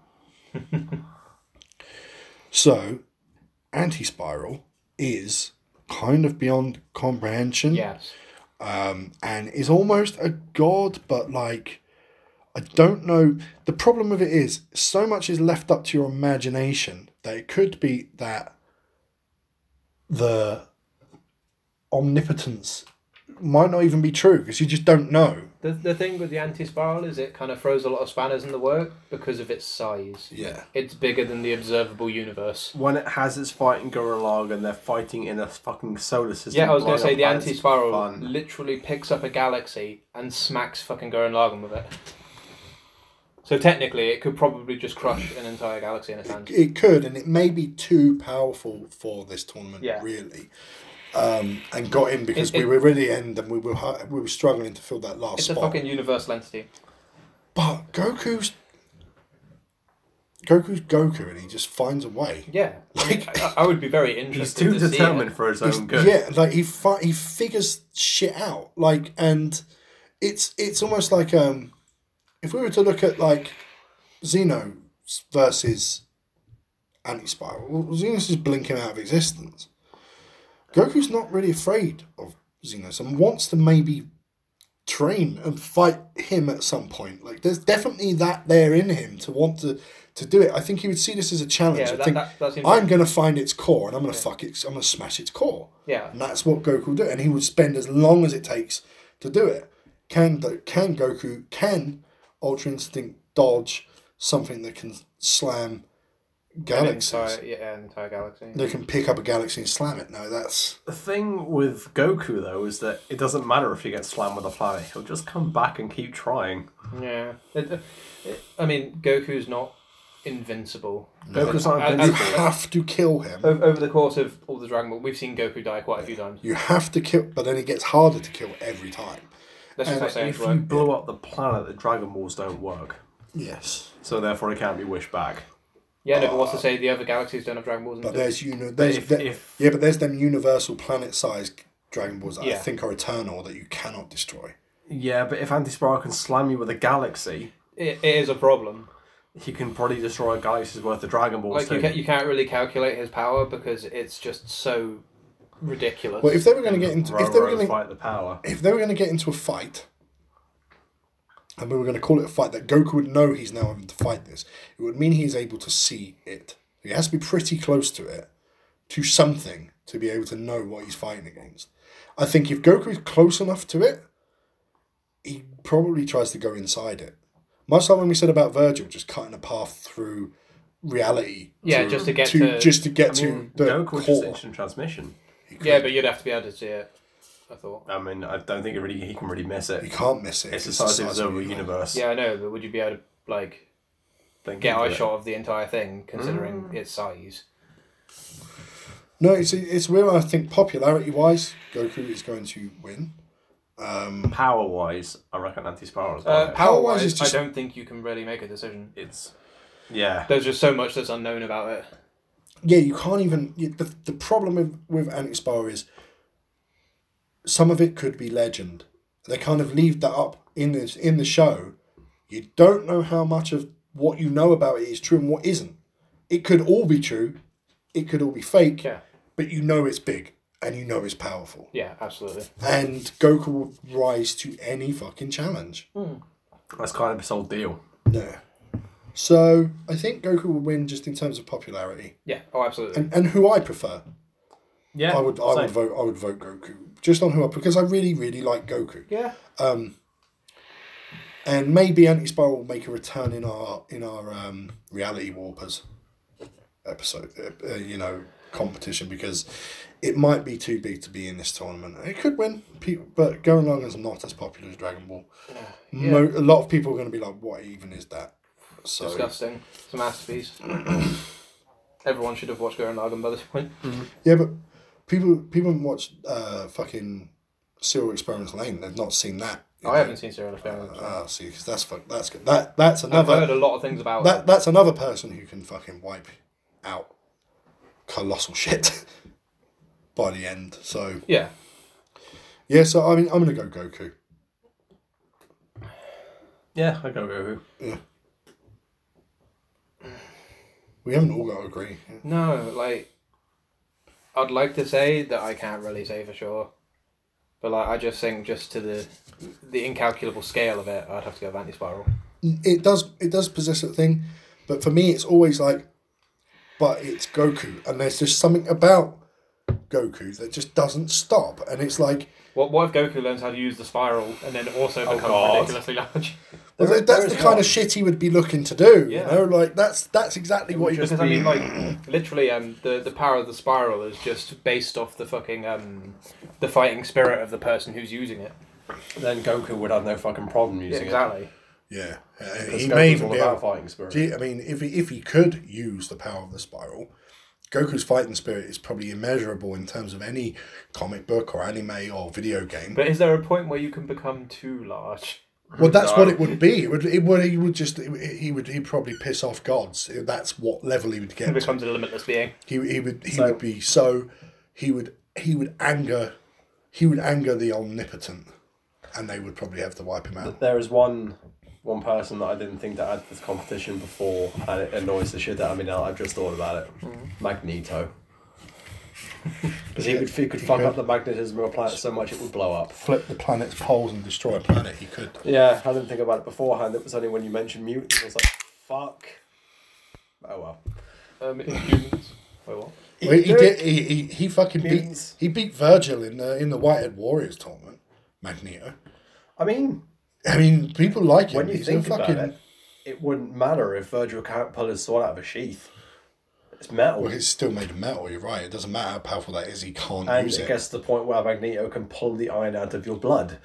[SPEAKER 1] So, anti spiral is kind of beyond comprehension.
[SPEAKER 2] Yes.
[SPEAKER 1] um, and is almost a god, but like I don't know. The problem with it is so much is left up to your imagination that it could be that the omnipotence might not even be true because you just don't know.
[SPEAKER 2] The, the thing with the anti spiral is it kind of throws a lot of spanners in the work because of its size.
[SPEAKER 1] Yeah.
[SPEAKER 2] It's bigger than the observable universe.
[SPEAKER 3] When it has its fight in Gurren and they're fighting in a fucking solar system.
[SPEAKER 2] Yeah, I was going to
[SPEAKER 3] blowing
[SPEAKER 2] say
[SPEAKER 3] up
[SPEAKER 2] the
[SPEAKER 3] planets,
[SPEAKER 2] anti spiral
[SPEAKER 3] fun.
[SPEAKER 2] literally picks up a galaxy and smacks fucking Gurren Lagann with it. So technically, it could probably just crush an entire galaxy in its hand.
[SPEAKER 1] It could, and it may be too powerful for this tournament,
[SPEAKER 2] Yeah.
[SPEAKER 1] really. Um, and got in because
[SPEAKER 2] It-
[SPEAKER 1] we
[SPEAKER 2] it-
[SPEAKER 1] were really end and we were hu- we were struggling to fill that last
[SPEAKER 2] It's a
[SPEAKER 1] spot.
[SPEAKER 2] fucking universal entity.
[SPEAKER 1] But Goku's Goku's Goku, and he just finds a way.
[SPEAKER 2] Yeah, I, mean, I, I would be very interested.
[SPEAKER 3] He's
[SPEAKER 2] to
[SPEAKER 3] too
[SPEAKER 2] see it.
[SPEAKER 3] determined for his own good.
[SPEAKER 1] Yeah, like he fi- he figures shit out. Like, and it's it's almost like um, if we were to look at like Xeno versus Anti Spiral, well, Xeno's just blinking out of existence. Goku's not really afraid of Xenos and wants to maybe train and fight him at some point. Like, there's definitely that there in him to want to to do it. I think he would see this as a challenge.
[SPEAKER 2] Yeah,
[SPEAKER 1] I
[SPEAKER 2] that,
[SPEAKER 1] think
[SPEAKER 2] that, that seems.
[SPEAKER 1] I'm going to find its core and I'm going to fuck it. I'm going to smash its core.
[SPEAKER 2] yeah,
[SPEAKER 1] And that's what Goku will do. And he would spend as long as it takes to do it. Can can Goku can Ultra Instinct dodge something that can slam
[SPEAKER 2] an
[SPEAKER 1] galaxies?
[SPEAKER 2] entire, yeah, an entire galaxy.
[SPEAKER 1] They can pick up a galaxy and slam it. No, that's
[SPEAKER 3] The thing with Goku though is that it doesn't matter if he gets slammed with a planet; he'll just come back and keep trying.
[SPEAKER 2] Yeah, It- it- I mean Goku's not invincible.
[SPEAKER 3] Goku's not
[SPEAKER 2] I- I-
[SPEAKER 1] you
[SPEAKER 3] invincible.
[SPEAKER 1] have to kill him.
[SPEAKER 2] O- over the course of all the Dragon Ball, we've seen Goku die quite a few times.
[SPEAKER 1] You have to kill, but then it gets harder to kill every time.
[SPEAKER 2] That's just
[SPEAKER 1] And
[SPEAKER 2] not saying
[SPEAKER 3] If
[SPEAKER 2] it's
[SPEAKER 3] you
[SPEAKER 2] right.
[SPEAKER 3] blow up the planet, the Dragon Balls don't work,
[SPEAKER 1] Yes,
[SPEAKER 3] so therefore it can't be wished back.
[SPEAKER 2] Yeah, no, but what's to say the other galaxies don't have Dragon Balls?
[SPEAKER 1] but
[SPEAKER 2] And
[SPEAKER 1] there's you know there's
[SPEAKER 3] if-
[SPEAKER 1] the-
[SPEAKER 3] if-
[SPEAKER 1] yeah, but there's them universal planet-sized Dragon Balls that I
[SPEAKER 2] Yeah.
[SPEAKER 1] think are eternal that you cannot destroy.
[SPEAKER 3] Yeah, but if Anti Spiral can slam you with a galaxy,
[SPEAKER 2] it, it is a problem.
[SPEAKER 3] he can probably destroy a galaxy's worth of Dragon Balls.
[SPEAKER 2] Like you,
[SPEAKER 3] too.
[SPEAKER 2] ca- you can't really calculate his power because it's just so ridiculous.
[SPEAKER 1] Well, if they were going to get into if they were
[SPEAKER 3] Roro
[SPEAKER 1] going to
[SPEAKER 3] fight the power.
[SPEAKER 1] if they were going to get into a fight, and we were going to call it a fight, that Goku would know he's now having to fight this. It would mean he's able to see it. He has to be pretty close to it, to something, to be able to know what he's fighting against. I think if Goku is close enough to it, he probably tries to go inside it. Much like when we said about Virgil just cutting a path through reality.
[SPEAKER 2] Yeah, just to get to-
[SPEAKER 1] just to get
[SPEAKER 3] I mean,
[SPEAKER 2] Mm.
[SPEAKER 1] to the
[SPEAKER 3] Goku
[SPEAKER 1] core.
[SPEAKER 3] was just instant transmission.
[SPEAKER 2] yeah, but you'd have to be able to see it. I thought.
[SPEAKER 3] I mean, I don't think it really he can really miss
[SPEAKER 1] You
[SPEAKER 3] it.
[SPEAKER 1] can't miss it.
[SPEAKER 3] It's the
[SPEAKER 1] It's
[SPEAKER 3] size of
[SPEAKER 1] the
[SPEAKER 3] his
[SPEAKER 1] size of
[SPEAKER 3] own
[SPEAKER 1] the
[SPEAKER 3] universe.
[SPEAKER 2] Yeah, I know, but would you be able to like
[SPEAKER 3] Then
[SPEAKER 2] get
[SPEAKER 3] can
[SPEAKER 2] eye
[SPEAKER 3] do it.
[SPEAKER 2] shot of the entire thing considering
[SPEAKER 1] Mm.
[SPEAKER 2] its size?
[SPEAKER 1] No, it's it's where I think popularity wise, Goku is going to win.
[SPEAKER 3] Power wise, I reckon Anti Spiral is.
[SPEAKER 2] Uh,
[SPEAKER 3] better.
[SPEAKER 2] power
[SPEAKER 1] Power-wise,
[SPEAKER 2] wise,
[SPEAKER 1] it's just-
[SPEAKER 2] I don't think you can really make a decision.
[SPEAKER 3] it's yeah.
[SPEAKER 2] There's just so much that's unknown about it.
[SPEAKER 1] Yeah, you can't even. You, the, the problem with, with Antispire is some of it could be legend. They kind of leave that up in this in the show. You don't know how much of what you know about it is true and what isn't. It could all be true, it could all be fake,
[SPEAKER 2] Yeah.
[SPEAKER 1] but you know it's big and you know it's powerful.
[SPEAKER 2] Yeah, absolutely.
[SPEAKER 1] And Goku will rise to any fucking challenge.
[SPEAKER 3] That's kind of his whole deal.
[SPEAKER 1] No. So I think Goku will win just in terms of popularity,
[SPEAKER 2] Yeah. Oh, absolutely.
[SPEAKER 1] and, and who I prefer.
[SPEAKER 3] Yeah,
[SPEAKER 1] I would I would vote I would vote Goku just on who I because I really really like Goku,
[SPEAKER 2] yeah.
[SPEAKER 1] and maybe Anti Spiral will make a return in our in our um, reality warpers episode, uh, uh, you know, competition because it might be too big to be in this tournament. It could win, people, but Gurren Lagann is not as popular as Dragon Ball. Mo- a lot of people are going to be like, "What even is that?" So
[SPEAKER 2] Disgusting. It's a masterpiece. Everyone should have watched Gurren Lagann by this point.
[SPEAKER 1] Yeah, but people people haven't watched uh, fucking Serial Experiments Lane. They've not seen that.
[SPEAKER 2] I haven't seen Serial Experiment.
[SPEAKER 1] Ah, see, because that's fuck. That's good. That that's
[SPEAKER 2] I've heard
[SPEAKER 1] another.
[SPEAKER 2] a lot of things about
[SPEAKER 1] That
[SPEAKER 2] it.
[SPEAKER 1] that's another person who can fucking wipe out colossal shit by the end. So
[SPEAKER 2] Yeah.
[SPEAKER 1] yeah, so I mean, I'm gonna go Goku.
[SPEAKER 3] Yeah, I go Goku.
[SPEAKER 1] We haven't all got to agree.
[SPEAKER 2] No, like, I'd like to say that I can't really say for sure, but like, I just think just to the the incalculable scale of it, I'd have to go with Anti-Spiral.
[SPEAKER 1] It does it does possess a thing, but for me, it's always like, but it's Goku, and there's just something about Goku that just doesn't stop, and it's like
[SPEAKER 2] What what if Goku learns how to use the spiral and then also becomes
[SPEAKER 4] God.
[SPEAKER 2] ridiculously large?
[SPEAKER 1] well,
[SPEAKER 3] There-
[SPEAKER 1] that's
[SPEAKER 3] there
[SPEAKER 1] the
[SPEAKER 3] is
[SPEAKER 1] kind
[SPEAKER 3] one.
[SPEAKER 1] of shit he would be looking to do.
[SPEAKER 2] Yeah.
[SPEAKER 1] You know, like that's that's exactly what he
[SPEAKER 2] because I mean, like, literally, um, the the power of the spiral is just based off the fucking um, the fighting spirit of the person who's using it.
[SPEAKER 3] Then Goku would have no fucking problem using
[SPEAKER 2] exactly.
[SPEAKER 1] Yeah, uh,
[SPEAKER 3] it.
[SPEAKER 1] he
[SPEAKER 3] Because
[SPEAKER 1] may
[SPEAKER 3] Goku's
[SPEAKER 1] even
[SPEAKER 3] all
[SPEAKER 1] be
[SPEAKER 3] about
[SPEAKER 1] able,
[SPEAKER 3] fighting spirit.
[SPEAKER 1] Do you- I mean, if he, if he could use the power of the spiral, Goku's fighting spirit is probably immeasurable in terms of any comic book or anime or video game.
[SPEAKER 2] But is there a point where you can become too large?
[SPEAKER 1] Well, that's what it would be. It would. It would. He would just. He would. He'd probably piss off gods. That's what level he would
[SPEAKER 2] It
[SPEAKER 1] get. To.
[SPEAKER 2] becomes a limitless being.
[SPEAKER 1] He. He would. He
[SPEAKER 3] So-
[SPEAKER 1] would be so. He would. He would anger. He would anger the omnipotent, and they would probably have to wipe him out.
[SPEAKER 3] There is one one person that I didn't think to add to this competition before, and it annoys the shit out of me now. I've just thought about it. Magneto. Because he, would, he could fuck up the magnetism of a planet so much it would blow up.
[SPEAKER 1] Flip the planet's poles and destroy a planet. He could.
[SPEAKER 3] Yeah, I didn't think about it beforehand. It was only when you mentioned mutants. I was like, fuck. Oh well.
[SPEAKER 2] Um, humans. Wait, what?
[SPEAKER 1] Well, he did. He, he, he fucking beat.
[SPEAKER 3] Mutants.
[SPEAKER 1] He beat Virgil in the in the Whitehead Warriors tournament. Magneto.
[SPEAKER 3] I mean,
[SPEAKER 1] I mean, people like him.
[SPEAKER 3] when you
[SPEAKER 1] He's a
[SPEAKER 3] think about
[SPEAKER 1] fucking-
[SPEAKER 3] it, it wouldn't matter if Virgil can't pull his sword out of a sheath. It's metal.
[SPEAKER 1] well, it's still made of metal. You're right. It doesn't matter how powerful that is. He can't
[SPEAKER 3] and
[SPEAKER 1] use
[SPEAKER 3] it
[SPEAKER 1] it.
[SPEAKER 3] gets to the point where Magneto can pull the iron out of your blood.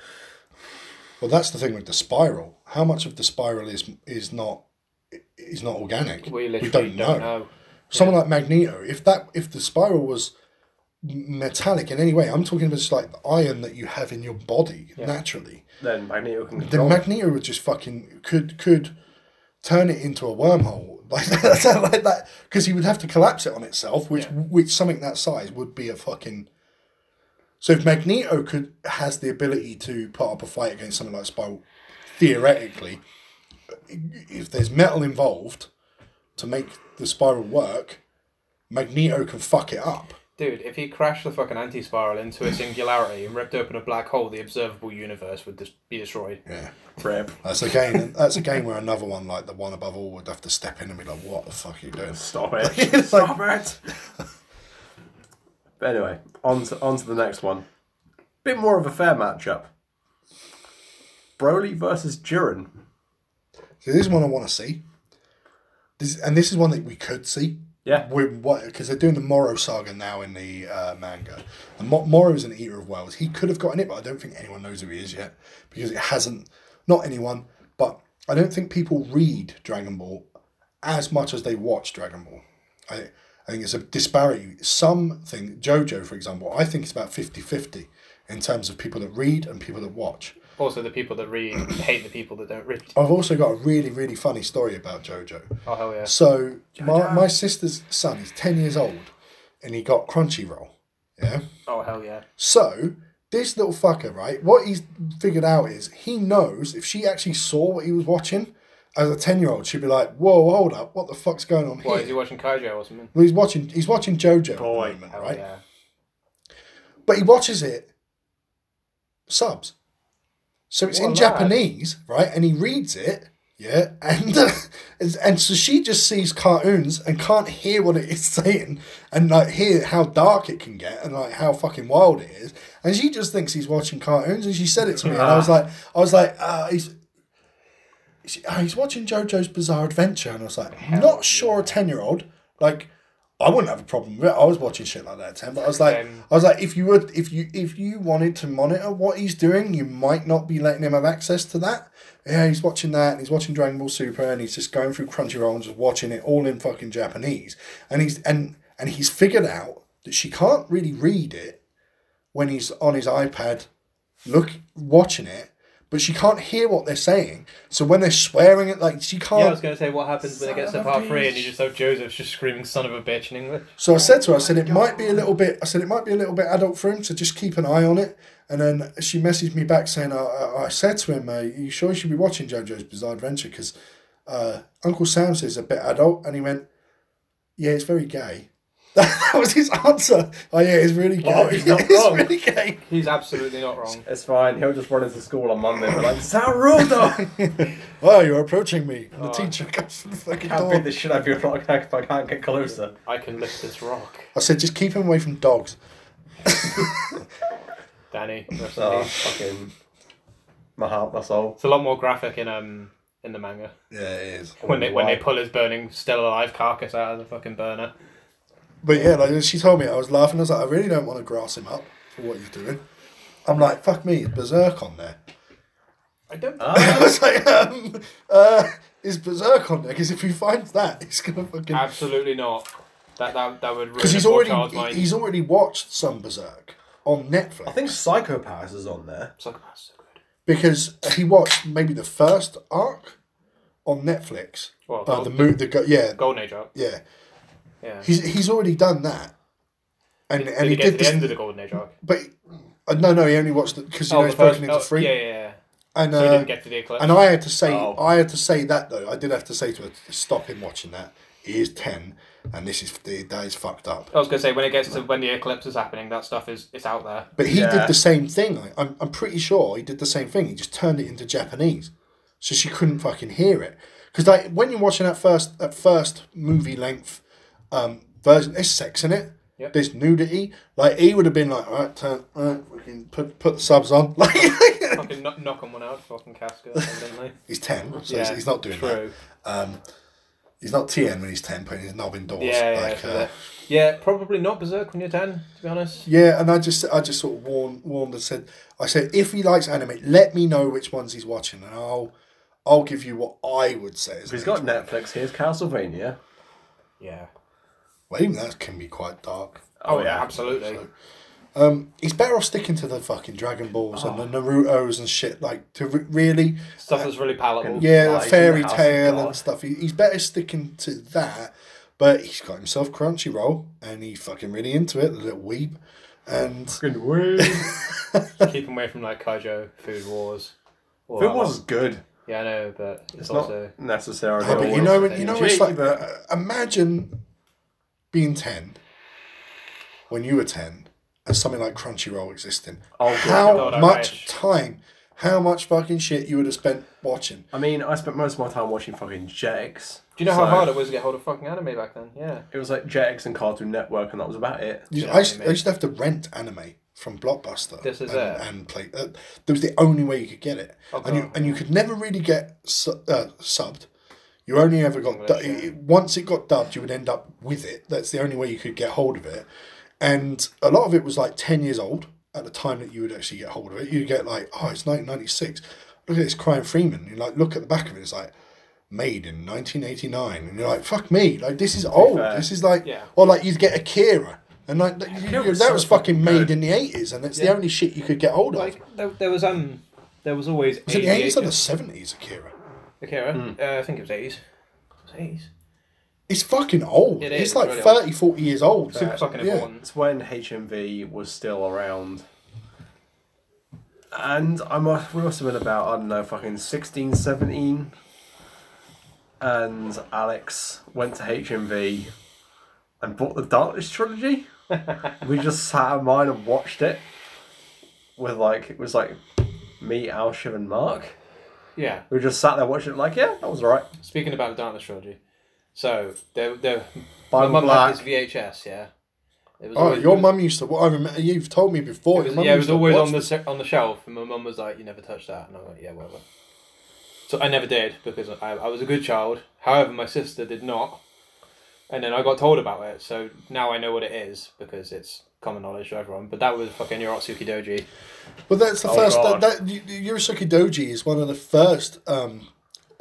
[SPEAKER 1] Well, that's the thing with the spiral. How much of the spiral is is not is not organic?
[SPEAKER 2] We literally don't know.
[SPEAKER 1] Someone like Magneto, if that if the spiral was metallic in any way, I'm talking about just like the iron that you have in your body naturally.
[SPEAKER 3] Then Magneto can
[SPEAKER 1] The
[SPEAKER 3] control.
[SPEAKER 1] Magneto would just fucking could could turn it into a wormhole like that, like that, because he would have to collapse it on itself, which which something that size would be a fucking. So if Magneto could has the ability to put up a fight against something like Spiral, theoretically, if there's metal involved to make the spiral work, Magneto can fuck it up.
[SPEAKER 2] Dude, if he crashed the fucking anti spiral into a singularity and ripped open a black hole, the observable universe would dis- be destroyed.
[SPEAKER 1] Yeah.
[SPEAKER 4] Rip.
[SPEAKER 1] That's a game. that's a game where another one like the one above all would have to step in and be like, "What the fuck are you doing?"
[SPEAKER 4] Stop it. Stop it.
[SPEAKER 3] But anyway, on to, on to the next one. Bit more of a fair matchup. Broly versus Jiren.
[SPEAKER 1] So this is one I want to see. This and this is one that we could see.
[SPEAKER 3] Yeah.
[SPEAKER 1] We what because they're doing the Moro saga now in the uh, manga. And Mo- Moro's an eater of wells. He could have gotten it, but I don't think anyone knows who he is yet because it hasn't. Not anyone, but I don't think people read Dragon Ball as much as they watch Dragon Ball. I I think it's a disparity. Something JoJo, for example, I think it's about 50-50 in terms of people that read and people that watch.
[SPEAKER 2] Also, the people that read hate the people that don't read.
[SPEAKER 1] I've also got a really really funny story about JoJo.
[SPEAKER 2] Oh, hell yeah.
[SPEAKER 1] So my, my sister's son is ten years old, and he got Crunchyroll. Yeah.
[SPEAKER 2] Oh, hell yeah.
[SPEAKER 1] So this little fucker, right? What he's figured out is he knows if she actually saw what he was watching as a ten year old, she'd be like, "Whoa, hold up, what the fuck's going on
[SPEAKER 2] Why
[SPEAKER 1] here?"
[SPEAKER 2] is he watching Kaijo or something?
[SPEAKER 1] well, he's watching. He's watching JoJo
[SPEAKER 4] Boy.
[SPEAKER 1] at the moment,
[SPEAKER 2] Hell
[SPEAKER 1] right?
[SPEAKER 2] yeah.
[SPEAKER 1] But he watches it subs, so it's
[SPEAKER 2] What
[SPEAKER 1] in
[SPEAKER 2] a lad.
[SPEAKER 1] Japanese, right? And he reads it. Yeah, and uh, and so she just sees cartoons and can't hear what it is saying, and like hear how dark it can get, and like how fucking wild it is, and she just thinks he's watching cartoons, and she said it to me, and I was like, I was like, uh, he's she- oh, he's watching JoJo's Bizarre Adventure, and I was like, not sure a ten year old like. I wouldn't have a problem with it. I was watching shit like that at 10, but I was like,
[SPEAKER 2] Um,
[SPEAKER 1] I was like, if you would, if you, if you wanted to monitor what he's doing, you might not be letting him have access to that. Yeah, he's watching that, and he's watching Dragon Ball Super, and he's just going through Crunchyroll and just watching it all in fucking Japanese. And he's and and he's figured out that she can't really read it when he's on his iPad, look watching it, but she can't hear what they're saying. So when they're swearing it, like she
[SPEAKER 2] Yeah, I was
[SPEAKER 1] can't.
[SPEAKER 2] going to say what happens when it gets
[SPEAKER 4] Son
[SPEAKER 2] to
[SPEAKER 4] of a
[SPEAKER 2] part three and
[SPEAKER 4] bitch.
[SPEAKER 2] you just have Joseph's just screaming "son of a bitch" in English.
[SPEAKER 1] so I said to her, I said it might be a little bit. I said it might be a little bit adult for him to just keep an eye on it. And then she messaged me back saying, I, I, I said to him, uh, "You sure you should be watching JoJo's Bizarre Adventure because uh, Uncle Sam says a bit adult." And he went, "Yeah, it's very gay." that was his answer. Oh yeah, it's really gay.
[SPEAKER 3] Well, he's not
[SPEAKER 1] it's
[SPEAKER 3] wrong.
[SPEAKER 1] really gay.
[SPEAKER 2] He's absolutely not wrong.
[SPEAKER 3] It's fine. He'll just run into school on Monday and be like, Sarudo!
[SPEAKER 1] Oh, you're approaching me. And the
[SPEAKER 2] Oh.
[SPEAKER 1] teacher comes to the fucking
[SPEAKER 3] Can't beat
[SPEAKER 1] door.
[SPEAKER 3] the shit out of your rock if I can't get closer.
[SPEAKER 2] I can lift this rock,
[SPEAKER 1] I said, just keep him away from dogs.
[SPEAKER 2] Danny. rest in
[SPEAKER 3] Oh,
[SPEAKER 2] peace.
[SPEAKER 3] fucking. My heart, my soul.
[SPEAKER 2] It's a lot more graphic in um in the manga
[SPEAKER 1] Yeah, it is.
[SPEAKER 2] when they when they
[SPEAKER 3] Why?
[SPEAKER 2] pull his burning still alive carcass out of the fucking burner.
[SPEAKER 1] But yeah, like she told me, I was laughing. I was like, I really don't want to grass him up for what he's doing. I'm like, fuck me, is Berserk on there?
[SPEAKER 2] I don't.
[SPEAKER 1] I was like, um, uh, is Berserk on there? Because if he finds that, he's gonna fucking.
[SPEAKER 2] Absolutely not. That that that would ruin
[SPEAKER 1] Because
[SPEAKER 2] a
[SPEAKER 1] he's
[SPEAKER 2] poor
[SPEAKER 1] already
[SPEAKER 2] child's
[SPEAKER 1] he-
[SPEAKER 2] mind.
[SPEAKER 1] he's already watched some Berserk on Netflix.
[SPEAKER 3] I think Psychopaths is on there.
[SPEAKER 2] Psychopath's so good.
[SPEAKER 1] because he watched maybe the first arc on Netflix.
[SPEAKER 2] Well,
[SPEAKER 1] Uh,
[SPEAKER 2] Gold-
[SPEAKER 1] the mood, the go- yeah,
[SPEAKER 2] Golden Age arc.
[SPEAKER 1] yeah.
[SPEAKER 2] Yeah.
[SPEAKER 1] He's he's already done that, and
[SPEAKER 2] Did
[SPEAKER 1] and he
[SPEAKER 2] he get to
[SPEAKER 1] did
[SPEAKER 2] the
[SPEAKER 1] this.
[SPEAKER 2] end of the Golden Age arc?
[SPEAKER 1] but uh, no, no, he only watched it because you know
[SPEAKER 2] Oh, the
[SPEAKER 1] he's broken
[SPEAKER 2] first-
[SPEAKER 1] into three.
[SPEAKER 2] Yeah, yeah, yeah.
[SPEAKER 1] And
[SPEAKER 2] So he
[SPEAKER 1] uh,
[SPEAKER 2] didn't get to the eclipse.
[SPEAKER 1] and I had to say,
[SPEAKER 3] Oh.
[SPEAKER 1] I had to say that though. I did have to say to her, stop him watching that. He is ten, and this is that is fucked up.
[SPEAKER 2] I was gonna say when it gets to when the eclipse is happening, that stuff is it's out there.
[SPEAKER 1] But he
[SPEAKER 3] Yeah.
[SPEAKER 1] did the same thing. I, I'm I'm pretty sure he did the same thing. He just turned it into Japanese, so she couldn't fucking hear it. Because like when you're watching that first that first movie length um, version, there's sex in it.
[SPEAKER 2] Yep.
[SPEAKER 1] There's nudity. Like he would have been like, all right, turn, all right, fucking put put the subs on. Like
[SPEAKER 2] Fucking knock, knock on one out, fucking casket, evidently.
[SPEAKER 1] he's ten, so
[SPEAKER 2] yeah,
[SPEAKER 1] he's, he's not doing
[SPEAKER 2] true.
[SPEAKER 1] that. Um, he's not TN when he's ten, putting his knob indoors.
[SPEAKER 2] Yeah, yeah,
[SPEAKER 1] like,
[SPEAKER 2] so
[SPEAKER 1] uh,
[SPEAKER 2] that- yeah, probably not berserk when you're ten. To be honest,
[SPEAKER 1] Yeah, and I just I just sort of warned warned and said I said if he likes anime, let me know which ones he's watching, and I'll I'll give you what I would say. Is
[SPEAKER 3] If he's
[SPEAKER 1] the
[SPEAKER 3] got
[SPEAKER 1] next one.
[SPEAKER 3] Netflix, here's Castlevania.
[SPEAKER 2] yeah.
[SPEAKER 1] Well, even that can be quite dark.
[SPEAKER 2] Oh, yeah, absolutely.
[SPEAKER 1] Um, he's better off sticking to the fucking Dragon Balls
[SPEAKER 3] Oh.
[SPEAKER 1] and the Naruto's and shit like to re- really
[SPEAKER 2] Stuff that's really palatable.
[SPEAKER 1] yeah
[SPEAKER 3] Lies
[SPEAKER 1] the
[SPEAKER 3] in
[SPEAKER 1] fairy
[SPEAKER 3] the House of
[SPEAKER 1] tale
[SPEAKER 3] God.
[SPEAKER 1] and stuff. He, he's better sticking to that, but he's got himself Crunchyroll and he's fucking really into it, the little weeb, and
[SPEAKER 3] Fucking weird.
[SPEAKER 2] Keep away from like Kaijo, Food Wars. All
[SPEAKER 3] It
[SPEAKER 2] that
[SPEAKER 3] was
[SPEAKER 2] lot.
[SPEAKER 3] good.
[SPEAKER 2] Yeah, I know, but it's,
[SPEAKER 3] It's
[SPEAKER 2] also
[SPEAKER 3] not necessarily.
[SPEAKER 1] Oh, but
[SPEAKER 3] always
[SPEAKER 1] you know,
[SPEAKER 3] the
[SPEAKER 1] you know,
[SPEAKER 3] thing.
[SPEAKER 1] it's like
[SPEAKER 3] But-
[SPEAKER 1] uh, imagine being ten when you were ten, and something like Crunchyroll existing.
[SPEAKER 3] Oh, God.
[SPEAKER 1] how
[SPEAKER 2] God, I
[SPEAKER 1] much
[SPEAKER 2] wish.
[SPEAKER 1] time, how much fucking shit you would have spent watching?
[SPEAKER 3] I mean, I spent most of my time watching fucking Jetix.
[SPEAKER 2] Do you know how
[SPEAKER 3] so
[SPEAKER 1] uh,
[SPEAKER 2] hard it was to get hold of fucking anime back then? Yeah.
[SPEAKER 3] It was like Jetix and Cartoon Network, and that was about it.
[SPEAKER 1] You-
[SPEAKER 2] Yeah,
[SPEAKER 1] I, used,
[SPEAKER 2] I
[SPEAKER 1] I,
[SPEAKER 2] mean-
[SPEAKER 1] used to have to rent anime from Blockbuster.
[SPEAKER 2] This is
[SPEAKER 1] and,
[SPEAKER 2] it.
[SPEAKER 1] and play. Uh, that was the only way you could get it,
[SPEAKER 2] Oh,
[SPEAKER 1] and you
[SPEAKER 2] God.
[SPEAKER 1] and you could never really get su- uh, subbed. You only ever got du-
[SPEAKER 2] English, yeah.
[SPEAKER 1] it- once it got dubbed, you would end up with it. That's the only way you could get hold of it, and a lot of it was like ten years old at the time that you would actually get hold of it. You get like, oh, it's nineteen ninety six. Look at this, Crying Freeman. You like look at the back of it. It's like made in 1989 and you're like fuck me like this is old
[SPEAKER 3] fair.
[SPEAKER 1] this is like
[SPEAKER 2] Yeah.
[SPEAKER 1] or like you'd get Akira and like that, you-
[SPEAKER 3] Akira
[SPEAKER 1] you-
[SPEAKER 3] was
[SPEAKER 1] that
[SPEAKER 3] so
[SPEAKER 1] was fucking
[SPEAKER 3] fucking
[SPEAKER 1] made
[SPEAKER 3] good.
[SPEAKER 1] in the 80s and it's
[SPEAKER 2] Yeah.
[SPEAKER 1] the only shit you could get hold of
[SPEAKER 2] Like there, there was um there was always
[SPEAKER 1] was it the 80s or the Hmm.
[SPEAKER 2] ADHD
[SPEAKER 1] 70s Akira
[SPEAKER 2] Akira. Uh, I think it was eighties. Eighties.
[SPEAKER 1] it's fucking old
[SPEAKER 2] It
[SPEAKER 1] it's
[SPEAKER 2] is,
[SPEAKER 1] like
[SPEAKER 2] really old.
[SPEAKER 1] 30 40 years old
[SPEAKER 2] Super
[SPEAKER 1] now.
[SPEAKER 2] fucking
[SPEAKER 1] Yeah.
[SPEAKER 2] important.
[SPEAKER 3] It's when HMV was still around. And I must, we must have been about, I don't know, fucking 16, 17. And Alex went to HMV and bought the Darkness trilogy. we just sat in mine and watched it. With like, it was like me, Alshiv, and Mark.
[SPEAKER 2] Yeah.
[SPEAKER 3] We just sat there watching it, like, yeah, that was alright.
[SPEAKER 2] Speaking about the Darkness trilogy, so there, there, my
[SPEAKER 3] By
[SPEAKER 2] mum
[SPEAKER 3] Black.
[SPEAKER 2] had this VHS. Yeah. It was
[SPEAKER 1] oh
[SPEAKER 2] always-
[SPEAKER 1] your mum used to well, I remember you've told me before
[SPEAKER 2] It was,
[SPEAKER 1] your mum
[SPEAKER 2] yeah, it
[SPEAKER 1] used to
[SPEAKER 2] was always
[SPEAKER 1] watch
[SPEAKER 2] on the se- on the shelf, and my mum was like, "You never touch that," and I was like, "Yeah, whatever." So I never did because I, I was a good child. However, my sister did not, and then I got told about it. So now I know what it is because it's common knowledge to everyone. But that was fucking Yorotsuki Doji.
[SPEAKER 1] Well, that's the
[SPEAKER 3] Oh,
[SPEAKER 1] first.
[SPEAKER 3] God.
[SPEAKER 1] That, that y- y- Yurosaki Doji is one of the first um,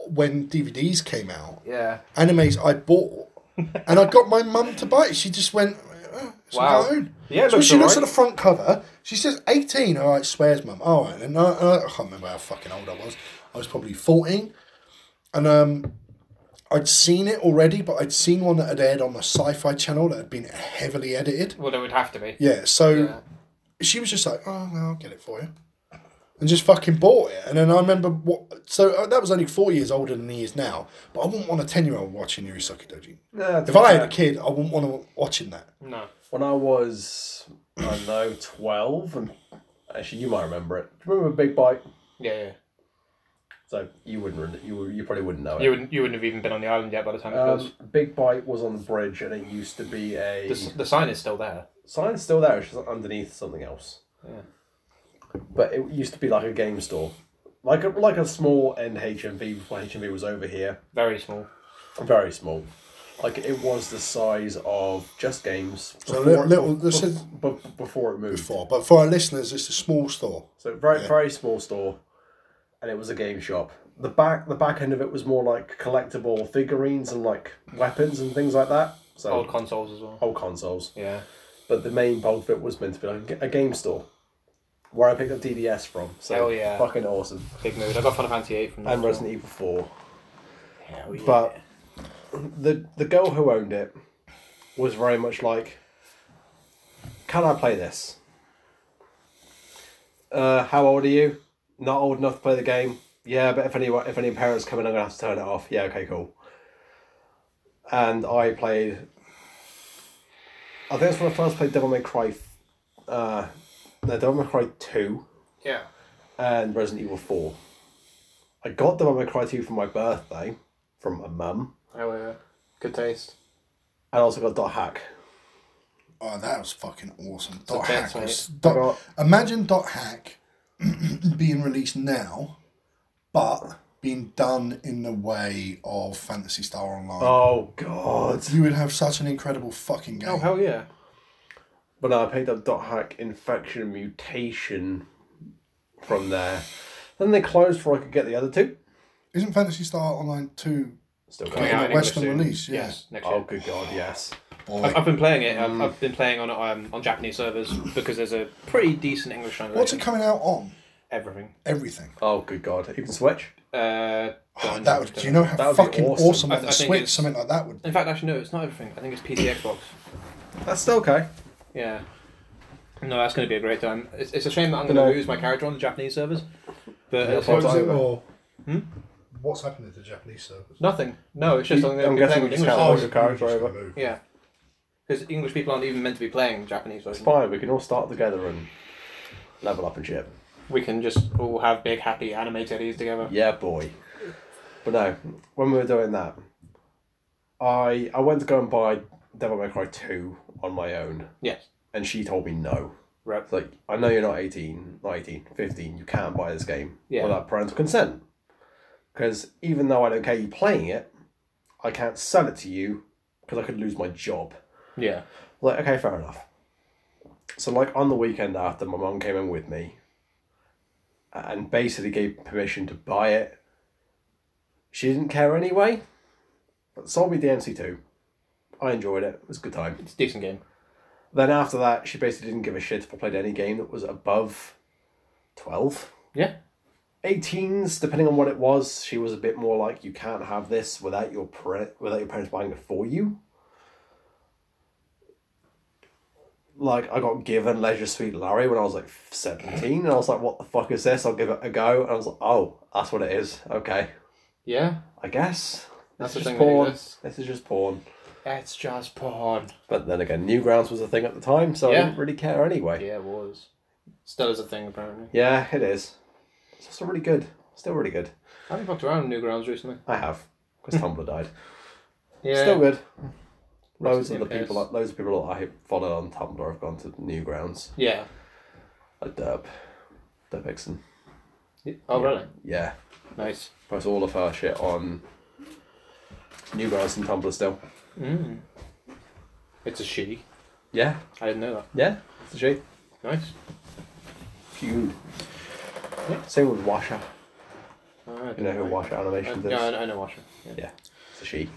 [SPEAKER 1] when DVDs came out.
[SPEAKER 2] Yeah.
[SPEAKER 1] Animes I bought, and I got my mum to buy it. She just went, "Uh, It's
[SPEAKER 2] Wow.
[SPEAKER 1] a cartoon.
[SPEAKER 2] Yeah, it
[SPEAKER 1] So
[SPEAKER 2] looks
[SPEAKER 1] she looks at
[SPEAKER 2] alright.
[SPEAKER 1] the front cover. She says 18. All right, swears, mum. All right. And I, I can't remember how fucking old I was. I was probably 14. And um, I'd seen it already, but I'd seen one that had aired on the sci fi channel that had been heavily edited.
[SPEAKER 2] Well, it would have to be.
[SPEAKER 1] Yeah, so
[SPEAKER 2] Yeah.
[SPEAKER 1] she was just like, oh, no, I'll get it for you. And just fucking bought it. And then I remember what. So uh, that was only four years older than he is now. But I wouldn't want a 10 year old watching Yurusaki Doji.
[SPEAKER 3] Nah, to
[SPEAKER 1] If
[SPEAKER 3] be
[SPEAKER 1] I had
[SPEAKER 3] fair,
[SPEAKER 1] a kid, I wouldn't want to watching that.
[SPEAKER 2] No.
[SPEAKER 3] when I was, I don't know, 12, and actually, you might remember it. Do you remember Big Bite?
[SPEAKER 2] Yeah, yeah.
[SPEAKER 3] So you wouldn't, re- you, would- you probably wouldn't know it.
[SPEAKER 2] You wouldn't. You wouldn't have even been on the island yet by the time it was.
[SPEAKER 3] Um, Big Bite was on the bridge, and it used to be a
[SPEAKER 2] The, s- the sign is still there.
[SPEAKER 3] sign's still there. It's just underneath something else.
[SPEAKER 2] Yeah.
[SPEAKER 3] But it used to be like a game store, like a like a small end HMV before HMV was over here.
[SPEAKER 2] Very small.
[SPEAKER 3] Very small. Like it was the size of just games.
[SPEAKER 1] So little,
[SPEAKER 3] before-
[SPEAKER 1] little, this is
[SPEAKER 3] bu- before it moved.
[SPEAKER 1] before, but for our listeners, it's a small store.
[SPEAKER 3] So very very small store, and it was a game shop. The back the back end of it was more like collectible figurines and like weapons and things like that. So
[SPEAKER 2] Old consoles as well.
[SPEAKER 3] old consoles.
[SPEAKER 2] Yeah.
[SPEAKER 3] But the main bulk of it was meant to be like a ga- a game store, where I picked up DDS from. So
[SPEAKER 2] Hell yeah.
[SPEAKER 3] fucking awesome.
[SPEAKER 2] Big mood. I got Final Fantasy Eight from.
[SPEAKER 3] And
[SPEAKER 2] there as
[SPEAKER 3] Resident Evil Four.
[SPEAKER 2] well. Hell yeah.
[SPEAKER 3] But the the girl who owned it was very much like, "Can I play this? Uh, how old are you? Not old enough to play the game. Yeah, but if any if any parents come in, I'm gonna have to turn it off. Yeah, okay, cool. And I played. I think that's when I first played Devil May Cry. f- Uh, no, Devil May Cry Two
[SPEAKER 2] yeah.
[SPEAKER 3] and Resident Evil Four. I got Devil May Cry Two for my birthday from a mum.
[SPEAKER 2] Hell Oh, yeah. Good taste.
[SPEAKER 3] And I also got Dot Hack.
[SPEAKER 1] Oh, that was fucking awesome. Dot
[SPEAKER 2] that's
[SPEAKER 1] hack. Was,
[SPEAKER 3] Right.
[SPEAKER 1] dot, imagine dot hack being released now, but being done in the way of Fantasy Star Online.
[SPEAKER 3] Oh god.
[SPEAKER 1] You would have such an incredible fucking game.
[SPEAKER 2] Oh hell yeah.
[SPEAKER 3] But no, I picked up Dot Hack Infection and Mutation from there. Then they closed before I could get the other two.
[SPEAKER 1] Isn't Fantasy Star Online two
[SPEAKER 3] Still
[SPEAKER 1] Coming
[SPEAKER 3] going.
[SPEAKER 2] Yeah,
[SPEAKER 1] out
[SPEAKER 2] in
[SPEAKER 1] a Western
[SPEAKER 2] English soon.
[SPEAKER 1] release? Yeah.
[SPEAKER 2] Yes. Next year.
[SPEAKER 3] Oh Mm. good god, yes.
[SPEAKER 1] Boy.
[SPEAKER 2] I've, I've been playing it. I've, I've been playing on um, on Japanese servers because there's a pretty decent English translation.
[SPEAKER 1] What's it coming out on?
[SPEAKER 2] Everything.
[SPEAKER 1] Everything.
[SPEAKER 3] Oh good god. Even Switch?
[SPEAKER 2] Uh,
[SPEAKER 1] Oh,
[SPEAKER 2] don't
[SPEAKER 1] that
[SPEAKER 2] know.
[SPEAKER 1] would. Do you know
[SPEAKER 3] That
[SPEAKER 1] how
[SPEAKER 3] would be
[SPEAKER 1] fucking
[SPEAKER 3] awesome.
[SPEAKER 1] awesome,
[SPEAKER 2] I-
[SPEAKER 1] on the
[SPEAKER 2] I think
[SPEAKER 1] Switch
[SPEAKER 2] it's-
[SPEAKER 1] something like that would?
[SPEAKER 2] In fact, actually, no, it's not everything. I think it's PC Xbox.
[SPEAKER 3] That's still okay.
[SPEAKER 2] Yeah. No, that's going to be a great time. It's, it's a shame that I'm going
[SPEAKER 3] No.
[SPEAKER 2] to lose my character on the Japanese servers. But
[SPEAKER 3] Yeah,
[SPEAKER 2] it's
[SPEAKER 3] What was
[SPEAKER 2] like-
[SPEAKER 3] it,
[SPEAKER 1] or?
[SPEAKER 3] Hmm?
[SPEAKER 2] Hmm?
[SPEAKER 1] What's happened to the Japanese servers? Oh,
[SPEAKER 2] nothing. No, it's just I'm
[SPEAKER 3] I'm
[SPEAKER 2] going to be
[SPEAKER 3] guessing
[SPEAKER 2] playing with
[SPEAKER 3] you
[SPEAKER 2] English.
[SPEAKER 3] just
[SPEAKER 2] servers.
[SPEAKER 3] can't log your character over.
[SPEAKER 2] Yeah. Because English people aren't even meant to be playing Japanese
[SPEAKER 3] It's
[SPEAKER 2] version.
[SPEAKER 3] fine, we can all start together and level up and shit.
[SPEAKER 2] We can just all have big, happy anime teddies together.
[SPEAKER 3] Yeah, boy. But no, when we were doing that, I I went to go and buy Devil May Cry 2 on my own.
[SPEAKER 2] Yes.
[SPEAKER 3] and she told me no.
[SPEAKER 2] Right.
[SPEAKER 3] It's like, I know you're not 18, not 18, 15, you can't buy this game
[SPEAKER 2] Yeah.
[SPEAKER 3] without parental consent. Because even though I don't care you playing it, I can't sell it to you because I could lose my job.
[SPEAKER 2] Yeah.
[SPEAKER 3] Like, okay, fair enough. So, like, on the weekend after, my mum came in with me and basically gave permission to buy it. She didn't care anyway, but sold me DMC2. I enjoyed it, it was a good time.
[SPEAKER 2] It's a decent game.
[SPEAKER 3] Then after that, she basically didn't give a shit if I played any game that was above 12.
[SPEAKER 2] Yeah.
[SPEAKER 3] 18s, depending on what it was, she was a bit more like, you can't have this without your pre- without your parents buying it for you. Like, I got given Leisure Suite Larry when I was like 17, and I was like, what the fuck is this? I'll give it a go. And I was like, oh, that's what it is. Okay,
[SPEAKER 2] Yeah.
[SPEAKER 3] I guess.
[SPEAKER 2] That's
[SPEAKER 3] This
[SPEAKER 2] the
[SPEAKER 3] is
[SPEAKER 2] thing
[SPEAKER 3] just
[SPEAKER 2] that
[SPEAKER 3] porn.
[SPEAKER 2] exists.
[SPEAKER 3] This is just porn.
[SPEAKER 2] It's just porn.
[SPEAKER 3] But then again, Newgrounds was a thing at the time, so I
[SPEAKER 2] Yeah.
[SPEAKER 3] didn't really care anyway.
[SPEAKER 2] Yeah, it was. Still is a thing, apparently.
[SPEAKER 3] Yeah, it is. It's also really good. Still really good.
[SPEAKER 2] Have you fucked around on Newgrounds recently?
[SPEAKER 3] I have because Tumblr died.
[SPEAKER 2] Hmm. Yeah.
[SPEAKER 3] Still good.
[SPEAKER 2] Rest
[SPEAKER 3] Loads
[SPEAKER 2] in
[SPEAKER 3] of the
[SPEAKER 2] peace.
[SPEAKER 3] people, loads of people that I follow on Tumblr have gone to Newgrounds.
[SPEAKER 2] Yeah.
[SPEAKER 3] Like Derp, Derp Vixen.
[SPEAKER 2] Oh, really?
[SPEAKER 3] Yeah,
[SPEAKER 2] Nice.
[SPEAKER 3] posts all of her shit on Newgrounds and Tumblr still.
[SPEAKER 2] Mm. It's a she.
[SPEAKER 3] Yeah,
[SPEAKER 2] I didn't know that.
[SPEAKER 3] yeah. It's a she.
[SPEAKER 2] Nice.
[SPEAKER 3] Feud. Same with Washer.
[SPEAKER 2] Alright.
[SPEAKER 3] You know who Washer Animations is?
[SPEAKER 2] Yeah, I know, I know Washer. Yeah.
[SPEAKER 3] Yeah, it's a she.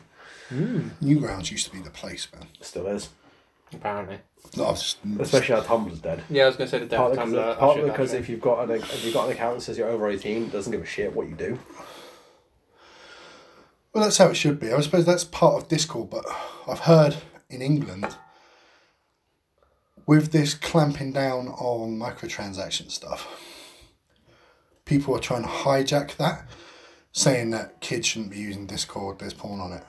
[SPEAKER 1] Newgrounds used to be the place, man.
[SPEAKER 3] Still is.
[SPEAKER 2] apparently.
[SPEAKER 1] No, I've just-
[SPEAKER 3] Especially our Tumblr's dead.
[SPEAKER 2] Yeah, I was gonna say the devil
[SPEAKER 3] Partly
[SPEAKER 2] comes
[SPEAKER 3] because,
[SPEAKER 2] out.
[SPEAKER 3] partly because if you've got an if you've got an account that says you're over eighteen, it doesn't give a shit what you do.
[SPEAKER 1] Well, that's how it should be. I suppose that's part of Discord, but I've heard in England with this clamping down on microtransaction stuff, people are trying to hijack that, saying that kids shouldn't be using Discord, there's porn on it.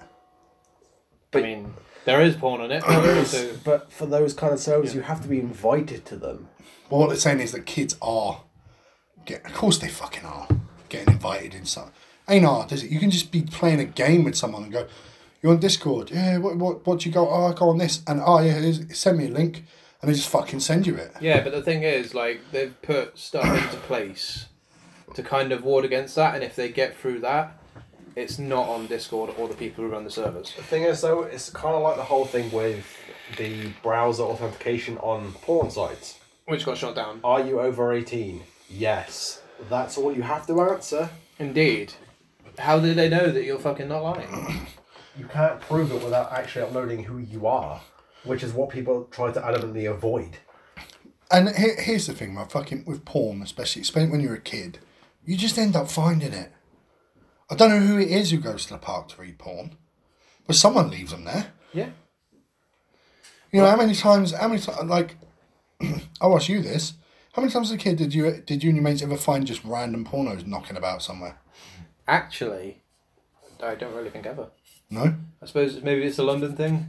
[SPEAKER 2] I mean, there is porn on it. There is. So,
[SPEAKER 3] But for those kind of servers, you have to be invited to them.
[SPEAKER 1] Well, what they're saying is that kids are, get, of course they fucking are, getting invited in some. Ain't hard, is it? You can just be playing a game with someone and go, you're on Discord. Yeah, what, what, what do you go? Oh, I go on this. And, oh, yeah, here's- send me a link. And they just fucking send you it.
[SPEAKER 2] yeah, but the thing is, like, they've put stuff into place to kind of ward against that, and if they get through that, it's not on Discord or the people who run the servers.
[SPEAKER 3] The thing is, though, it's kind of like the whole thing with the browser authentication on porn sites.
[SPEAKER 2] Which got shot down.
[SPEAKER 3] Are you over eighteen? Yes. That's all you have to answer.
[SPEAKER 2] Indeed. How do they know that you're fucking not lying?
[SPEAKER 3] You can't prove it without actually uploading who you are, which is what people try to adamantly avoid.
[SPEAKER 1] And here, here's the thing, right? Fucking with porn, especially, especially when you're a kid, you just end up finding it. I don't know who it is who goes to the park to read porn, but someone leaves them there.
[SPEAKER 2] Yeah.
[SPEAKER 1] You know how many times? How many times? Like, I'll ask you this: How many times as a kid did you did you and your mates ever find just random pornos knocking about somewhere?
[SPEAKER 2] Actually, I don't really think ever.
[SPEAKER 1] No,
[SPEAKER 2] I suppose maybe it's a London thing.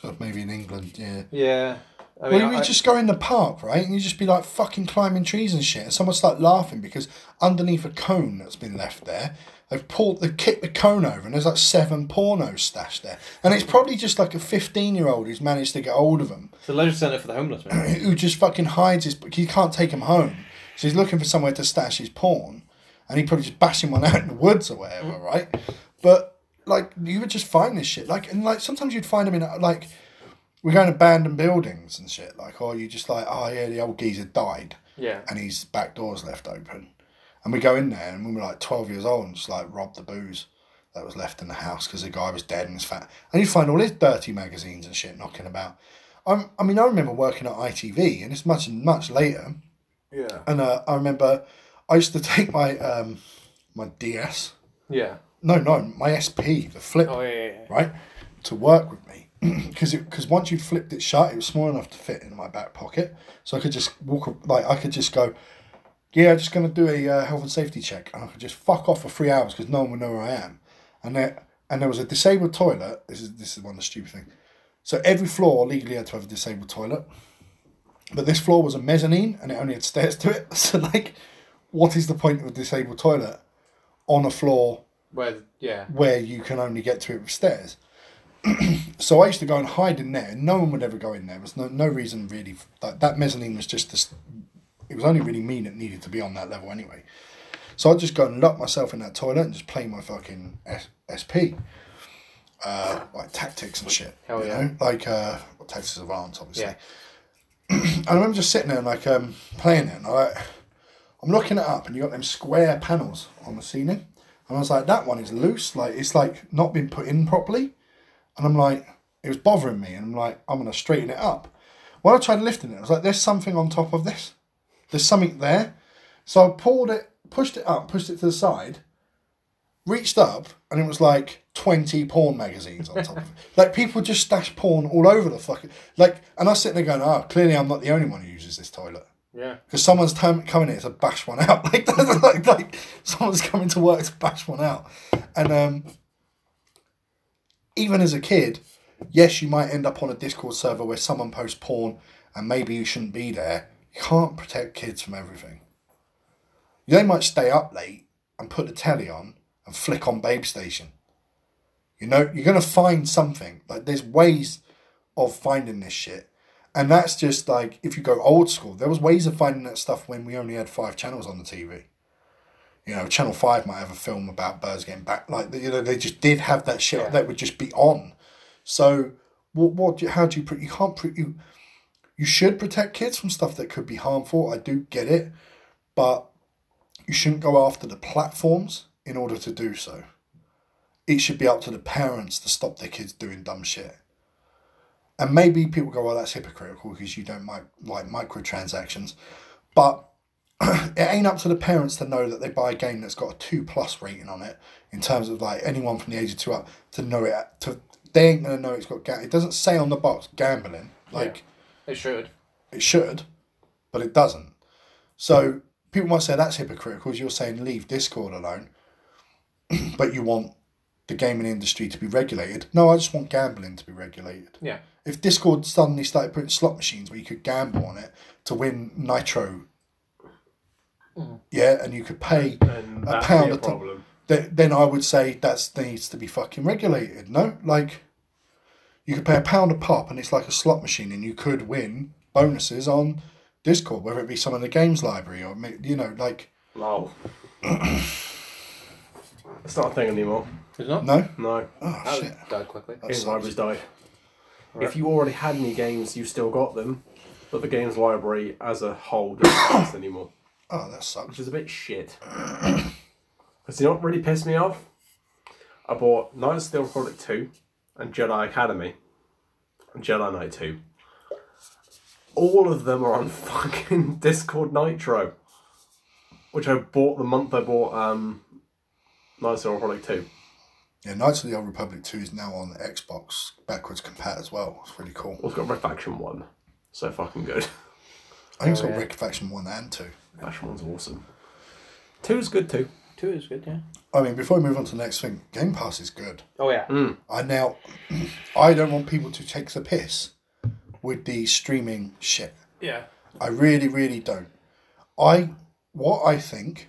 [SPEAKER 1] so maybe in England, yeah.
[SPEAKER 2] Yeah.
[SPEAKER 1] Well,
[SPEAKER 2] I mean,
[SPEAKER 1] you would
[SPEAKER 2] I-
[SPEAKER 1] just go in the park, right? And you just be like fucking climbing trees and shit, and someone start laughing because underneath a cone that's been left there, they've pulled, they've kicked the cone over, and there's like seven pornos stashed there, and it's probably just like a fifteen-year-old who's managed to get hold of them,
[SPEAKER 2] it's a leisure centre for the homeless, man.
[SPEAKER 1] who just fucking hides his. He can't take him home, so he's looking for somewhere to stash his porn, and he probably just bashing one out in the woods or whatever, right? But like, you would just find this shit, like, and like sometimes you'd find them in like, we go in abandoned buildings and shit, like, or you just like, oh yeah, the old geezer died,
[SPEAKER 2] yeah.
[SPEAKER 1] and his back door's left open, and we go in there, and we were like twelve years old, and just like rob the booze. That was left in the house because the guy was dead and was fat, and you find all his dirty magazines and shit knocking about. I'm, I mean, I remember working at ITV, and it's much much later.
[SPEAKER 2] Yeah.
[SPEAKER 1] And uh, I remember I used to take my um, my DS,
[SPEAKER 2] Yeah.
[SPEAKER 1] no, no, my SP, the flip,
[SPEAKER 2] Oh, yeah, yeah, yeah.
[SPEAKER 1] right, to work with me, because because once you flipped it shut, it was small enough to fit in my back pocket, so I could just walk a- like I could just go. Yeah, just gonna do a uh, health and safety check, and I could just fuck off for three hours because no one would know where I am. And there, and there was a disabled toilet. This is this is one of the stupid things. So every floor legally had to have a disabled toilet. But this floor was a mezzanine and it only had stairs to it. So like, what is the point of a disabled toilet on a floor
[SPEAKER 2] Well, yeah.
[SPEAKER 1] where you can only get to it with stairs? so I used to go and hide in there, and no one would ever go in there. There was no no reason really. f- That that mezzanine was just this. It was only really mean it needed to be on that level anyway. So I'd just go and lock myself in that toilet and just play my fucking S- SP. Uh, like tactics and shit.
[SPEAKER 2] Hell
[SPEAKER 1] you
[SPEAKER 2] yeah.
[SPEAKER 1] know? Like uh, well, tactics of arms, obviously.
[SPEAKER 2] Yeah.
[SPEAKER 1] I remember just sitting there and like um, playing it, and I, like, I'm looking it up, and you got them square panels on the ceiling, and I was like, that one is loose, like it's like not been put in properly, and I'm like, it was bothering me, and I'm like, I'm gonna straighten it up. When I tried lifting it, I was like, there's something on top of this, there's something there, so I pulled it, pushed it up, pushed it to the side, reached up, and it was like 20 porn magazines on top of it. Like, people just stash porn all over the fucking. Like, and I was sitting there going, oh, clearly I'm not the only one who uses this toilet.
[SPEAKER 2] Yeah.
[SPEAKER 1] Because someone's time coming here to bash one out. Like, that's like, like, someone's coming to work to bash one out. And um, even as a kid, yes, you might end up on a Discord server where someone posts porn and maybe you shouldn't be there. You can't protect kids from everything. They might stay up late and put the telly on and flick on Babe Station. You know, you're going to find something. Like, there's ways of finding this shit. And that's just like, if you go old school, there was ways of finding that stuff when we only had five channels on the TV. You know, Channel 5 might have a film about birds getting back. Like, you know, they just did have that shit
[SPEAKER 2] Yeah.
[SPEAKER 1] that would just be on. So, what, what, do you, how do you, pr- you can't, pr- you, you should protect kids from stuff that could be harmful. I do get it. But you shouldn't go after the platforms in order to do so. It should be up to the parents to stop their kids doing dumb shit. and maybe people go, "Well, that's hypocritical because you don't like like microtransactions," but it ain't up to the parents to know that they buy a game that's got a two plus rating on it in terms of like anyone from the age of two up to know it. To they ain't gonna know it's got. Ga- it doesn't say on the box gambling like
[SPEAKER 2] They should.
[SPEAKER 1] it should, but it doesn't. So people might say that's hypocritical. As you're saying, leave Discord alone, but you want the gaming industry to be regulated. No, I just want gambling to be regulated.
[SPEAKER 2] Yeah.
[SPEAKER 1] If Discord suddenly started putting slot machines where you could gamble on it to win Nitro,
[SPEAKER 2] Hmm.
[SPEAKER 1] yeah, and you could pay
[SPEAKER 4] And
[SPEAKER 1] a
[SPEAKER 4] that'd
[SPEAKER 1] pound
[SPEAKER 4] be
[SPEAKER 1] a
[SPEAKER 4] a
[SPEAKER 1] ton,
[SPEAKER 4] problem.
[SPEAKER 1] th- then I would say that needs to be fucking regulated. No, like you could pay a pound a pop, and it's like a slot machine, and you could win bonuses on Discord, whether it be some of the games library or ma- you know, like
[SPEAKER 3] Lol. it's not a thing anymore.
[SPEAKER 2] It's not.
[SPEAKER 1] no,
[SPEAKER 3] No.
[SPEAKER 1] oh
[SPEAKER 2] That
[SPEAKER 1] shit,
[SPEAKER 2] died quickly.
[SPEAKER 1] That
[SPEAKER 3] Games
[SPEAKER 1] sucks.
[SPEAKER 3] library's died. If you already had any games, you still got them, but the games library as a whole doesn't exist anymore,
[SPEAKER 1] oh that sucks.
[SPEAKER 3] which is a bit shit. Because you know what really pissed me off? I bought Knights of the Old Republic 2 and Jedi Academy and Jedi Knight 2. All of them are on fucking Discord Nitro, which I bought the month I bought um, Knights of the Old Republic 2.
[SPEAKER 1] Yeah, Knights of the Old Republic Two is now on Xbox backwards compat as well. It's really cool.
[SPEAKER 3] Well, it's got Red Faction 1, so fucking good.
[SPEAKER 1] I think it's
[SPEAKER 2] Oh,
[SPEAKER 1] got
[SPEAKER 2] yeah.
[SPEAKER 1] Rick Faction One and Two.
[SPEAKER 3] Fashion one's awesome. Two's good too.
[SPEAKER 2] Two is good. Yeah.
[SPEAKER 1] I mean, before we move on to the next thing, Game Pass is good.
[SPEAKER 2] Oh yeah.
[SPEAKER 1] I now, I don't want people to take the piss with the streaming shit.
[SPEAKER 2] Yeah.
[SPEAKER 1] I really, really don't. I what I think.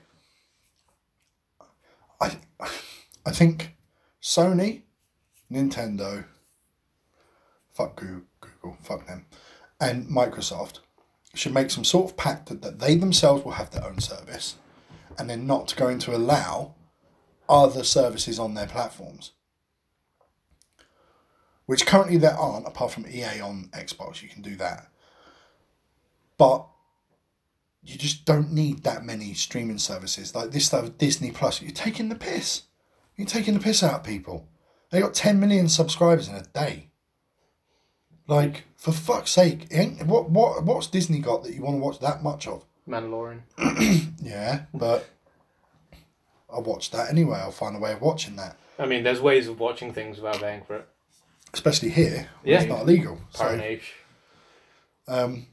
[SPEAKER 1] I, I think, Sony, Nintendo. Fuck Google, Google, fuck them, and Microsoft should make some sort of pact that, that they themselves will have their own service, and they're not going to allow other services on their platforms. Which currently there aren't, apart from EA on Xbox, you can do that but you just don't need that many streaming services like this stuff disney plus you're taking the piss you're taking the piss out of people they got 10 million subscribers in a day like for fuck's sake it ain't, what what what's disney got that you want to watch that much of
[SPEAKER 2] Mandalorian.
[SPEAKER 1] yeah but i'll watch that anyway i'll find a way of watching that
[SPEAKER 2] I mean, there's ways of watching things without paying for it.
[SPEAKER 1] especially here where
[SPEAKER 2] Yeah.
[SPEAKER 1] it's not illegal
[SPEAKER 2] Parent
[SPEAKER 1] so
[SPEAKER 2] H.
[SPEAKER 1] Um,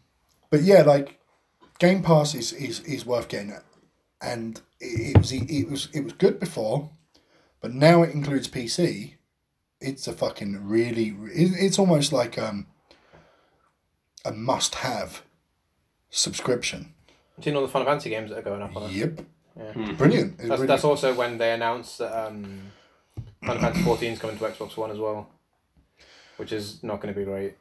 [SPEAKER 1] But yeah, like Game Pass is is, is worth getting, at. and it, it was it was it was good before, but now it includes PC. It's a fucking really. It, it's almost like um a must-have subscription.
[SPEAKER 2] Do you know the Final Fantasy games that are going up on it?
[SPEAKER 1] Yep.
[SPEAKER 2] Yeah.
[SPEAKER 1] Brilliant. It's
[SPEAKER 2] Mm-hmm. That's,
[SPEAKER 1] really-
[SPEAKER 2] that's also when they announced that um, Final Fantasy 14 is coming to Xbox One as well, which is not going to be great.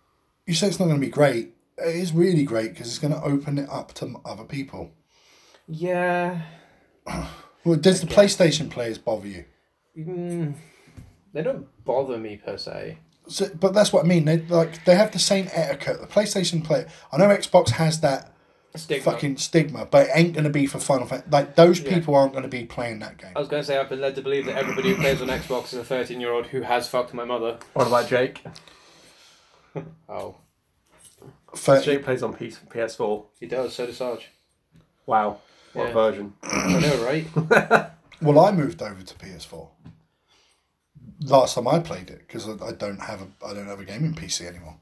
[SPEAKER 1] you say it's not going to be great. It is really great because it's going to open it up to m- other people.
[SPEAKER 2] Yeah.
[SPEAKER 1] Well, does the PlayStation players bother you?
[SPEAKER 2] Mm, they don't bother me per se.
[SPEAKER 1] So, but that's what I mean. They like they have the same etiquette. The PlayStation player. I know Xbox has that
[SPEAKER 2] Stigma.
[SPEAKER 1] fucking stigma, but it ain't gonna be for Final Fantasy. Like those
[SPEAKER 2] Yeah. Uh,
[SPEAKER 1] people aren't gonna be playing that game.
[SPEAKER 2] I was going to say, I've been led to believe that everybody who plays on Xbox is a 13 year old who has fucked my mother.
[SPEAKER 3] What about Jake?
[SPEAKER 1] Uh,
[SPEAKER 2] Oh,
[SPEAKER 1] For,
[SPEAKER 3] Jake plays on PS- PS4.
[SPEAKER 2] he does, so does Sarge.
[SPEAKER 3] Wow. What
[SPEAKER 2] Yeah.
[SPEAKER 3] version?
[SPEAKER 2] I know, right?
[SPEAKER 1] well, I moved over to PS4 last time I played it because I, I don't have a I don't have a gaming PC anymore.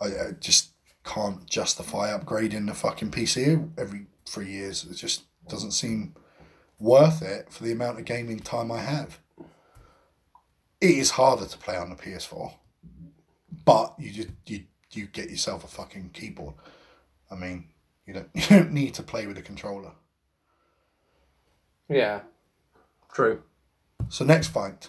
[SPEAKER 1] I, I just can't justify upgrading the fucking PC every three years. It just doesn't seem worth it for the amount of gaming time I have. It is harder to play on the PS4, but you just you you get yourself a fucking keyboard. I mean, you don't you don't need to play with a controller.
[SPEAKER 2] Yeah.
[SPEAKER 3] True.
[SPEAKER 1] So next fight.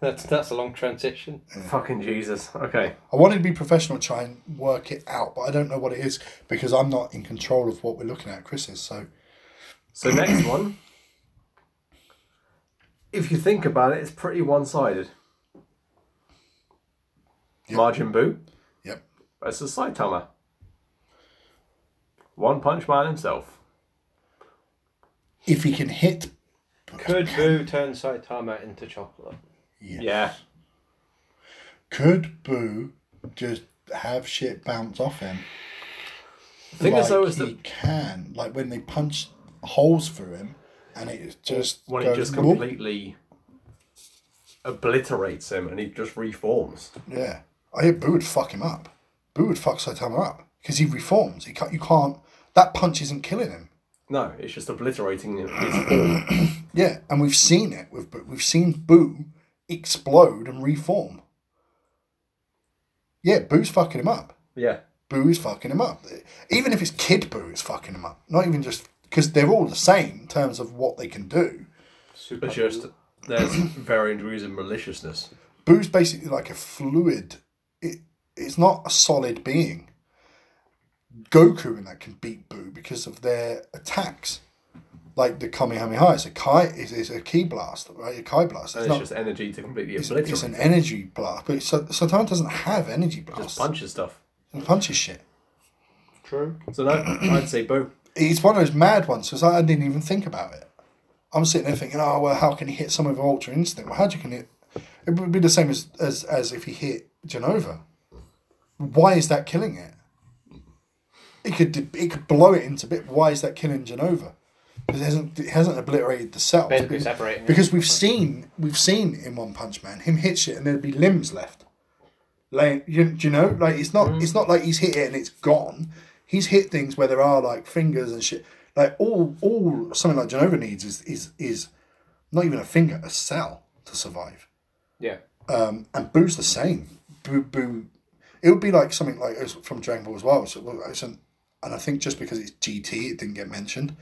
[SPEAKER 2] That's, that's a long transition.
[SPEAKER 3] Fucking Jesus. Okay.
[SPEAKER 1] I wanted to be professional, try and work it out, but I don't know what it is because I'm not in control of what we're looking at. Chris is so
[SPEAKER 3] So next one. If you think about it, it's pretty one-sided. Margin Boo
[SPEAKER 1] yep.
[SPEAKER 3] versus Saitama. One Punch Man himself.
[SPEAKER 1] If he can hit,
[SPEAKER 2] Could Boo turn Saitama into chocolate?
[SPEAKER 3] Yeah.
[SPEAKER 1] could Boo just have shit bounce off him.
[SPEAKER 3] The thing is, though, is
[SPEAKER 1] he
[SPEAKER 3] that
[SPEAKER 1] can like when they punch holes through him, and it just
[SPEAKER 3] when it
[SPEAKER 1] goes
[SPEAKER 3] just
[SPEAKER 1] whoop.
[SPEAKER 3] completely obliterates him and he just reforms.
[SPEAKER 1] Yeah, I hear Boo would fuck him up. Boo would fuck Saitama up because he reforms. He can't, you can't. That punch isn't killing him.
[SPEAKER 3] No, it's just obliterating him. It's-
[SPEAKER 1] Yeah, and we've seen it. We've we've seen Boo explode and reform. Yeah, Boo's fucking him up.
[SPEAKER 3] yeah.
[SPEAKER 1] Boo is fucking him up. Even if it's Kid Boo, it's fucking him up. Not even just because they're all the same in terms of what they can do.
[SPEAKER 2] Super
[SPEAKER 3] But just there's varying degrees of maliciousness.
[SPEAKER 1] Boo's basically like a fluid. It, it's not a solid being. Goku and that can beat Boo because of their attacks, like the Kamehameha. It's a Kai. It's, it's a Ki blast, right? A Kai blast.
[SPEAKER 3] And
[SPEAKER 1] It's,
[SPEAKER 3] it's,
[SPEAKER 1] not.
[SPEAKER 3] just energy to completely
[SPEAKER 1] It's,
[SPEAKER 3] obliterate.
[SPEAKER 1] it's an energy blast, but Sa- Saitama doesn't have energy blasts.
[SPEAKER 3] just punches stuff.
[SPEAKER 1] He punches shit.
[SPEAKER 2] True.
[SPEAKER 3] So no, I'd say Boo.
[SPEAKER 1] it's one of those mad ones because I didn't even think about it. I'm sitting there thinking, oh well, how can he hit someone with Ultra Instinct? Well, how do you can hit? It would be the same as as, as if he hit Genova. Why is that killing it? It could d- it could blow it into bit. Why is that killing Genova? Because it hasn't it hasn't obliterated the cell.
[SPEAKER 2] Basically separating. it.
[SPEAKER 1] Because we've seen we've seen in One Punch Man him hit shit and there'd be limbs left. Like you, do you know, like it's not it's not like he's hit it and it's gone. He's hit things where there are like fingers and shit. Like all all something like Genova needs is is is not even a finger, a cell to survive.
[SPEAKER 2] yeah,
[SPEAKER 1] Um, and Boo's the same. Boo, Boo. It would be like something like it's from Dragon Ball as well. So well, it's an, and I think just because it's GT, it didn't get mentioned.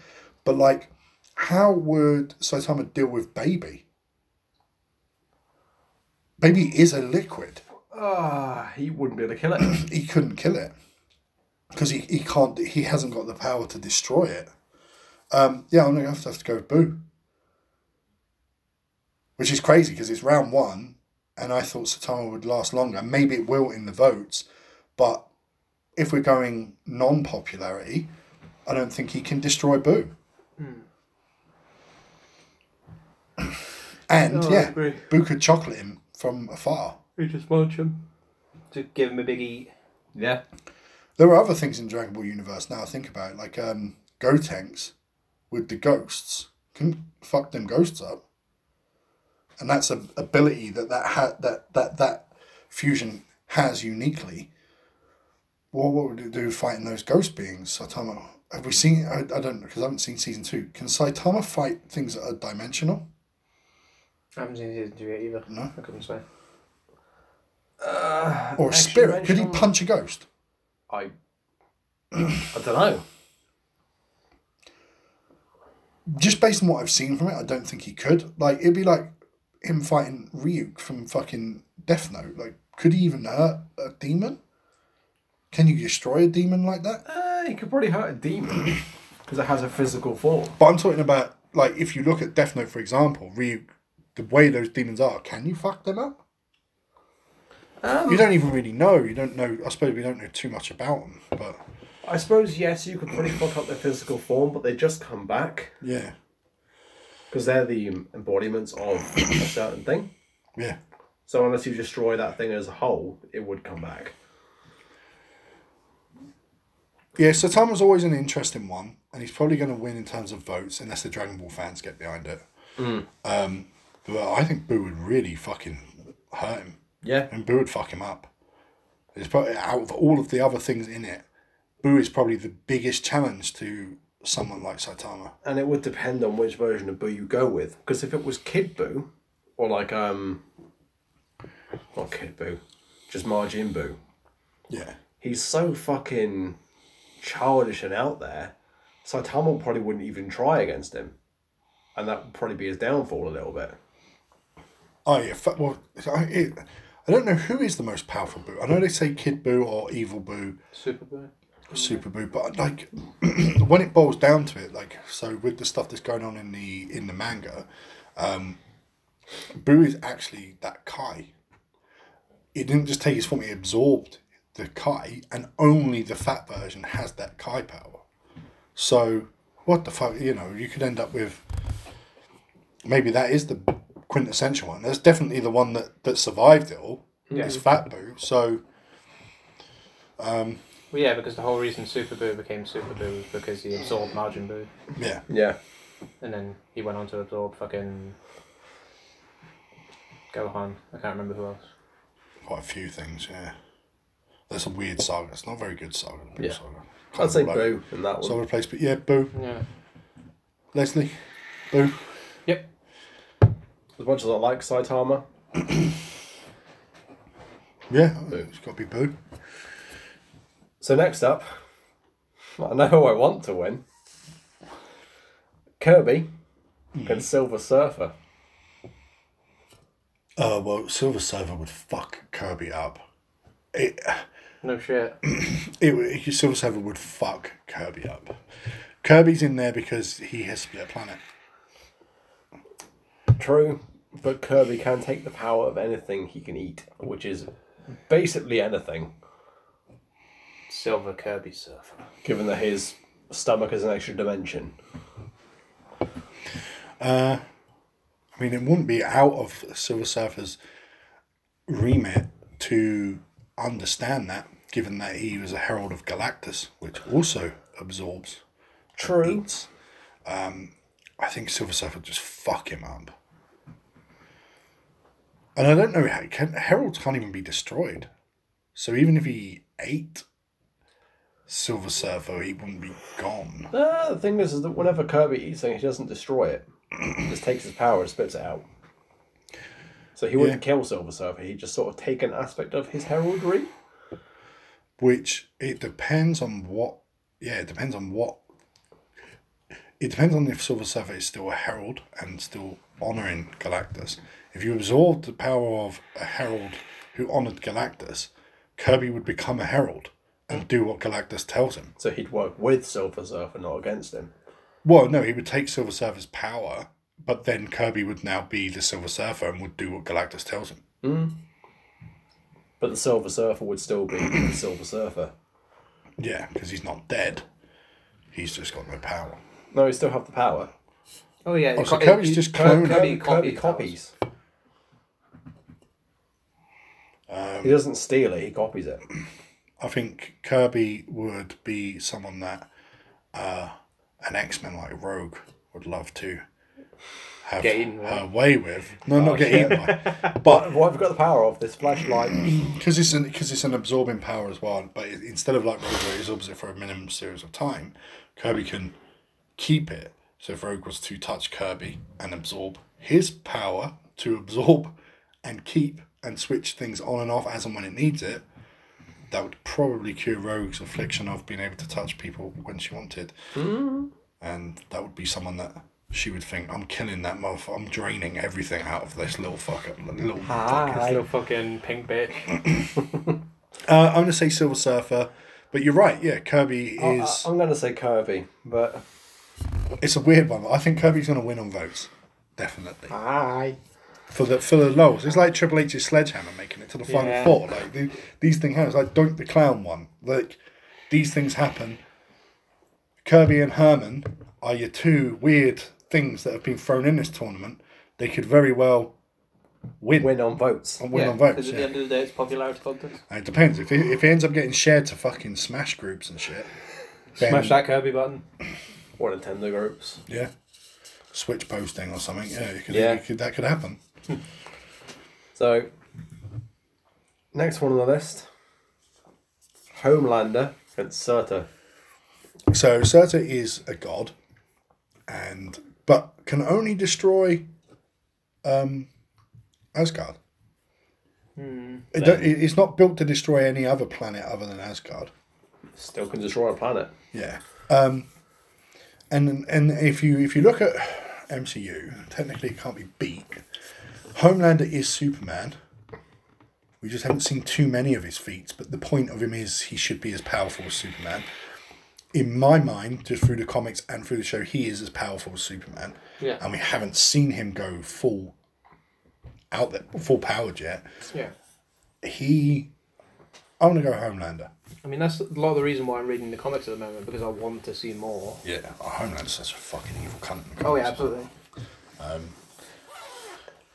[SPEAKER 1] But like, how would Saitama deal with Baby? Baby is a liquid.
[SPEAKER 3] Ah, he wouldn't be able to kill it.
[SPEAKER 1] He couldn't kill it because he, he can't. He hasn't got the power to destroy it. Um, yeah, I'm gonna have to have to go with Boo, which is crazy because it's round one, and I thought Satama would last longer. Maybe it will in the votes, but if we're going non-popularity, I don't think he can destroy Boo.
[SPEAKER 2] Hmm.
[SPEAKER 1] And
[SPEAKER 2] No, Oh, I
[SPEAKER 1] yeah,
[SPEAKER 2] agree.
[SPEAKER 1] Boo could chocolate him from afar.
[SPEAKER 2] we just punch him to give him a big eat.
[SPEAKER 3] yeah.
[SPEAKER 1] There are other things in Dragon Ball universe now. I think about it, like um, Gotenks with the ghosts can fuck them ghosts up, and that's a ability that that ha- that that that fusion has uniquely. Well, what would it do fighting those ghost beings, Saitama? Have we seen? I, I don't because I haven't seen season two. Can Saitama fight things that are dimensional?
[SPEAKER 2] I haven't seen season two yet either.
[SPEAKER 1] No.
[SPEAKER 2] I couldn't say.
[SPEAKER 1] Or a
[SPEAKER 3] Extra
[SPEAKER 1] spirit? Could he
[SPEAKER 3] dimensional?
[SPEAKER 1] punch a ghost?
[SPEAKER 3] I. I don't know.
[SPEAKER 1] just based on what I've seen from it, I don't think he could. Like it'd be like him fighting Ryuk from fucking Death Note. Like, could he even hurt a demon? Can you destroy a demon like that?
[SPEAKER 3] Uh, he could probably hurt a demon because it has a physical form.
[SPEAKER 1] But I'm talking about like if you look at Death Note for example, Ryuk, the way those demons are, can you fuck them up? you don't even really know. You don't know. I suppose we don't know too much about them, but
[SPEAKER 3] I suppose yes, you could probably fuck up their physical form, but they just come back
[SPEAKER 1] yeah,
[SPEAKER 3] because they're the embodiments of a certain thing.
[SPEAKER 1] yeah.
[SPEAKER 3] So unless you destroy that thing as a whole, it would come back.
[SPEAKER 1] Yeah, so Tom was always an interesting one, and he's probably going to win in terms of votes unless the Dragon Ball fans get behind it. Um, but I think Boo would really fucking hurt him,
[SPEAKER 3] Yeah.
[SPEAKER 1] and Boo would fuck him up. It's probably out of all of the other things in it, Boo is probably the biggest challenge to someone like Saitama.
[SPEAKER 3] And it would depend on which version of Boo you go with. Because if it was Kid Boo, or like um, not Kid Boo, just Margin Boo,
[SPEAKER 1] Yeah,
[SPEAKER 3] he's so fucking childish and out there. Saitama probably wouldn't even try against him, and that would probably be his downfall a little bit.
[SPEAKER 1] Oh yeah, fu- well, I, it, I don't know who is the most powerful Boo. I know they say Kid Boo or Evil Boo
[SPEAKER 2] Super Boo.
[SPEAKER 1] or Super Boo, but like when it boils down to it, like so with the stuff that's going on in the in the manga, um, Boo is actually that Kai. It didn't just take his form; it absorbed the Kai, and only the fat version has that Kai power. So what the fuck, you know, you could end up with maybe that is the quintessential one. That's definitely the one that that survived it all. It's Fat Boo. So Um,
[SPEAKER 2] Well, yeah, because the whole reason Super Boo became Super Boo was because he absorbed Majin Boo,
[SPEAKER 1] yeah,
[SPEAKER 3] Yeah.
[SPEAKER 2] and then he went on to absorb fucking Gohan. I can't remember who else.
[SPEAKER 1] quite a few things. Yeah, there's some weird saga. It's not a very good saga. the Boo
[SPEAKER 3] Yeah.
[SPEAKER 1] saga.
[SPEAKER 3] I'd say
[SPEAKER 1] Kind of like-
[SPEAKER 3] Boo in that
[SPEAKER 1] So
[SPEAKER 3] one.
[SPEAKER 1] I've replaced, but yeah, Boo,
[SPEAKER 2] Yeah.
[SPEAKER 1] Leslie, Boo.
[SPEAKER 2] Yep.
[SPEAKER 3] As much as I like Saitama,
[SPEAKER 1] Yeah, it's got to be Boo.
[SPEAKER 3] So next up, I know who I want to win. Kirby and Silver Surfer.
[SPEAKER 1] Uh, well, Silver Surfer would fuck Kirby up. It,
[SPEAKER 2] No shit.
[SPEAKER 1] it, would- Silver Surfer would fuck Kirby up. Kirby's in there because he has split a planet.
[SPEAKER 3] True, but Kirby can take the power of anything he can eat, which is basically anything,
[SPEAKER 2] Silver Kirby Surfer.
[SPEAKER 3] given that his stomach is an extra dimension.
[SPEAKER 1] I mean, it wouldn't be out of Silver Surfer's remit to understand that, given that he was a herald of Galactus, which also absorbs.
[SPEAKER 3] True.
[SPEAKER 1] I think Silver Surfer would just fuck him up. And I don't know, how- can, heralds can't even be destroyed. So even if he ate Silver Surfer, he wouldn't be gone.
[SPEAKER 3] Uh, the thing is, is that whenever Kirby eats something, he doesn't destroy it. He just takes his power and spits it out. So he wouldn't kill Silver Surfer, he'd just sort of take an aspect of his heraldry.
[SPEAKER 1] which it depends on what yeah it depends on what it depends on if silver surfer is still a herald and still honoring galactus if you absorbed the power of a herald who honored galactus kirby would become a herald and do what galactus tells him
[SPEAKER 3] So he'd work with Silver Surfer, not against him.
[SPEAKER 1] well no he would take silver surfer's power but then kirby would now be the silver surfer and would do what galactus tells him
[SPEAKER 3] But the Silver Surfer would still be the Silver Surfer.
[SPEAKER 1] yeah because he's not dead he's just got no power
[SPEAKER 3] No, he still have the power.
[SPEAKER 2] Oh yeah. it
[SPEAKER 1] so
[SPEAKER 2] co-
[SPEAKER 1] Kirby's
[SPEAKER 2] it-
[SPEAKER 1] just
[SPEAKER 2] Kir-
[SPEAKER 1] cloned.
[SPEAKER 2] Kirby,
[SPEAKER 3] Kirby
[SPEAKER 2] copies.
[SPEAKER 3] copies. he doesn't steal it; he copies it.
[SPEAKER 1] I think Kirby would be someone that uh, an X Men like Rogue would love to have
[SPEAKER 2] Get eaten with. Oh,
[SPEAKER 1] her way with. No, not get
[SPEAKER 3] shit.
[SPEAKER 1] eaten by, but
[SPEAKER 3] Well, I've got the power of this flashlight.
[SPEAKER 1] because it's an because it's an absorbing power as well. But it, instead of like Rogue, where it absorbs it for a minimum series of time, Kirby can keep it. So if Rogue was to touch Kirby and absorb his power to absorb and keep and switch things on and off as and when it needs it, that would probably cure Rogue's affliction of being able to touch people when she wanted. And that would be someone that she would think, I'm killing that motherfucker, I'm draining everything out of this little fucker, little
[SPEAKER 2] This little fucking pink bitch.
[SPEAKER 1] uh, I'm gonna say Silver Surfer, but you're right. Yeah,
[SPEAKER 2] Uh,
[SPEAKER 1] Kirby is.
[SPEAKER 3] Uh, I'm going to say Kirby, but
[SPEAKER 1] it's a weird one. but I think Kirby's gonna win on votes, definitely.
[SPEAKER 3] I
[SPEAKER 1] For the for the lulls, it's like Triple H's sledgehammer making it to the final
[SPEAKER 2] Yeah.
[SPEAKER 1] four. Like the, these things happen. It's like Doink the Clown one. Like these things happen. Kirby and Herman are your two weird things that have been thrown in this tournament. They could very well win
[SPEAKER 3] win on votes.
[SPEAKER 1] and win
[SPEAKER 2] yeah,
[SPEAKER 1] on votes.
[SPEAKER 2] Because at
[SPEAKER 1] yeah.
[SPEAKER 2] the end of the day, it's popularity contest.
[SPEAKER 1] And it depends if it, if it ends up getting shared to fucking smash groups and shit. then-
[SPEAKER 2] Smash that Kirby button.
[SPEAKER 3] Or Nintendo groups.
[SPEAKER 1] Yeah. Switch posting or something. Yeah, it could,
[SPEAKER 3] Yeah.
[SPEAKER 1] it could- that could happen.
[SPEAKER 3] So, next one on the list, Homelander and Surta.
[SPEAKER 1] So Serta is a god, and but can only destroy um, Asgard. It don't, it- it's not built to destroy any other planet other than Asgard.
[SPEAKER 3] Still can destroy a planet.
[SPEAKER 1] Yeah. Um, and and if you if you look at MCU, technically it can't be beat. Homelander is Superman. We just haven't seen too many of his feats, but the point of him is he should be as powerful as Superman. In my mind, just through the comics and through the show, he is as powerful as Superman.
[SPEAKER 2] Yeah.
[SPEAKER 1] And we haven't seen him go full out there, full powered yet.
[SPEAKER 2] Yeah.
[SPEAKER 1] He, I want to go Homelander.
[SPEAKER 2] I mean, that's a lot of the reason why I'm reading the comics at the moment because I want to see more.
[SPEAKER 1] Yeah. Oh, Homelander's such a fucking evil cunt. in the
[SPEAKER 2] Oh yeah,
[SPEAKER 1] comics.
[SPEAKER 2] absolutely.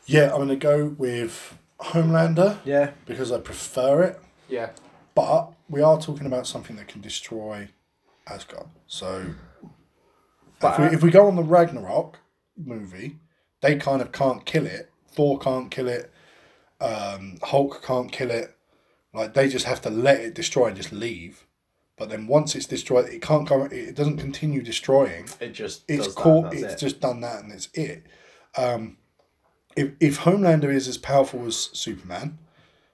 [SPEAKER 1] Yeah, I'm going to go with Homelander
[SPEAKER 3] Yeah.
[SPEAKER 1] because I prefer it.
[SPEAKER 2] Yeah.
[SPEAKER 1] But we are talking about something that can destroy Asgard. So if, we, if we go on the Ragnarok movie, they kind of can't kill it. Thor can't kill it. Um, Hulk can't kill it. Like they just have to let it destroy and just leave. But then once it's destroyed, it can't go. It doesn't continue destroying
[SPEAKER 3] It just
[SPEAKER 1] it's
[SPEAKER 3] does
[SPEAKER 1] caught.
[SPEAKER 3] That, and
[SPEAKER 1] it's
[SPEAKER 3] that's it.
[SPEAKER 1] just done that, and it's it. Um, if if Homelander is as powerful as Superman,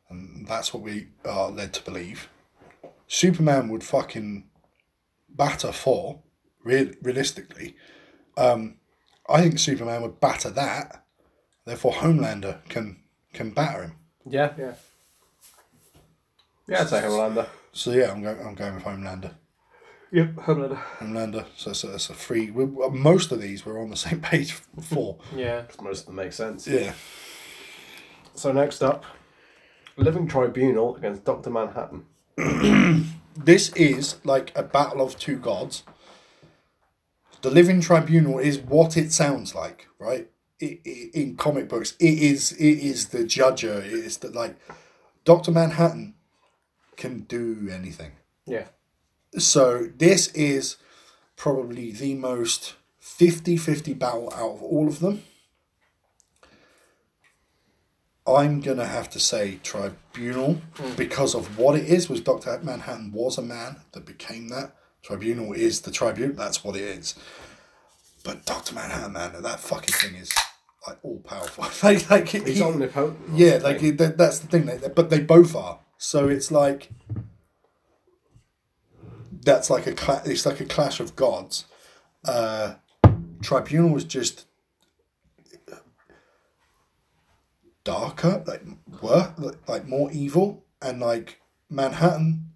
[SPEAKER 1] and that's what we are led to believe, Superman would fucking batter Thor. Real, realistically, um, I think Superman would batter that. Therefore, Homelander can can batter him.
[SPEAKER 3] yeah
[SPEAKER 2] Yeah.
[SPEAKER 3] yeah. I'd say Homelander.
[SPEAKER 1] So yeah, I'm going. I'm going with Homelander.
[SPEAKER 2] Yep, Homelander.
[SPEAKER 1] Homelander. So it's a, it's a free. we most of these we're on the same page for.
[SPEAKER 2] Yeah.
[SPEAKER 3] Most of them make sense.
[SPEAKER 1] yeah.
[SPEAKER 3] So next up, Living Tribunal against Doctor Manhattan.
[SPEAKER 1] this is like a battle of two gods. The Living Tribunal is what it sounds like, right? It, it, in comic books, it is it is the judger. It is the like Doctor Manhattan can do anything.
[SPEAKER 2] Yeah.
[SPEAKER 1] So this is probably the most 50-50 battle out of all of them. I'm gonna have to say tribunal because of what it is was Dr. Manhattan was a man that became that. Tribunal is the tribune, that's what it is. But Dr. Manhattan, man, that fucking thing is like all powerful. like, like he-
[SPEAKER 3] He's
[SPEAKER 1] he-
[SPEAKER 3] omnipotent.
[SPEAKER 1] yeah, like it- that, that's the thing. They, they- but they both are. So it's like that's like a cla- it's like a clash of gods. Uh, Tribunal was just uh, darker, like work, like more evil, and like Manhattan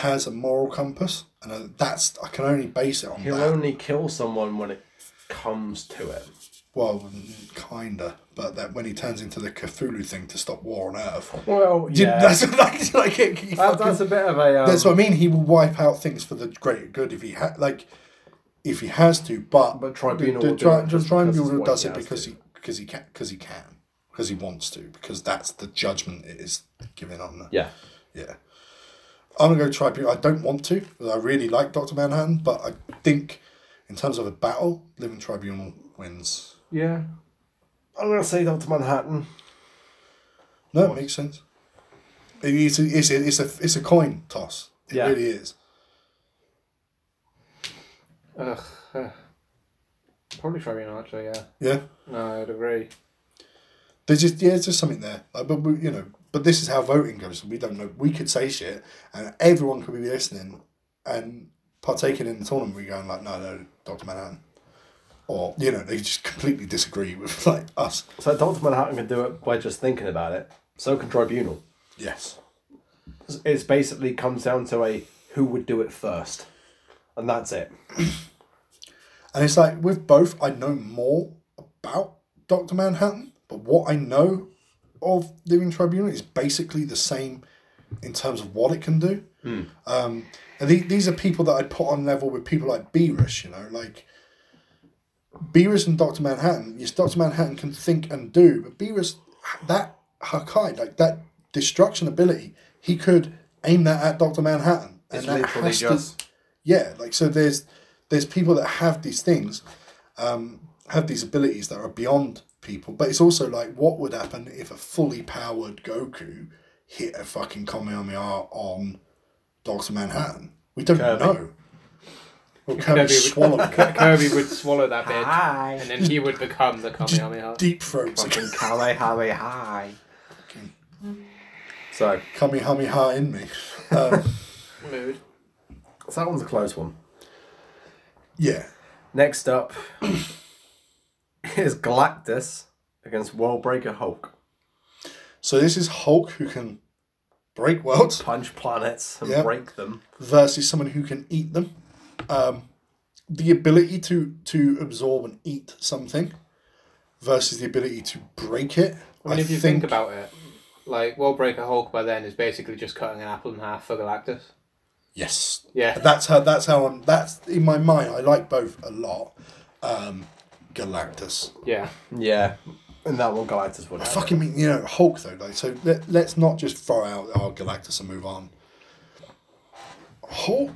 [SPEAKER 1] has a moral compass, and uh, that's I can only base it on
[SPEAKER 3] He'll
[SPEAKER 1] that.
[SPEAKER 3] only kill someone when it comes to it.
[SPEAKER 1] well, kinda, but that when he turns into the Cthulhu thing to stop war on Earth.
[SPEAKER 3] Well,
[SPEAKER 1] Did- That's like, like it, he
[SPEAKER 3] That-
[SPEAKER 1] fucking-
[SPEAKER 3] that's a bit of a. Um,
[SPEAKER 1] that's what I mean. He will wipe out things for the greater good if he ha- like if he has to. But
[SPEAKER 3] But Tribunal
[SPEAKER 1] the,
[SPEAKER 3] will
[SPEAKER 1] the,
[SPEAKER 3] do
[SPEAKER 1] tri-
[SPEAKER 3] it
[SPEAKER 1] the
[SPEAKER 3] just because it's
[SPEAKER 1] tribunal
[SPEAKER 3] what
[SPEAKER 1] does
[SPEAKER 3] he
[SPEAKER 1] it
[SPEAKER 3] has
[SPEAKER 1] because
[SPEAKER 3] to.
[SPEAKER 1] he because he can because he can because he wants to because that's the judgment it is given on. The,
[SPEAKER 3] yeah.
[SPEAKER 1] yeah. I'm gonna go tribunal. I don't want to. 'cause I really like Doctor Manhattan, but I think in terms of a battle, Living Tribunal wins.
[SPEAKER 2] Yeah.
[SPEAKER 3] I'm gonna say Doctor Manhattan.
[SPEAKER 1] No, it makes sense. It is. It's a, it's a. It's a coin toss. It
[SPEAKER 3] Yeah.
[SPEAKER 1] really is.
[SPEAKER 2] Ugh. uh, Probably Tribunal, actually, yeah.
[SPEAKER 1] Yeah.
[SPEAKER 2] No, I'd agree.
[SPEAKER 1] There's just yeah, there's just something there. Like, but we, you know, but this is how voting goes. We don't know. We could say shit, and everyone could be listening and partaking in the tournament. We going like, no, no, Doctor Manhattan, or you know, they just completely disagree with like us.
[SPEAKER 3] So Doctor Manhattan can do it by just thinking about it. So can Tribunal.
[SPEAKER 1] Yes.
[SPEAKER 3] It's basically comes down to a who would do it first, and that's it.
[SPEAKER 1] And it's like with both, I know more about Doctor Manhattan, but what I know of Living Tribunal is basically the same in terms of what it can do.
[SPEAKER 3] Hmm.
[SPEAKER 1] Um, and the, these are people that I put on level with people like Beerus, you know, like Beerus and Doctor Manhattan. Yes, Doctor Manhattan can think and do, but Beerus that Hakai, like that destruction ability, he could aim that at Doctor Manhattan, and
[SPEAKER 3] It's
[SPEAKER 1] that
[SPEAKER 3] literally
[SPEAKER 1] has to-
[SPEAKER 3] just
[SPEAKER 1] yeah like so there's there's people that have these things um have these abilities that are beyond people but it's also like what would happen if a fully powered goku hit a fucking kamehameha on dr manhattan we don't
[SPEAKER 3] Kirby.
[SPEAKER 1] know well, Kirby
[SPEAKER 2] Kirby would-
[SPEAKER 1] swallowed it.
[SPEAKER 2] Kirby would swallow that bit,
[SPEAKER 4] Hi.
[SPEAKER 2] and then he would become the Kamehameha.
[SPEAKER 1] Deep throats.
[SPEAKER 4] Fucking Calais Highway High.
[SPEAKER 3] so.
[SPEAKER 1] Kamehameha in me. Um,
[SPEAKER 2] Mood.
[SPEAKER 3] So that one's a close one.
[SPEAKER 1] yeah.
[SPEAKER 3] Next up is Galactus against Worldbreaker Hulk.
[SPEAKER 1] So this is Hulk who can break worlds.
[SPEAKER 3] Punch planets and
[SPEAKER 1] Yep.
[SPEAKER 3] break them.
[SPEAKER 1] versus someone who can eat them. Um, the ability to to absorb and eat something versus the ability to break it.
[SPEAKER 2] I mean, if you think, about it, like, World Breaker Hulk by then is basically just cutting an apple in half for Galactus.
[SPEAKER 1] yes,
[SPEAKER 2] Yeah.
[SPEAKER 1] that's how that's how I'm. That's in my mind. I like both a lot. Um, Galactus.
[SPEAKER 2] Yeah.
[SPEAKER 3] Yeah. And that one Galactus would have.
[SPEAKER 1] Fucking mean, you know, Hulk though. Like, so let, let's not just throw out our Galactus and move on. Hulk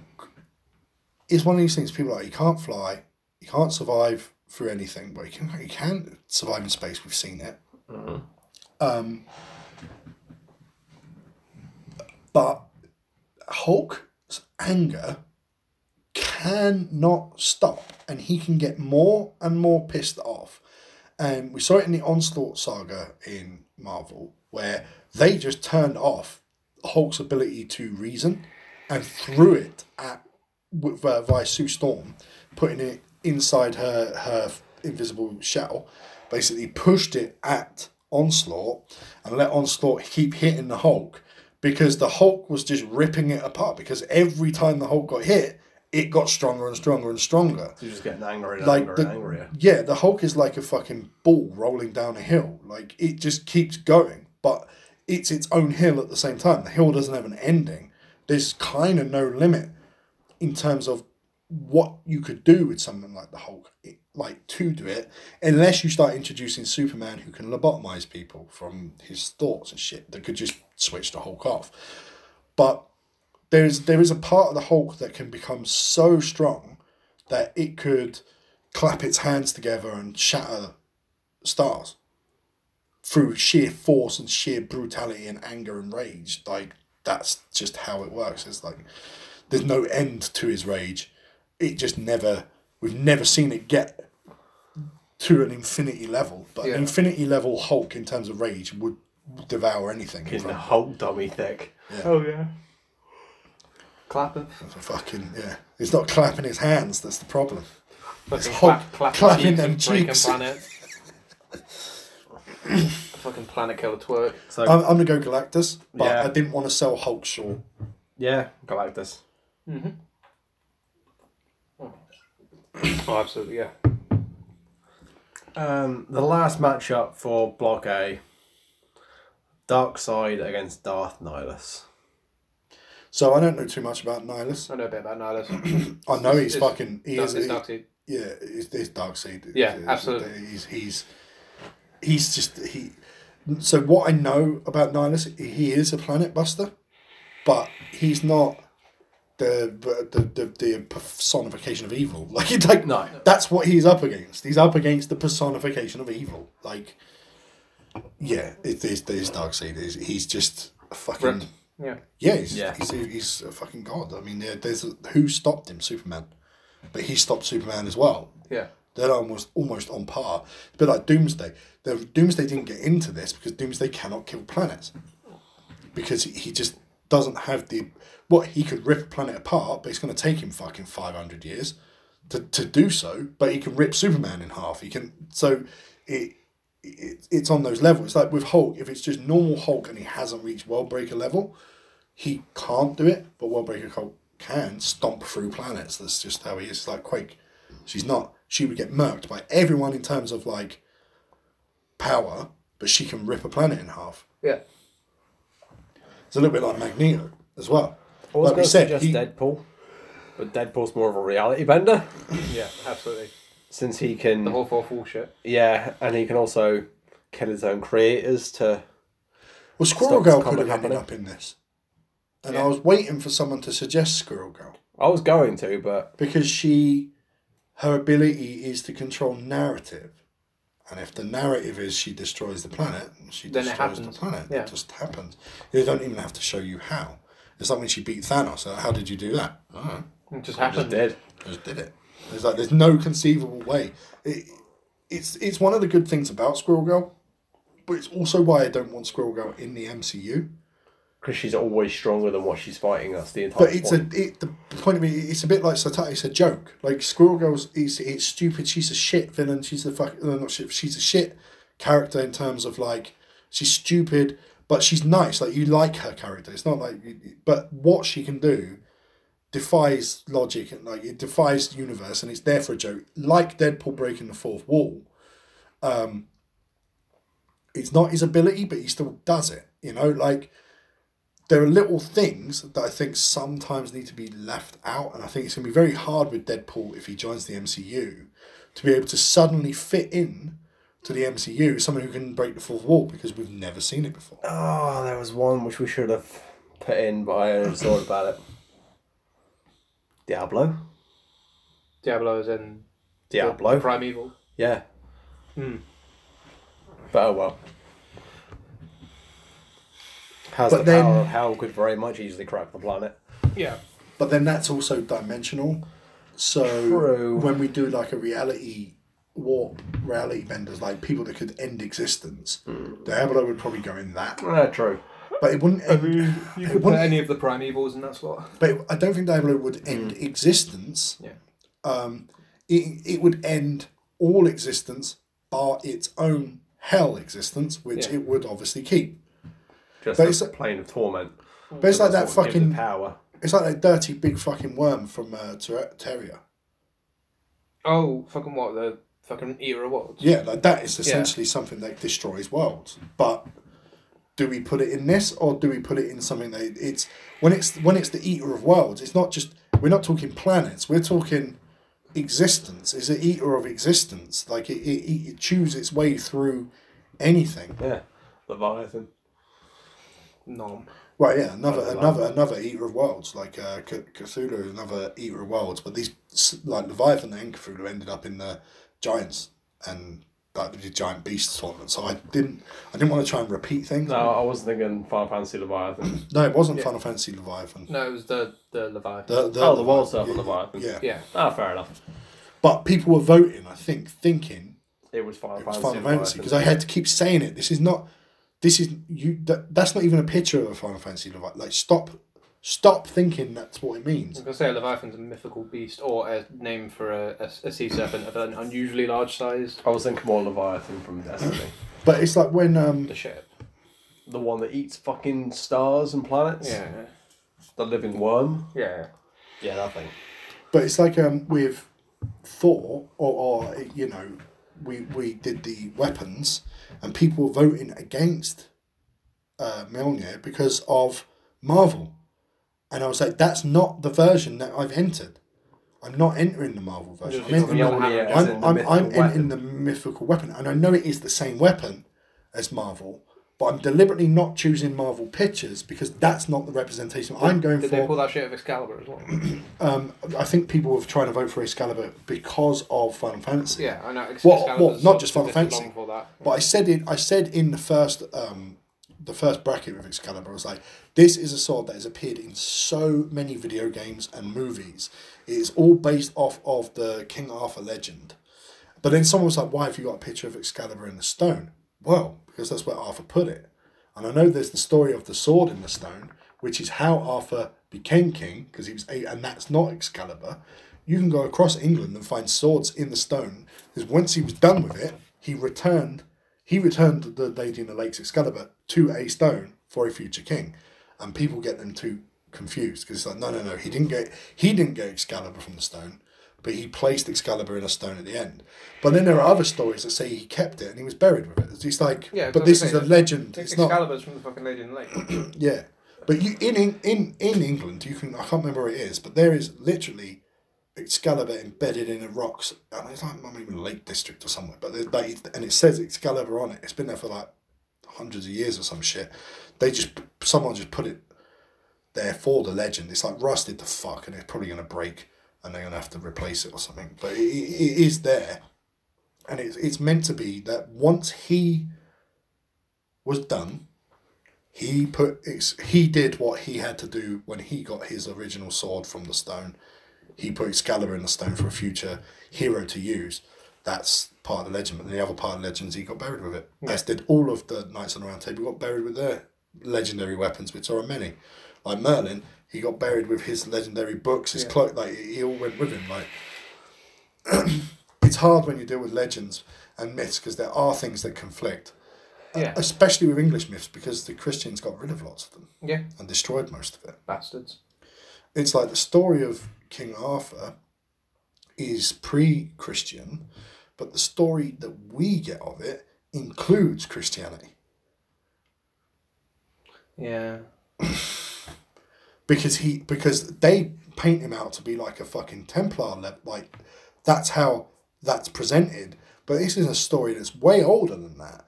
[SPEAKER 1] is one of these things. People are like he can't fly, he can't survive through anything, but he can he can survive in space. We've seen it. Um, but Hulk's anger cannot stop, and he can get more and more pissed off. And Um, we saw it in the Onslaught saga in Marvel, where they just turned off Hulk's ability to reason and threw it at with, uh, via Sue Storm, putting it inside her her invisible shell. Basically, pushed it at Onslaught and let Onslaught keep hitting the Hulk because the Hulk was just ripping it apart. Because every time the Hulk got hit, it got stronger and stronger and stronger.
[SPEAKER 3] You're just getting angrier and
[SPEAKER 1] Like
[SPEAKER 3] angrier
[SPEAKER 1] the-
[SPEAKER 3] and angrier.
[SPEAKER 1] Yeah, the Hulk is like a fucking ball rolling down a hill. Like it just keeps going, but it's its own hill at the same time. The hill doesn't have an ending. There's kind of no limit in terms of what you could do with someone like the Hulk, it- like to do it, unless you start introducing Superman who can lobotomize people from his thoughts and shit that could just switch the Hulk off. But there is there is a part of the Hulk that can become so strong that it could clap its hands together and shatter stars through sheer force and sheer brutality and anger and rage. Like that's just how it works. It's like there's no end to his rage. It just never we've never seen it get to an infinity level. But
[SPEAKER 2] Yeah.
[SPEAKER 1] infinity level Hulk in terms of rage would devour anything. in
[SPEAKER 3] Getting the
[SPEAKER 1] front
[SPEAKER 3] whole dummy thick.
[SPEAKER 2] Oh yeah.
[SPEAKER 4] Clapping.
[SPEAKER 1] of him. Fucking yeah. He's not clapping his hands, that's the problem.
[SPEAKER 2] Fucking
[SPEAKER 1] Hulk
[SPEAKER 2] clap, clap
[SPEAKER 1] clapping
[SPEAKER 2] cheeks
[SPEAKER 1] them
[SPEAKER 2] and breaking
[SPEAKER 1] cheeks.
[SPEAKER 2] planets. fucking planet killer twerk.
[SPEAKER 3] So
[SPEAKER 1] I'm, I'm gonna go Galactus, but
[SPEAKER 3] Yeah.
[SPEAKER 1] I didn't want to sell Hulk short.
[SPEAKER 3] yeah, Galactus.
[SPEAKER 2] Oh, absolutely, yeah.
[SPEAKER 3] Um, the last matchup for Block A. Dark Side against Darth Nihilus.
[SPEAKER 1] So I don't know too much about Nihilus.
[SPEAKER 2] I know a bit about Nihilus.
[SPEAKER 1] I know he's
[SPEAKER 2] It's-
[SPEAKER 1] fucking he
[SPEAKER 2] Dark,
[SPEAKER 1] is
[SPEAKER 2] it's
[SPEAKER 1] he-
[SPEAKER 2] Darkseid.
[SPEAKER 1] yeah, it's, it's dark seed.
[SPEAKER 2] Yeah, absolutely.
[SPEAKER 1] He's he's he's just he. So what I know about Nihilus, he is a planet buster, but he's not the the the, the personification of evil. Like it's like
[SPEAKER 3] No.
[SPEAKER 1] that's what he's up against. He's up against the personification of evil. Like yeah, it is there's dark seed. He's, he's just a fucking.
[SPEAKER 2] Ripped. Yeah.
[SPEAKER 1] Yeah, he's,
[SPEAKER 3] Yeah.
[SPEAKER 1] He's, a, he's a fucking god. I mean, there, there's who stopped him, Superman, but he stopped Superman as well.
[SPEAKER 2] Yeah.
[SPEAKER 1] They're almost almost on par. It's a bit like Doomsday. The Doomsday didn't get into this because Doomsday cannot kill planets because he- he just doesn't have the what he could rip a planet apart, but it's going to take him fucking five hundred years to, to do so. But he can rip Superman in half. He can so it. It, it's on those levels. It's like with Hulk, if it's just normal Hulk and he hasn't reached World Breaker level, he can't do it. But World Breaker Hulk can stomp through planets. That's just how he is. It's like Quake. She's not. She would get murked by everyone in terms of like power, but she can rip a planet in half.
[SPEAKER 2] Yeah.
[SPEAKER 1] It's a little bit like Magneto as well.
[SPEAKER 3] I was
[SPEAKER 1] Like we
[SPEAKER 3] going to
[SPEAKER 1] said,
[SPEAKER 3] suggest
[SPEAKER 1] he-
[SPEAKER 3] Deadpool, but Deadpool's more of a reality bender
[SPEAKER 2] Yeah, absolutely.
[SPEAKER 3] since he can.
[SPEAKER 2] The whole fourth wall shit.
[SPEAKER 3] yeah, and he can also kill his own creators to.
[SPEAKER 1] Well, Squirrel
[SPEAKER 3] Stops
[SPEAKER 1] Girl
[SPEAKER 3] comic
[SPEAKER 1] could have ended
[SPEAKER 3] happening.
[SPEAKER 1] up in this, and I
[SPEAKER 2] Yeah.
[SPEAKER 1] was waiting for someone to suggest Squirrel Girl
[SPEAKER 3] I was going to, but
[SPEAKER 1] because she, her ability is to control narrative, and if the narrative is she destroys the planet, she
[SPEAKER 2] Then it
[SPEAKER 1] destroys the
[SPEAKER 2] happens.
[SPEAKER 1] planet.
[SPEAKER 2] Yeah.
[SPEAKER 1] It just happens. They don't even have to show you how. It's like when she beat Thanos. uh, How did you do that? I don't know.
[SPEAKER 2] It just
[SPEAKER 3] I just
[SPEAKER 2] happened.
[SPEAKER 3] did.
[SPEAKER 1] just did it. There's like there's no conceivable way. It, it's it's one of the good things about Squirrel Girl, but it's also why I don't want Squirrel Girl in the MCU.
[SPEAKER 3] Because she's always stronger than what she's fighting. That's the entire
[SPEAKER 1] But it's a
[SPEAKER 3] point.
[SPEAKER 1] it, the point of it. It's a bit like Satire. It's a joke. Like Squirrel Girl's it's it's stupid. She's a shit villain. She's the fuck. No, not shit. She's a shit character in terms of like she's stupid, but she's nice. Like you like her character. It's not like, but what she can do defies logic and like it defies the universe and it's there for a joke like deadpool breaking the fourth wall um it's not his ability but he still does it you know like there are little things that i think sometimes need to be left out and i think it's going to be very hard with deadpool if he joins the mcu to be able to suddenly fit in to the MCU, someone who can break the fourth wall because we've never seen it before.
[SPEAKER 3] Oh, there was one which we should have put in, but I only thought about it. Diablo?
[SPEAKER 2] Diablo is in
[SPEAKER 3] Diablo?
[SPEAKER 2] Primeval.
[SPEAKER 3] Yeah.
[SPEAKER 2] Hmm.
[SPEAKER 3] But oh well. Has
[SPEAKER 1] But
[SPEAKER 3] the
[SPEAKER 1] then-
[SPEAKER 3] power of hell could very much easily crack the planet.
[SPEAKER 2] Yeah.
[SPEAKER 1] But then that's also dimensional. So
[SPEAKER 3] True.
[SPEAKER 1] when we do like a reality warp, reality benders, like people that could end existence, Diablo would probably go in that.
[SPEAKER 3] Ah, true.
[SPEAKER 1] But it wouldn't.
[SPEAKER 2] I
[SPEAKER 1] End,
[SPEAKER 2] mean, you could put any of the primevals in that slot.
[SPEAKER 1] But it- I don't think Diablo would end existence.
[SPEAKER 2] Yeah.
[SPEAKER 1] Um, it, it would end all existence bar its own hell existence, which
[SPEAKER 2] Yeah.
[SPEAKER 1] it would obviously keep.
[SPEAKER 3] Just
[SPEAKER 1] But it's-
[SPEAKER 3] a plane of torment.
[SPEAKER 1] But it's like that
[SPEAKER 3] That's what gives it
[SPEAKER 1] fucking.
[SPEAKER 3] power.
[SPEAKER 1] It's like that dirty big fucking worm from uh, Ter- Terria.
[SPEAKER 2] Oh, fucking what? The fucking era worlds?
[SPEAKER 1] Yeah, like that is essentially something that destroys worlds. But do we put it in this, or do we put it in something that it's when it's when it's the eater of worlds? It's not just we're not talking planets. We're talking existence. Is it eater of existence? Like it, it, it chews its way through anything.
[SPEAKER 3] Yeah. Leviathan.
[SPEAKER 2] Nom.
[SPEAKER 1] Right? Yeah, another
[SPEAKER 3] Like-
[SPEAKER 1] another another eater of worlds, like uh, C- Cthulhu, another eater of worlds. But these s- like Leviathan and Cthulhu ended up in the giants and. That the giant beast tournament, so I didn't. I didn't want to try and repeat things.
[SPEAKER 3] No, I was thinking Final Fantasy Leviathan.
[SPEAKER 1] No, it wasn't Final Fantasy Leviathan.
[SPEAKER 2] No, it was the, the Leviathan.
[SPEAKER 1] The, the,
[SPEAKER 3] oh, the World Serpent
[SPEAKER 1] yeah,
[SPEAKER 3] Leviathan.
[SPEAKER 1] Yeah.
[SPEAKER 2] yeah.
[SPEAKER 3] Ah, fair enough.
[SPEAKER 1] But people were voting, I think, thinking
[SPEAKER 3] It was Final
[SPEAKER 1] it was
[SPEAKER 3] Fantasy.
[SPEAKER 1] Final Fantasy because I
[SPEAKER 3] Leviathan.
[SPEAKER 1] had to keep saying it. This is not. This is you. That, that's not even a picture of a Final Fantasy Leviathan. Like stop, stop thinking that's what it means.
[SPEAKER 2] I was
[SPEAKER 3] Mm.
[SPEAKER 2] going to say a Leviathan's a mythical beast or a name for a, a, a sea serpent of an unusually large size.
[SPEAKER 3] I was thinking more Leviathan from Destiny.
[SPEAKER 1] But it's like when um
[SPEAKER 2] The ship.
[SPEAKER 3] the one that eats fucking stars and planets.
[SPEAKER 2] Yeah.
[SPEAKER 3] The living worm.
[SPEAKER 2] Yeah.
[SPEAKER 3] Yeah, that thing.
[SPEAKER 1] But it's like um, with Thor, or, or you know, we we did the weapons, and people were voting against uh, Mjolnir because of Marvel, and I was like, that's not the version that I've entered. I'm not entering the Marvel version. I'm
[SPEAKER 2] It's
[SPEAKER 1] entering,
[SPEAKER 2] Mjolnir as
[SPEAKER 1] I'm, I'm, I'm entering the mythical weapon, and I know it is the same weapon as Marvel. But I'm deliberately not choosing Marvel pictures because that's not the representation I'm going
[SPEAKER 2] Did
[SPEAKER 1] for.
[SPEAKER 2] they call that shit of Excalibur as well?
[SPEAKER 1] Um, I think people were trying to vote for Excalibur because of Final Fantasy.
[SPEAKER 2] yeah, I know. Ex-
[SPEAKER 1] What-
[SPEAKER 2] Excalibur's
[SPEAKER 1] what, not
[SPEAKER 2] sort of
[SPEAKER 1] just Final
[SPEAKER 2] existed
[SPEAKER 1] Fantasy?
[SPEAKER 2] long before that.
[SPEAKER 1] But I said it. I said in the first, um, the first bracket with Excalibur, I was like, "This is a sword that has appeared in so many video games and movies. It is all based off of the King Arthur legend." But then someone was like, "Why have you got a picture of Excalibur in the stone?" Well, because that's where Arthur put it, and I know there's the story of the sword in the stone, which is how Arthur became king because he was eight, and that's not Excalibur. You can go across England and find swords in the stone. Because once he was done with it, he returned. He returned the Lady in the Lakes Excalibur to a stone for a future king, and people get them too confused because it's like no, no, no. He didn't get he didn't get Excalibur from the stone but he placed Excalibur in a stone at the end. But then there are other stories that say he kept it and he was buried with it. It's just like,
[SPEAKER 2] Yeah,
[SPEAKER 1] but this
[SPEAKER 2] that's what
[SPEAKER 1] is
[SPEAKER 2] I'm
[SPEAKER 1] a
[SPEAKER 2] saying.
[SPEAKER 1] legend. It's not,
[SPEAKER 2] Excalibur's from the fucking Lady in the Lake.
[SPEAKER 1] yeah. But you in Eng- in in England, you can I can't remember where it is, but there is literally Excalibur embedded in the rocks, and it's like maybe Lake District or somewhere. But there's like, and it says Excalibur on it. It's been there for like hundreds of years or some shit. They just someone just put it there for the legend. It's like rusted to fuck, and it's probably gonna break, and they're gonna have to replace it or something. But it, it, it is there, and it's it's meant to be that once he was done he put ex- he did what he had to do when he got his original sword from the stone. He put Excalibur in the stone for a future hero to use. That's part of the legend. But the other part of the legends, he got buried with it. As did all of the knights on the round table got buried with their legendary weapons, which are many. Like Merlin, he got buried with his legendary books, his cloak. Like he all went with him. Like it's hard when you deal with legends and myths because there are things that conflict
[SPEAKER 2] yeah.
[SPEAKER 1] especially with English myths, because the Christians got rid of lots of them
[SPEAKER 2] Yeah.
[SPEAKER 1] and destroyed most of it.
[SPEAKER 2] Bastards.
[SPEAKER 1] It's like the story of King Arthur is pre Christian, but the story that we get of it includes Christianity
[SPEAKER 2] Yeah.
[SPEAKER 1] because he because they paint him out to be like a fucking Templar, le- like that's how that's presented. But this is a story that's way older than that,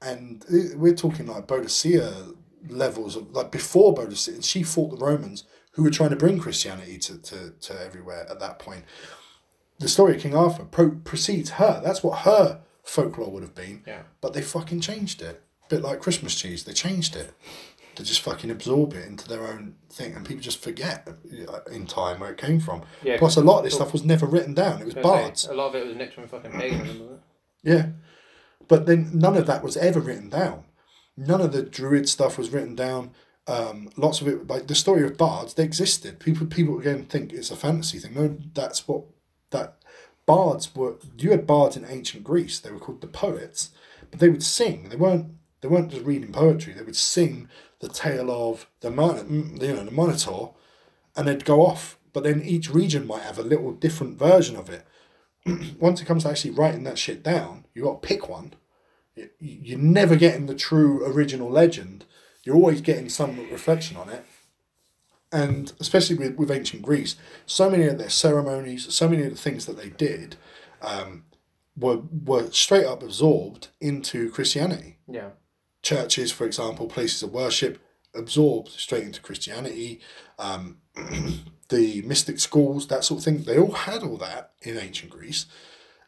[SPEAKER 1] and i- we're talking like Boadicea levels of like before Boadicea, and she fought the Romans who were trying to bring Christianity to, to, to everywhere at that point. The story of King Arthur pro- precedes her. That's what her folklore would have been.
[SPEAKER 2] Yeah.
[SPEAKER 1] But they fucking changed it. Bit like Christmas cheese, they changed it to just fucking absorb it into their own thing, and people just forget uh, in time where it came from.
[SPEAKER 2] Yeah,
[SPEAKER 1] Plus, a lot of this stuff was never written down; it was
[SPEAKER 2] I was gonna say,
[SPEAKER 1] bards.
[SPEAKER 2] A lot of it was nicked from fucking paganism, wasn't it?
[SPEAKER 1] Yeah, but then none of that was ever written down. None of the druid stuff was written down. Um, lots of it, like the story of bards, they existed. People, people again think it's a fantasy thing. No, that's what that bards were. You had bards in ancient Greece. They were called the poets, but they would sing. They weren't. They weren't just reading poetry. They would sing the tale of the man, you know, the Minotaur, and they'd go off. But then each region might have a little different version of it once it comes to actually writing that shit down, you got to pick one. You- You're never getting the true original legend. You're always getting some reflection on it. And especially with, with ancient Greece, so many of their ceremonies, so many of the things that they did um, were, were straight up absorbed into Christianity
[SPEAKER 2] Yeah.
[SPEAKER 1] churches, for example, places of worship, absorbed straight into Christianity. Um, the mystic schools, that sort of thing, they all had all that in ancient Greece.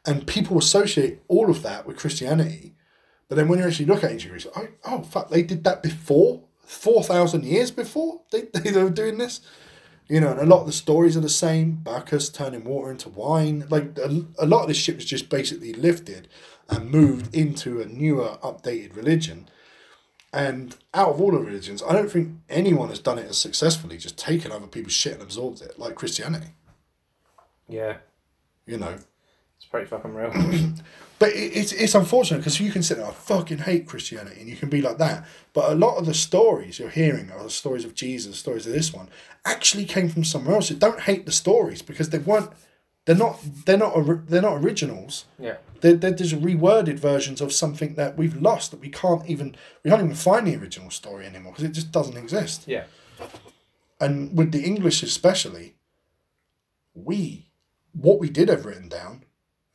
[SPEAKER 1] And people associate all of that with Christianity. But then when you actually look at ancient Greece, oh, oh fuck, they did that before? 4,000 years before they, they were doing this? You know, and a lot of the stories are the same. Bacchus turning water into wine. Like, a, a lot of this shit was just basically lifted and moved into a newer, updated religion. And out of all the religions, I don't think anyone has done it as successfully, just taken other people's shit and absorbed it, like Christianity,
[SPEAKER 2] Yeah.
[SPEAKER 1] you know.
[SPEAKER 2] It's pretty fucking real.
[SPEAKER 1] But it, it's, it's unfortunate because you can sit there, I fucking hate Christianity, and you can be like that. But a lot of the stories you're hearing are the stories of Jesus, stories of this one, actually came from somewhere else. So don't hate the stories because they weren't, they're not, they're not, ori- they're not originals.
[SPEAKER 2] yeah.
[SPEAKER 1] They're, they're just reworded versions of something that we've lost that we can't even, we can't even find the original story anymore because it just doesn't exist.
[SPEAKER 2] Yeah.
[SPEAKER 1] and with the English especially, we what we did have written down,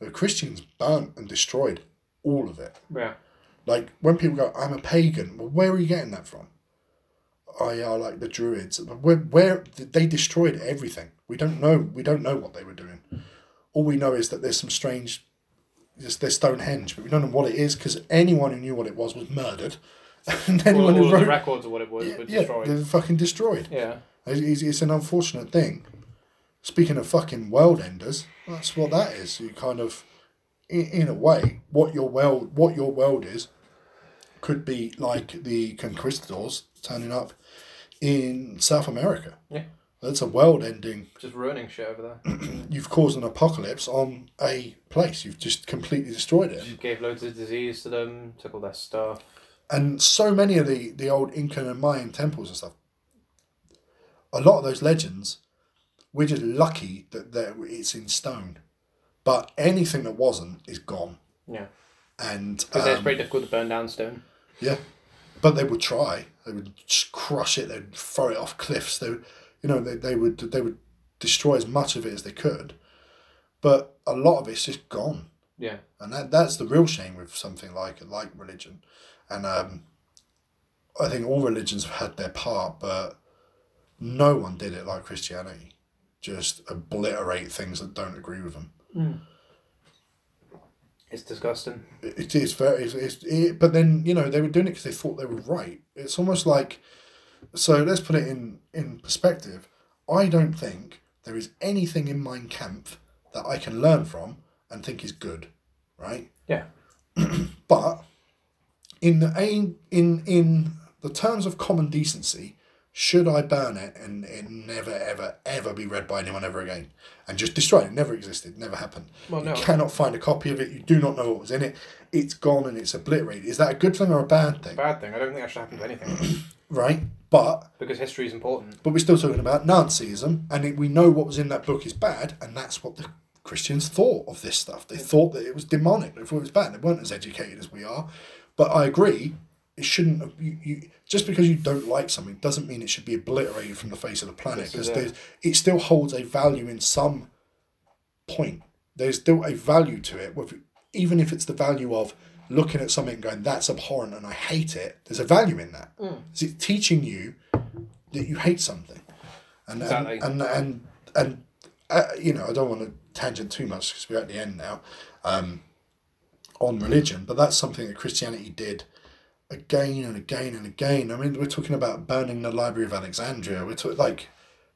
[SPEAKER 1] the Christians burnt and destroyed all of it.
[SPEAKER 2] Yeah.
[SPEAKER 1] Like when people go, "I'm a pagan," well, where are you getting that from? Oh yeah, I like the Druids. But Where, where they destroyed everything. We don't know. We don't know what they were doing. All we know is that there's some strange, there's, there's Stonehenge, but we don't know what it is because anyone who knew what it was was murdered, and
[SPEAKER 2] All,
[SPEAKER 1] anyone
[SPEAKER 2] all
[SPEAKER 1] who
[SPEAKER 2] of the
[SPEAKER 1] wrote,
[SPEAKER 2] records or what it was were
[SPEAKER 1] yeah,
[SPEAKER 2] destroyed.
[SPEAKER 1] they're fucking destroyed.
[SPEAKER 2] Yeah.
[SPEAKER 1] It's, it's, it's an unfortunate thing. Speaking of fucking world enders, that's what that is. You kind of, in, in a way, what your world, what your world is, could be like the conquistadors turning up in South America.
[SPEAKER 2] Yeah.
[SPEAKER 1] That's a world ending.
[SPEAKER 2] Just ruining shit over there.
[SPEAKER 1] You've caused an apocalypse on a place. You've just completely destroyed it.
[SPEAKER 2] Just gave loads of disease to them, took all their stuff.
[SPEAKER 1] and so many of the the old Incan and Mayan temples and stuff. A lot of those legends, we're just lucky that that it's in stone, but anything that wasn't is gone.
[SPEAKER 2] Yeah.
[SPEAKER 1] And
[SPEAKER 2] Because it's
[SPEAKER 1] um,
[SPEAKER 2] pretty difficult to burn down stone.
[SPEAKER 1] yeah, but they would try. They would just crush it. They'd throw it off cliffs. They, would, you know, they, they would they would destroy as much of it as they could, but a lot of it's just gone
[SPEAKER 2] Yeah.
[SPEAKER 1] and that that's the real shame with something like like religion, and um, I think all religions have had their part, but no one did it like Christianity, just obliterate things that don't agree with them.
[SPEAKER 2] It's disgusting.
[SPEAKER 1] It it is very, it's, it's, it, but then you know they were doing it because they thought they were right. It's almost like, so let's put it in in perspective. I don't think there is anything in Mein Kampf that I can learn from and think is good, right?
[SPEAKER 2] Yeah.
[SPEAKER 1] But in the aim, in in the terms of common decency, should I burn it and it never ever ever be read by anyone ever again and just destroy it? it never existed, never happened.
[SPEAKER 2] Well, no.
[SPEAKER 1] You cannot find a copy of it. You do not know what was in it. It's gone and it's obliterated. Is that a good thing or a bad thing?
[SPEAKER 2] Bad thing. I don't think that should happen to anything.
[SPEAKER 1] Right, but
[SPEAKER 2] because history is important.
[SPEAKER 1] but we're still talking about Nazism, and it, we know what was in that book is bad, and that's what the Christians thought of this stuff. They thought that it was demonic. They thought it was bad. They weren't as educated as we are. But I agree, it shouldn't. have- You, you just because you don't like something doesn't mean it should be obliterated from the face of the planet. Because
[SPEAKER 2] it.
[SPEAKER 1] it still holds a value in some point. There's still a value to it, whether- even if it's the value of looking at something and going, that's abhorrent and I hate it, there's a value in that. It's- It's teaching you that you hate something. And,
[SPEAKER 2] Exactly.
[SPEAKER 1] and, and, and, and uh, you know, I don't want to tangent too much because we're at the end now um, on religion, but that's something that Christianity did again and again and again. I mean, we're talking about burning the Library of Alexandria. We're talking like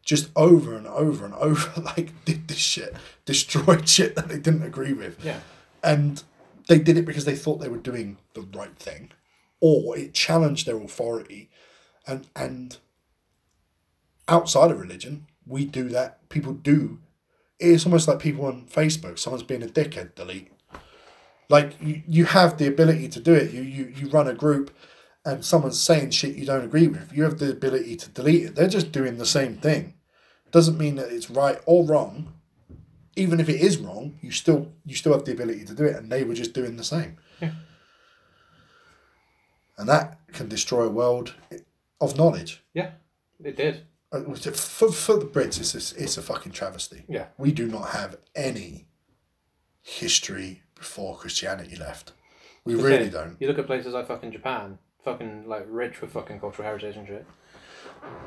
[SPEAKER 1] just over and over and over, like did this shit, destroyed shit that they didn't agree with.
[SPEAKER 2] Yeah.
[SPEAKER 1] And they did it because they thought they were doing the right thing, or it challenged their authority, and and outside of religion, we do that. People do. It's almost like people on Facebook. Someone's being a dickhead. Delete. Like you, you have the ability to do it. You, you you run a group, and someone's saying shit you don't agree with. You have the ability to delete it. They're just doing the same thing. Doesn't mean that it's right or wrong. Even if it is wrong, you still you still have the ability to do it, and they were just doing the same. And that can destroy a world of knowledge.
[SPEAKER 2] Yeah, it did.
[SPEAKER 1] Uh, for, for the Brits, it's, it's, it's a fucking travesty.
[SPEAKER 2] Yeah.
[SPEAKER 1] We do not have any history before Christianity left. We really
[SPEAKER 2] Okay,
[SPEAKER 1] don't.
[SPEAKER 2] You look at places like fucking Japan, fucking like rich with fucking cultural heritage and shit.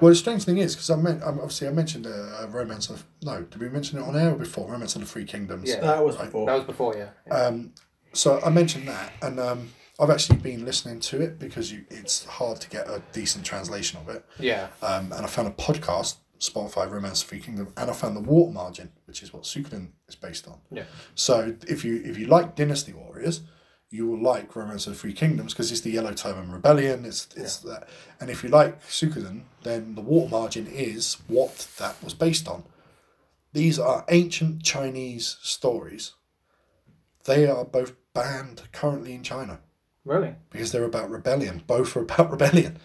[SPEAKER 1] Well, the strange thing is, because I meant, um, obviously, I mentioned uh, Romance of. No, did we mention it on air or before? Romance of the Three Kingdoms.
[SPEAKER 2] Yeah.
[SPEAKER 3] That was before.
[SPEAKER 2] That was before, yeah.
[SPEAKER 1] Uh, So I mentioned that, and um, I've actually been listening to it because you, it's hard to get a decent translation of it.
[SPEAKER 2] yeah.
[SPEAKER 1] Um, and I found a podcast, Spotify Romance of the Three Kingdoms, and I found The Water Margin, which is what Suikoden is based on.
[SPEAKER 2] Yeah.
[SPEAKER 1] So if you if you like Dynasty Warriors, you will like Romance of the Three Kingdoms because it's the Yellow Turban Rebellion. It's it's that, and if you like Suikoden, then the Water Margin is what that was based on. These are ancient Chinese stories. They are both banned currently in China
[SPEAKER 2] Really?
[SPEAKER 1] because they're about rebellion. Both are about rebellion.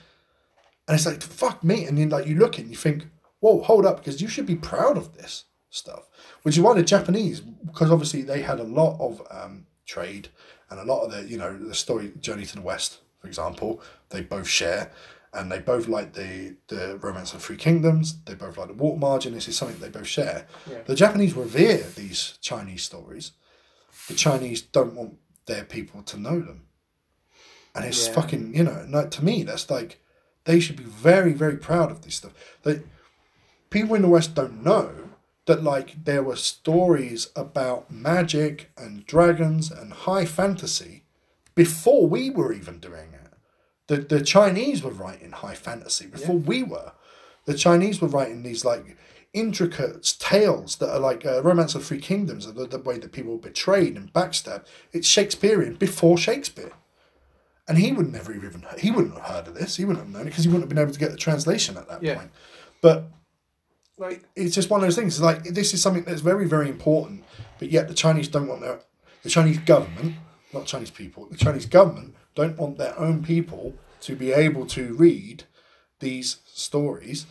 [SPEAKER 1] And it's like, fuck me. And then like you look and you think, whoa, hold up, because you should be proud of this stuff. Which is why the Japanese, because obviously they had a lot of um, trade and a lot of the, you know, the story Journey to the West, for example, they both share. And they both like the, the Romance of the Three Kingdoms. They both like the Water Margin. This is something they both share.
[SPEAKER 2] Yeah.
[SPEAKER 1] The Japanese revere these Chinese stories. The Chinese don't want their people to know them. And it's
[SPEAKER 2] Yeah.
[SPEAKER 1] fucking, you know, like, to me, that's like, they should be very, very proud of this stuff. They, people in the West don't know that, like, there were stories about magic and dragons and high fantasy before we were even doing it. The, the Chinese were writing high fantasy before we were. The Chinese were writing these, like, intricate tales that are like uh, Romance of Three Kingdoms, the, the way that people were betrayed and backstabbed. It's Shakespearean before Shakespeare. And he would never have even he wouldn't have heard of this. He wouldn't have known it because he wouldn't have been able to get the translation at that
[SPEAKER 2] Yeah.
[SPEAKER 1] point. But
[SPEAKER 2] Like,
[SPEAKER 1] it's just one of those things. It's like this is something that's very, very important, but yet the Chinese don't want their the Chinese government, not Chinese people, the Chinese government don't want their own people to be able to read these stories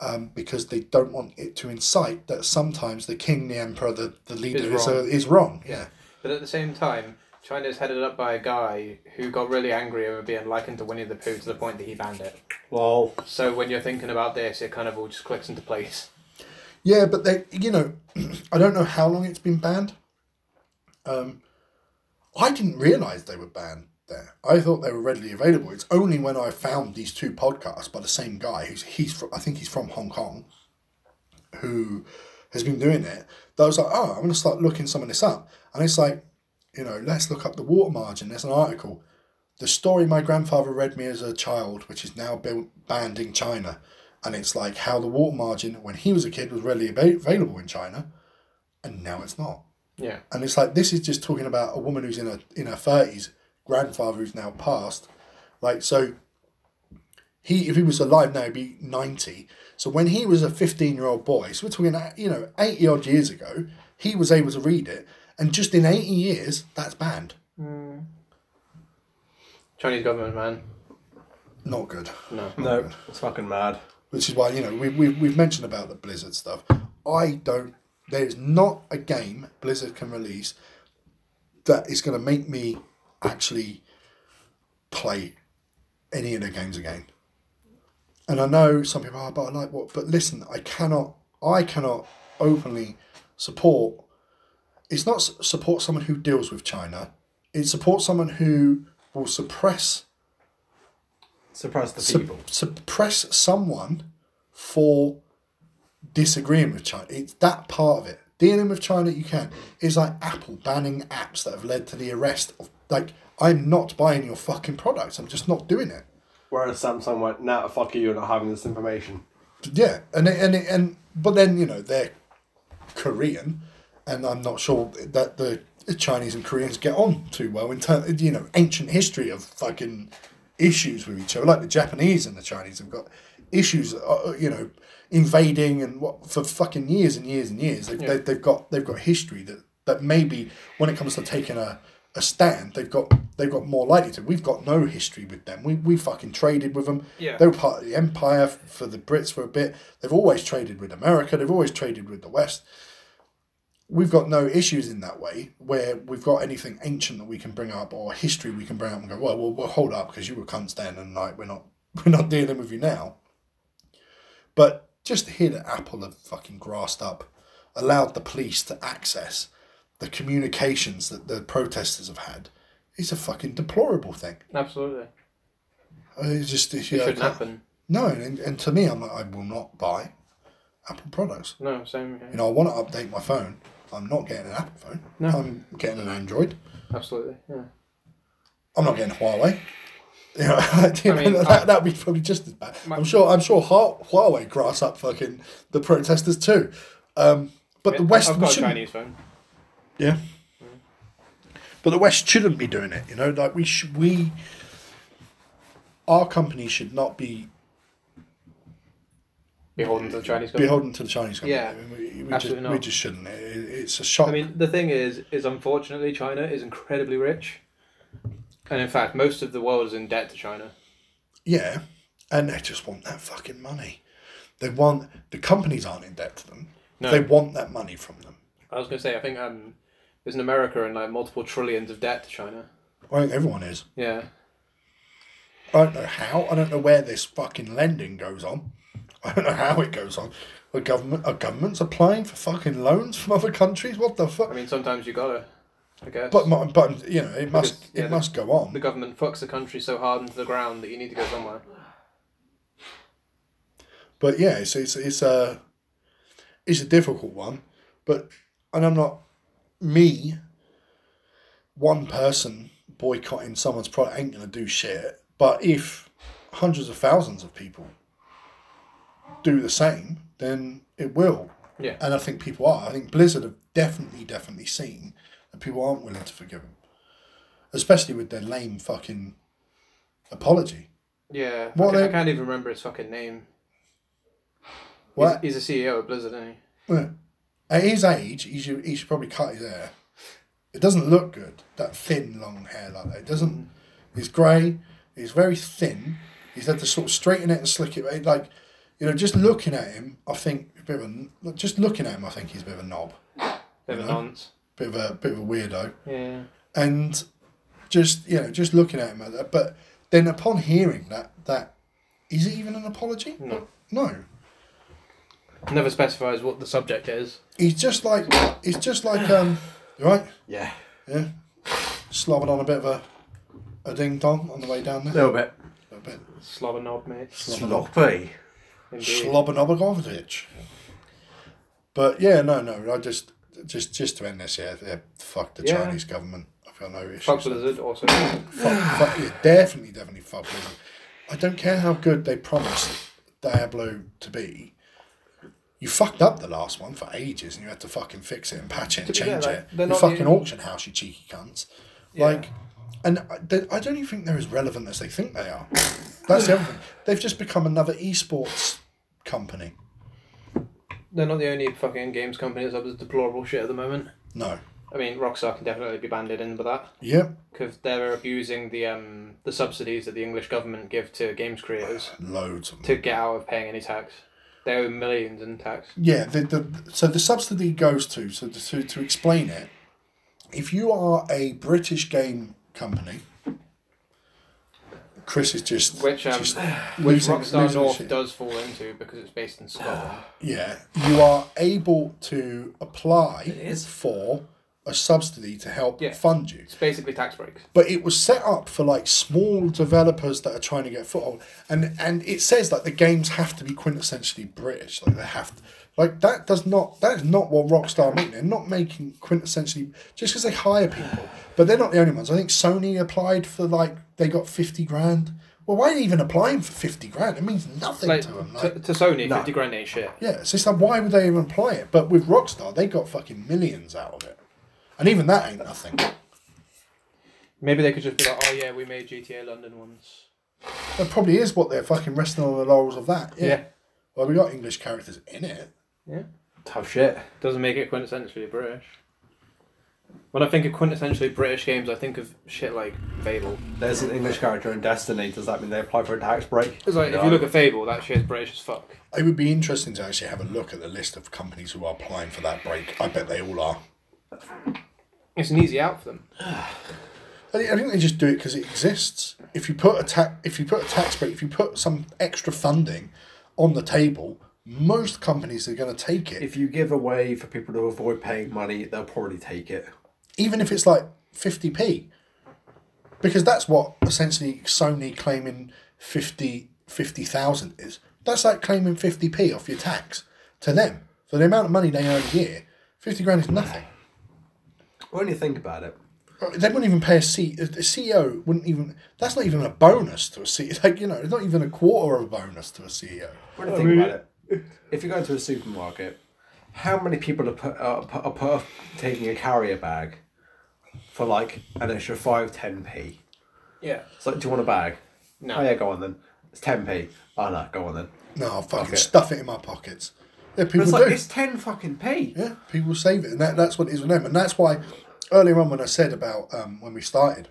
[SPEAKER 1] um, because they don't want it to incite that sometimes the king, the emperor, the, the leader is
[SPEAKER 2] wrong.
[SPEAKER 1] wrong. Is, wrong. Yeah.
[SPEAKER 2] But at the same time, China's headed up by a guy who got really angry over being likened to Winnie the Pooh to the point that he banned it.
[SPEAKER 3] Lol.
[SPEAKER 2] So when you're thinking about this, it kind of all just clicks into place.
[SPEAKER 1] Yeah, but they, you know, I don't know how long it's been banned. Um, I didn't realize they were banned there. I thought they were readily available. It's only when I found these two podcasts by the same guy, who's he's from, I think he's from Hong Kong, who has been doing it. That I was like, oh, I'm gonna start looking some of this up, and it's like, you know, let's look up the water margin. There's an article. The story my grandfather read me as a child, which is now built, banned in China, and it's like how the water margin when he was a kid was readily ava- available in China, and now it's not.
[SPEAKER 2] Yeah.
[SPEAKER 1] And it's like this is just talking about a woman who's in her in her thirties, grandfather who's now passed. Like so he if he was alive now he'd be ninety. So when he was a fifteen year old boy, so we're talking uh, you know, eighty odd years ago, he was able to read it. And just in eighty years, that's banned.
[SPEAKER 2] Chinese government, man.
[SPEAKER 1] Not good.
[SPEAKER 2] No.
[SPEAKER 3] No, it's fucking mad.
[SPEAKER 1] which is why you know we, we, we've mentioned about the blizzard stuff i don't there's not a game blizzard can release that is going to make me actually play any of their games again and i know some people are but i like what but listen i cannot i cannot openly support it's not s- support someone who deals with China. It supports someone who will suppress
[SPEAKER 3] Suppress the
[SPEAKER 1] sup-
[SPEAKER 3] people.
[SPEAKER 1] suppress someone for disagreeing with China. It's that part of it. Dealing with China, you can. It's like Apple banning apps that have led to the arrest of like I'm not buying your fucking products. I'm just not doing it.
[SPEAKER 3] Whereas Samsung went, nah, fuck you, you're not having this information.
[SPEAKER 1] Yeah, and it, and it, and but then you know they're Korean, and I'm not sure that the Chinese and Koreans get on too well in ter- you know ancient history of fucking issues with each other. Like the Japanese and the Chinese have got issues, uh, you know, invading and what for fucking years and years and years. They've, they, they've got they've got history that that maybe when it comes to taking a a stand, they've got they've got more likely to. We've got no history with them. We we fucking traded with them.
[SPEAKER 2] Yeah.
[SPEAKER 1] They were part of the empire f- for the Brits for a bit. They've always traded with America. They've always traded with the West. We've got no issues in that way where we've got anything ancient that we can bring up or history we can bring up and go, well, well, well hold up because you were cunts then and like we're not we're not dealing with you now. But just to hear that Apple have fucking grassed up, allowed the police to access the communications that the protesters have had, is a fucking deplorable thing.
[SPEAKER 2] Absolutely.
[SPEAKER 1] I mean, It's just it's,
[SPEAKER 2] It
[SPEAKER 1] yeah, I
[SPEAKER 2] shouldn't
[SPEAKER 1] can't-
[SPEAKER 2] happen.
[SPEAKER 1] No, and, and to me, I'm like, I will not buy Apple products.
[SPEAKER 2] No, same here.
[SPEAKER 1] You know, I want to update my phone. I'm not getting an Apple phone.
[SPEAKER 2] No.
[SPEAKER 1] I'm getting an Android.
[SPEAKER 2] Absolutely. Yeah.
[SPEAKER 1] I'm not getting Huawei. You know, I
[SPEAKER 2] mean, I-
[SPEAKER 1] that that would be probably just as bad.
[SPEAKER 2] My-
[SPEAKER 1] I'm sure. I'm sure Hua- Huawei grass up fucking the protesters too. Um, but the West
[SPEAKER 2] I've got a
[SPEAKER 1] shouldn't-
[SPEAKER 2] Chinese phone.
[SPEAKER 1] Yeah. But the West shouldn't be doing it, you know. Like we should, we, our company should not be
[SPEAKER 2] Beholden to the Chinese government.
[SPEAKER 1] beholden to the Chinese company.
[SPEAKER 2] Yeah,
[SPEAKER 1] I mean, we, we just,
[SPEAKER 2] absolutely
[SPEAKER 1] we
[SPEAKER 2] not.
[SPEAKER 1] just shouldn't. It, it- it's a shock.
[SPEAKER 2] I mean, the thing is, is unfortunately, China is incredibly rich, and in fact, most of the world is in debt to China.
[SPEAKER 1] yeah, and they just want that fucking money. They want the companies aren't in debt to them.
[SPEAKER 2] No.
[SPEAKER 1] They want that money from them.
[SPEAKER 2] I was going to say, I think um, there's an America in like multiple trillions of debt to China.
[SPEAKER 1] I think everyone is.
[SPEAKER 2] Yeah,
[SPEAKER 1] I don't know how. I don't know where this fucking lending goes on. I don't know how it goes on. The government, our government's applying for fucking loans from other countries. What the fuck?
[SPEAKER 2] I mean, sometimes you gotta, I guess.
[SPEAKER 1] But my, but you know, it must
[SPEAKER 2] Because, yeah,
[SPEAKER 1] it must go on.
[SPEAKER 2] the government fucks the country so hard into the ground that you need to go somewhere.
[SPEAKER 1] but yeah, it's it's it's a it's a difficult one. But and I'm not me. One person boycotting someone's product ain't gonna do shit. But if hundreds of thousands of people do the same, then it will.
[SPEAKER 2] Yeah.
[SPEAKER 1] And I think people are. I think Blizzard have definitely, definitely seen that people aren't willing to forgive them, especially with their lame fucking apology.
[SPEAKER 2] Yeah,
[SPEAKER 1] What
[SPEAKER 2] I, ca- I
[SPEAKER 1] they-
[SPEAKER 2] can't even remember his fucking name.
[SPEAKER 1] What?
[SPEAKER 2] He's, he's a CEO of Blizzard, isn't he?
[SPEAKER 1] Yeah. At his age, he should, he should probably cut his hair. It doesn't look good, that thin, long hair like that. It doesn't. He's grey, he's very thin. He's had to sort of straighten it and slick it. right? Like, you know, just looking at him, I think, a bit of a, n- just looking at him, I think he's a bit of a knob,
[SPEAKER 2] Bit of a
[SPEAKER 1] No.
[SPEAKER 2] nonce.
[SPEAKER 1] bit of a, bit of a weirdo.
[SPEAKER 2] Yeah.
[SPEAKER 1] And just, you know, just looking at him like that. But then upon hearing that, that, is it even an apology?
[SPEAKER 2] No.
[SPEAKER 1] No.
[SPEAKER 2] Never specifies what the subject is.
[SPEAKER 1] He's just like, he's just like, um, you all right?
[SPEAKER 3] Yeah.
[SPEAKER 1] Yeah. Slobbered on a bit of a, a ding dong on the way down there.
[SPEAKER 3] A little bit.
[SPEAKER 1] A little bit.
[SPEAKER 2] Slobber knob, mate.
[SPEAKER 3] Sloppy.
[SPEAKER 2] Indeed.
[SPEAKER 1] Slobbernobogovich. But yeah, no, no. I just, just, just to end this, yeah, yeah fuck the
[SPEAKER 2] Yeah.
[SPEAKER 1] Chinese government. I've got no issues.
[SPEAKER 2] Fuck Blizzard also.
[SPEAKER 1] Fuck, fuck- yeah, definitely, definitely fuck Blizzard. I don't care how good they promised Diablo to be. You fucked up the last one for ages, and you had to fucking fix it and patch it and
[SPEAKER 2] To be fair,
[SPEAKER 1] change
[SPEAKER 2] like,
[SPEAKER 1] it.
[SPEAKER 2] they're
[SPEAKER 1] You
[SPEAKER 2] not
[SPEAKER 1] fucking
[SPEAKER 2] the-
[SPEAKER 1] auction house, you cheeky cunts.
[SPEAKER 2] Yeah.
[SPEAKER 1] Like, and I, they, I don't even think they're as relevant as they think they are. That's the other thing. They've just become another esports company.
[SPEAKER 2] They're not the only fucking games company that's up to deplorable shit at the moment.
[SPEAKER 1] No.
[SPEAKER 2] I mean, Rockstar can definitely be banded in with that
[SPEAKER 1] Yep.
[SPEAKER 2] because they're abusing the um the subsidies that the English government give to games creators
[SPEAKER 1] Loads of them.
[SPEAKER 2] to get out of paying any tax. They owe millions in tax.
[SPEAKER 1] Yeah, the, the so the subsidy goes to so to, to to explain it. If you are a British game company, Chris is just
[SPEAKER 2] Which, um,
[SPEAKER 1] just
[SPEAKER 2] Which
[SPEAKER 1] losing-
[SPEAKER 2] Rockstar
[SPEAKER 1] losing his
[SPEAKER 2] North
[SPEAKER 1] shit.
[SPEAKER 2] does fall into because it's based in Scotland.
[SPEAKER 1] Yeah, you are able to
[SPEAKER 3] It
[SPEAKER 1] apply
[SPEAKER 3] is.
[SPEAKER 1] for a subsidy to help
[SPEAKER 2] Yeah.
[SPEAKER 1] fund you.
[SPEAKER 2] It's basically tax breaks.
[SPEAKER 1] But it was set up for like small developers that are trying to get a foothold, and and it says like the games have to be quintessentially British, like they have to. Like that does not that is not what Rockstar make. They're not making quintessentially just because they hire people, but they're not the only ones. I think Sony applied for like they got fifty grand. Well, why are they even applying for fifty grand? It means nothing
[SPEAKER 2] Like
[SPEAKER 1] to
[SPEAKER 2] to,
[SPEAKER 1] them. Like,
[SPEAKER 2] to Sony,
[SPEAKER 3] No.
[SPEAKER 2] fifty grand ain't shit.
[SPEAKER 1] yeah, so it's like, why would they even apply it? But with Rockstar, they got fucking millions out of it. And even that ain't nothing.
[SPEAKER 2] Maybe they could just be like, oh yeah, we made GTA London once.
[SPEAKER 1] That probably is what they're fucking resting on the laurels of that. Yeah.
[SPEAKER 2] Yeah.
[SPEAKER 1] Well, we got English characters in it.
[SPEAKER 3] Tough shit.
[SPEAKER 2] Doesn't make it quintessentially British. When I think of quintessentially British games, I think of shit like Fable.
[SPEAKER 3] There's an English character in Destiny. Does that mean they apply for a tax break?
[SPEAKER 2] It's like if you look at Fable, that shit's British as fuck.
[SPEAKER 1] It would be interesting to actually have a look at the list of companies who are applying for that break. I bet they all are.
[SPEAKER 2] It's an easy out for them.
[SPEAKER 1] I think I think they just do it because it exists. If you put a ta- if you put a tax break, if you put some extra funding on the table, most companies are going to take it,
[SPEAKER 3] If you give a way for people to avoid paying money, they'll probably take it.
[SPEAKER 1] even if it's like fifty p, because that's what essentially Sony claiming 50 50,000 is. That's like claiming fifty p off your tax to them for the amount of money they earn a year. Fifty grand is nothing. Uh,
[SPEAKER 3] When you think about it,
[SPEAKER 1] They wouldn't even pay a C. A CEO wouldn't even. That's not even a bonus to a CEO. Like you know, it's not even a quarter of a bonus to a E CEO.
[SPEAKER 3] when you think about it, if you go to a supermarket, how many people are put, are, put, are put off taking a carrier bag for like an extra five ten p?
[SPEAKER 2] Yeah.
[SPEAKER 3] It's like, do you want a bag?
[SPEAKER 2] No.
[SPEAKER 3] Oh yeah, go on then. It's ten p. Oh no, go on then.
[SPEAKER 1] No, I'll fucking
[SPEAKER 3] Okay.
[SPEAKER 1] stuff it in my pockets. Yeah, people
[SPEAKER 3] It's
[SPEAKER 1] do.
[SPEAKER 3] like it's ten fucking p.
[SPEAKER 1] Yeah, people save it, and that, that's what it is with them. And that's why earlier on when I said about um, when we started,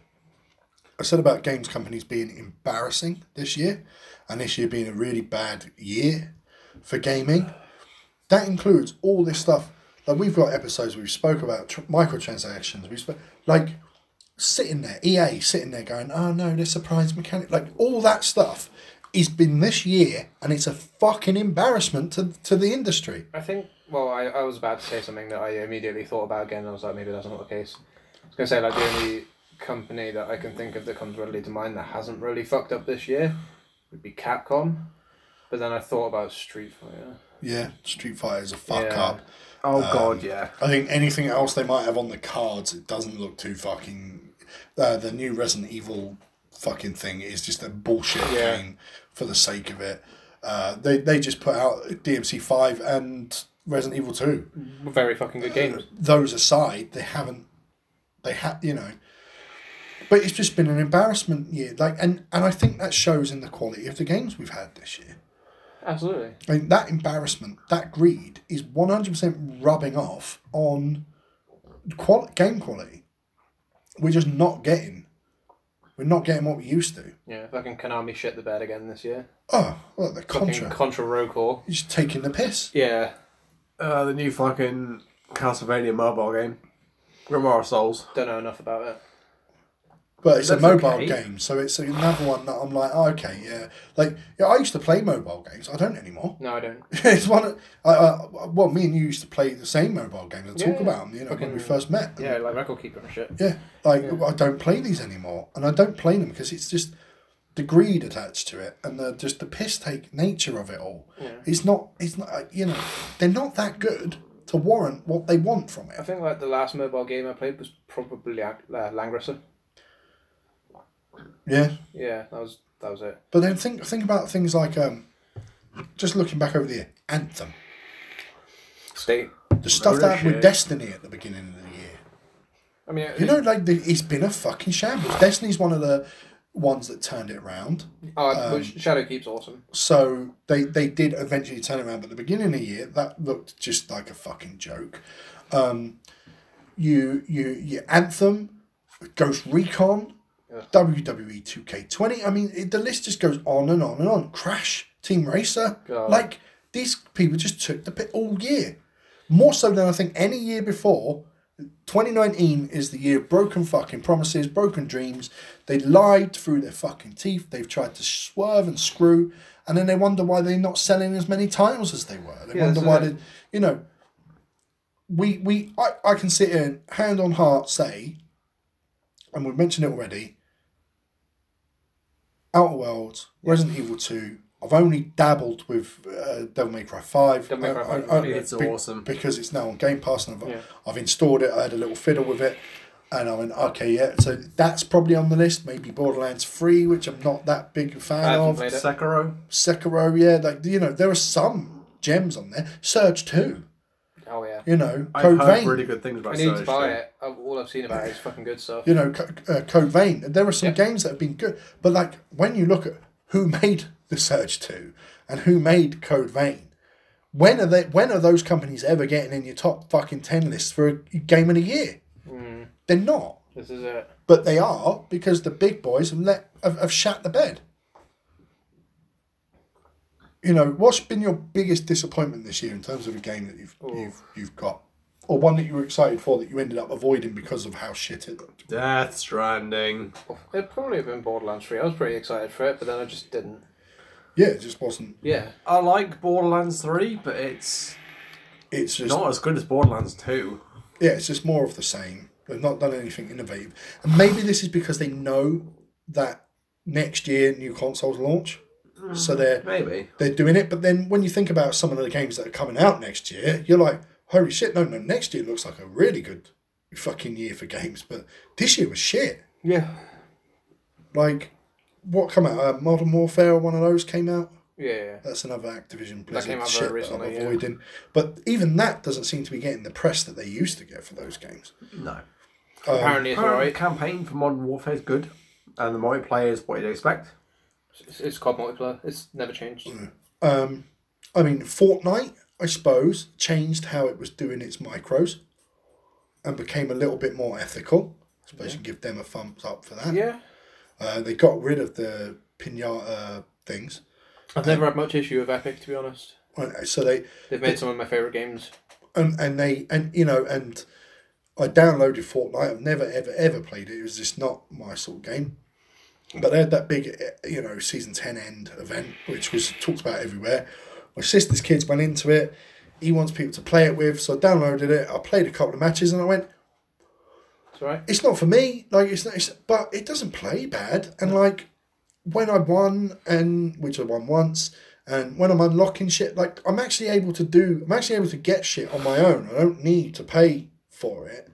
[SPEAKER 1] I said about games companies being embarrassing this year, and this year being a really bad year for gaming. That includes all this stuff. Like we've got episodes where we spoke about tr- microtransactions. We spoke like sitting there, EA sitting there going, "Oh no, this surprise mechanic!" Like all that stuff. It's been this year, and it's a fucking embarrassment to, to the industry.
[SPEAKER 2] I think. Well, I, I was about to say something that I immediately thought about again, and I was like, maybe that's not the case. I was gonna say like the only company that I can think of that comes readily to mind that hasn't really fucked up this year would be Capcom. But then I thought about Street Fighter.
[SPEAKER 1] Yeah, Street Fighter is a fuck
[SPEAKER 2] Yeah.
[SPEAKER 1] up.
[SPEAKER 3] Oh god, yeah.
[SPEAKER 1] I think anything else they might have on the cards, it doesn't look too fucking. Uh, the new Resident Evil fucking thing is just a bullshit
[SPEAKER 2] Yeah.
[SPEAKER 1] game for the sake of it. Uh, they they just put out DMC five and Resident Evil two.
[SPEAKER 2] Very fucking good games.
[SPEAKER 1] Those aside, they haven't. They have you know. But it's just been an embarrassment year, like, and, and I think that shows in the quality of the games we've had this year.
[SPEAKER 2] Absolutely.
[SPEAKER 1] I mean, that embarrassment, that greed is 100% rubbing off on qual- game quality. We're just not getting. We're not getting what we used to.
[SPEAKER 2] Yeah. Fucking Konami shit the bed again this year.
[SPEAKER 1] Oh, well, the
[SPEAKER 2] Fucking
[SPEAKER 1] Contra.
[SPEAKER 2] Contra Rocore.
[SPEAKER 1] You're just taking the piss.
[SPEAKER 2] Yeah.
[SPEAKER 3] Uh, the new fucking Castlevania mobile game, Grimoire of Souls.
[SPEAKER 2] Don't know enough about it.
[SPEAKER 1] But it's a
[SPEAKER 3] That's
[SPEAKER 1] mobile
[SPEAKER 3] okay.
[SPEAKER 1] game, so it's another one that I'm like, oh, okay, yeah. Like, yeah, I used to play mobile games. I don't anymore.
[SPEAKER 2] No, I don't.
[SPEAKER 1] it's one. Of, I, I, well, me and you used to play the same mobile games and talk
[SPEAKER 2] Yeah.
[SPEAKER 1] about them. You know, when we first met. And-
[SPEAKER 2] Yeah, like Record Keeper and shit.
[SPEAKER 1] Yeah, like I don't play these anymore, and I don't play them because it's just the greed attached to it and the just the piss take nature of it all. It's not. It's not. uh, You know, they're not that good to warrant what they want from
[SPEAKER 2] I
[SPEAKER 1] it.
[SPEAKER 2] think like the last mobile game I played was probably Lang- uh, Langrisser.
[SPEAKER 1] Yeah,
[SPEAKER 2] Yeah, that was that was it.
[SPEAKER 1] but then think think about things like um, just looking back over the year, Anthem,
[SPEAKER 2] State.
[SPEAKER 1] the stuff that happened with
[SPEAKER 3] shit.
[SPEAKER 1] Destiny at the beginning of the year.
[SPEAKER 2] I mean,
[SPEAKER 1] You know, like the, it's been a fucking shambles. Destiny's one of the ones that turned it around.
[SPEAKER 2] Oh, but Shadow Keep's awesome.
[SPEAKER 1] So they they did eventually turn around, but at the beginning of the year, that looked just like a fucking joke. Um, you you you Anthem, Ghost Recon, WWE Two K Twenty. I mean, it, the list just goes on and on and on. Crash, Team Racer,
[SPEAKER 2] God.
[SPEAKER 1] like these people just took the pit all year, more so than I think any year before. 2019 is the year of broken fucking promises, broken dreams. They lied through their fucking teeth. They've tried to swerve and screw, and then they wonder why they're not selling as many titles as they were. They
[SPEAKER 2] Yeah,
[SPEAKER 1] wonder
[SPEAKER 2] so
[SPEAKER 1] why
[SPEAKER 2] that-
[SPEAKER 1] they, you know, we we I, I can sit here and hand on heart say, and we've mentioned it already. Outer Worlds, Resident Evil Two. I've only dabbled with uh, Devil May Cry Five.
[SPEAKER 2] Devil May Cry
[SPEAKER 1] uh,
[SPEAKER 2] 5 is
[SPEAKER 1] uh,
[SPEAKER 2] really
[SPEAKER 1] uh,
[SPEAKER 3] It's
[SPEAKER 1] be-
[SPEAKER 3] awesome.
[SPEAKER 1] because it's now on Game Pass, and I've,
[SPEAKER 2] Yeah.
[SPEAKER 1] I've installed it. I had a little fiddle with it, and I went, okay, yeah. So that's probably on the list. Maybe Borderlands Three, which I'm not that big a fan
[SPEAKER 2] I haven't
[SPEAKER 1] of.
[SPEAKER 2] played it.
[SPEAKER 3] Sekiro.
[SPEAKER 1] Sekiro, yeah, like you know, there are some gems on there. Surge Two,
[SPEAKER 2] Oh yeah.
[SPEAKER 1] you know,
[SPEAKER 3] I've
[SPEAKER 1] Code
[SPEAKER 3] heard
[SPEAKER 1] Vein,
[SPEAKER 3] really good things about
[SPEAKER 2] I need to
[SPEAKER 3] Surge
[SPEAKER 2] buy
[SPEAKER 3] too.
[SPEAKER 2] it. Uh, All I've seen about it is fucking good stuff.
[SPEAKER 1] you know, Co- uh, Code Vein. There are some
[SPEAKER 2] Yeah.
[SPEAKER 1] games that have been good, but like when you look at who made the Surge Two and who made Code Vein, when are they? When are those companies ever getting in your top fucking ten lists for a game in a year? They're not,
[SPEAKER 2] This is it.
[SPEAKER 1] but they are because the big boys have let have, have shat the bed. You know, what's been your biggest disappointment this year in terms of a game that you've you've you've got, or one that you were excited for that you ended up avoiding because of how shit it looked?
[SPEAKER 3] Death Stranding.
[SPEAKER 2] It'd probably have been Borderlands 3. I was pretty excited for it, but then I just didn't.
[SPEAKER 1] Yeah, it just wasn't.
[SPEAKER 2] Yeah.
[SPEAKER 3] I like Borderlands 3, but it's
[SPEAKER 1] It's just
[SPEAKER 3] not as good as Borderlands 2.
[SPEAKER 1] yeah, it's just more of the same. They've not done anything innovative, and maybe this is because they know that next year new consoles launch, so they're
[SPEAKER 3] Maybe.
[SPEAKER 1] they're doing it. But then when you think about some of the games that are coming out next year, you're like, holy shit, no, no, next year looks like a really good fucking year for games, but this year was shit.
[SPEAKER 2] Yeah.
[SPEAKER 1] Like, what come out? Uh, Modern Warfare, one of those came out.
[SPEAKER 2] Yeah. yeah.
[SPEAKER 1] That's another Activision Blizzard
[SPEAKER 2] came out
[SPEAKER 1] shit
[SPEAKER 2] very
[SPEAKER 1] that I'm
[SPEAKER 2] recently, yeah.
[SPEAKER 1] avoiding. But even that doesn't seem to be getting the press that they used to get for those games.
[SPEAKER 3] No.
[SPEAKER 2] Apparently it's
[SPEAKER 3] Apparently,
[SPEAKER 2] alright.
[SPEAKER 3] the campaign for Modern Warfare is good, and the multiplayer is what you'd expect.
[SPEAKER 2] It's, it's COD multiplayer. It's never changed.
[SPEAKER 1] Um, I mean, Fortnite, I suppose, changed how it was doing its micros and became a little bit more ethical. I suppose you can give them a thumbs up for that.
[SPEAKER 2] Yeah.
[SPEAKER 1] Uh, they got rid of the pinata things.
[SPEAKER 2] I've never had much issue with Epic, to be honest.
[SPEAKER 1] Uh, So they
[SPEAKER 2] They've made some of my favourite games.
[SPEAKER 1] and, and they and you know and I downloaded Fortnite. I've never ever ever played it. It was just not my sort of game. But they had that big eh, you know season ten end event, which was talked about everywhere. My sister's kids went into it. He wants people to play it with, so I downloaded it. I played a couple of matches, and I went,
[SPEAKER 2] It's alright.
[SPEAKER 1] it's not for me. Like it's not, it's, but it doesn't play bad. And like when I won, and which I won once, and when I'm unlocking shit, like I'm actually able to do. I'm actually able to get shit on my own. I don't need to pay for it.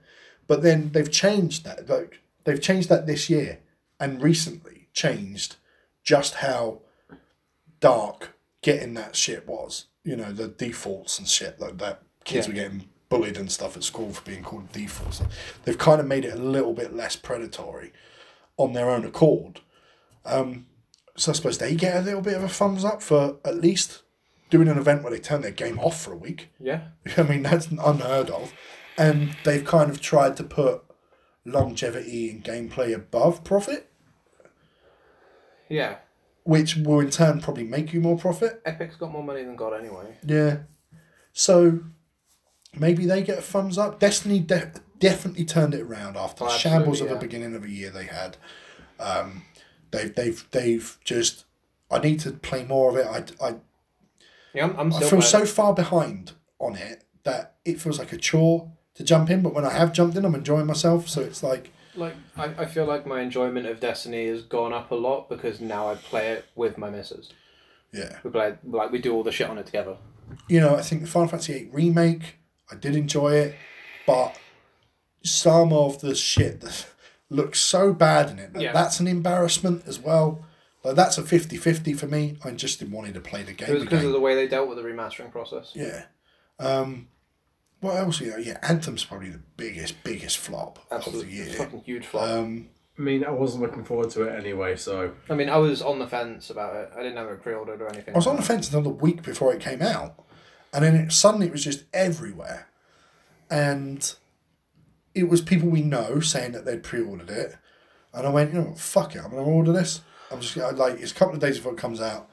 [SPEAKER 1] But then they've changed that. Like they've changed that this year, and recently changed just how dark getting that shit was. You know the defaults and shit like that. Kids
[SPEAKER 2] Yeah.
[SPEAKER 1] were getting bullied and stuff at school for being called defaults. They've kind of made it a little bit less predatory on their own accord. Um, so I suppose they get a little bit of a thumbs up for at least doing an event where they turn their game off for a week.
[SPEAKER 2] Yeah.
[SPEAKER 1] I mean, that's unheard of. And they've kind of tried to put longevity and gameplay above profit,
[SPEAKER 2] Yeah.
[SPEAKER 1] which will in turn probably make you more profit.
[SPEAKER 2] Epic's got more money than God anyway.
[SPEAKER 1] Yeah. So maybe they get a thumbs up. Destiny de- definitely turned it around after
[SPEAKER 2] Oh,
[SPEAKER 1] the shambles of
[SPEAKER 2] absolutely,
[SPEAKER 1] the
[SPEAKER 2] yeah.
[SPEAKER 1] beginning of the year they had. Um, they've they've they've just. I need to play more of it. I I,
[SPEAKER 2] Yeah, I'm, I'm
[SPEAKER 1] I
[SPEAKER 2] still
[SPEAKER 1] feel
[SPEAKER 2] playing
[SPEAKER 1] so far behind on it that it feels like a chore to jump in. But when I have jumped in, I'm enjoying myself. So it's like
[SPEAKER 2] like I, I feel like my enjoyment of Destiny has gone up a lot because now I play it with my missus.
[SPEAKER 1] yeah.
[SPEAKER 2] We play like we do all the shit on it together.
[SPEAKER 1] you know, I think the Final Fantasy VIII remake, I did enjoy it, but some of the shit that looks so bad in it, that
[SPEAKER 2] Yeah.
[SPEAKER 1] that's an embarrassment as well. Like that's a 50-50 for me. I just didn't wanted to play the
[SPEAKER 2] It was
[SPEAKER 1] game
[SPEAKER 2] because
[SPEAKER 1] again.
[SPEAKER 2] of the way they dealt with the remastering process.
[SPEAKER 1] yeah. Um, what else? You know, yeah, Anthem's probably the biggest, biggest flop
[SPEAKER 2] Absolutely
[SPEAKER 1] of the year.
[SPEAKER 2] fucking huge flop.
[SPEAKER 1] Um,
[SPEAKER 3] I mean, I wasn't looking forward to it anyway, so
[SPEAKER 2] I mean, I was on the fence about it. I didn't have it pre-ordered or anything.
[SPEAKER 1] I was on the fence another week before it came out, and then it, suddenly it was just everywhere, and it was people we know saying that they'd pre-ordered it, and I went, you know what, fuck it, I'm gonna order this. I'm just gonna, like it's a couple of days before it comes out.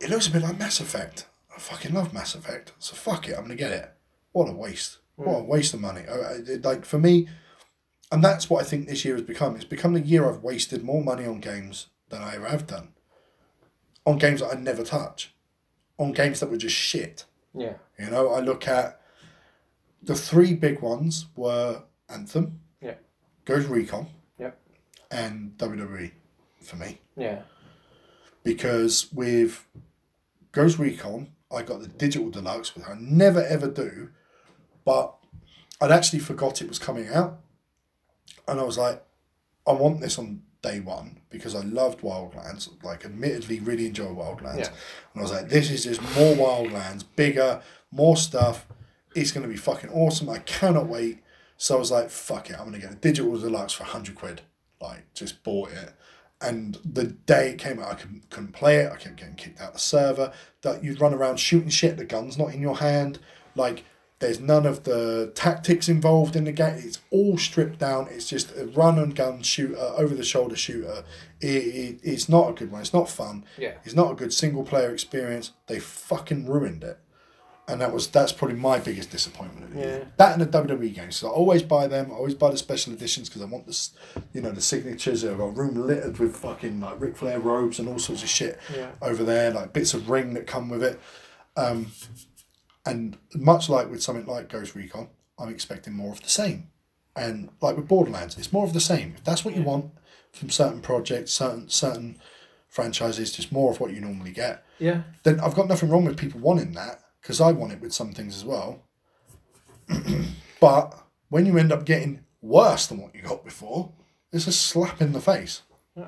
[SPEAKER 1] It looks a bit like Mass Effect. I fucking love Mass Effect, so fuck it, I'm gonna get it. What a waste! What a waste of money. I- I- it- Like for me, and that's what I think this year has become. It's become the year I've wasted more money on games than I ever have done on games that I never touch, on games that were just shit.
[SPEAKER 2] Yeah.
[SPEAKER 1] You know, I look at the three big ones were Anthem,
[SPEAKER 2] Yeah.
[SPEAKER 1] Ghost Recon,
[SPEAKER 2] Yeah.
[SPEAKER 1] and WWE for me
[SPEAKER 2] Yeah.
[SPEAKER 1] because with Ghost Recon, I got the digital deluxe, which I never ever do, but I'd actually forgot it was coming out, and I was like, I want this on day one because I loved Wildlands, like admittedly really enjoy Wildlands,
[SPEAKER 2] Yeah.
[SPEAKER 1] and I was like, this is just more Wildlands, bigger, more stuff. It's gonna be fucking awesome. I cannot wait. So I was like, fuck it, I'm gonna get a digital deluxe for hundred quid. Like, just bought it and the day it came out, I couldn't, couldn't play it. I kept getting kicked out of the server. That you'd run around shooting shit. The gun's not in your hand. Like there's none of the tactics involved in the game. It's all stripped down. It's just a run and gun shooter, over the shoulder shooter. It, it, it's not a good one. It's not fun.
[SPEAKER 2] Yeah.
[SPEAKER 1] It's not a good single player experience. They fucking ruined it. And that was that's probably my biggest disappointment of the
[SPEAKER 2] Yeah.
[SPEAKER 1] year. That and the WWE games. So I always buy them. I always buy the special editions because I want this, you know, the signatures. I've got a room littered with fucking like Ric Flair robes and all sorts of shit
[SPEAKER 2] Yeah.
[SPEAKER 1] over there, like bits of ring that come with it. Um, and much like with something like Ghost Recon, I'm expecting more of the same. And like with Borderlands, it's more of the same. If that's what you want from certain projects, certain certain franchises, just more of what you normally get
[SPEAKER 2] Yeah.
[SPEAKER 1] then I've got nothing wrong with people wanting that because I want it with some things as well. but when you end up getting worse than what you got before, it's a slap in the face.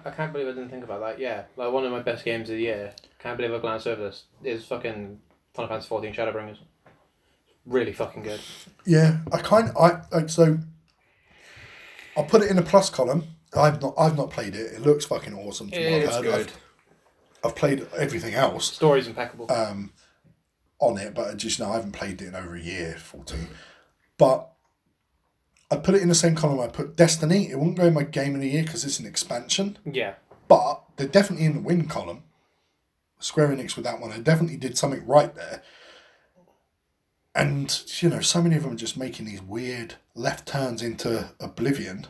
[SPEAKER 2] I can't believe I didn't think about that. Yeah, like one of my best games of the year. Can't believe I glanced over this. Is fucking Final Fantasy fourteen Shadowbringers. Really fucking good.
[SPEAKER 1] Yeah, I kind I like so. I'll put it in the plus column. I've not I've not played it. It looks fucking awesome. From what I've, heard. I've, I've played everything else
[SPEAKER 2] Story's impeccable.
[SPEAKER 1] Uh, on it, but I just now I haven't played it in over a year, fourteen. But I put it in the same column I put Destiny. It wouldn't go in my game of the year because it's an expansion.
[SPEAKER 2] yeah.
[SPEAKER 1] but they're definitely in the win column. Square Enix with that one, they definitely did something right there. And you know, so many of them are just making these weird left turns into oblivion.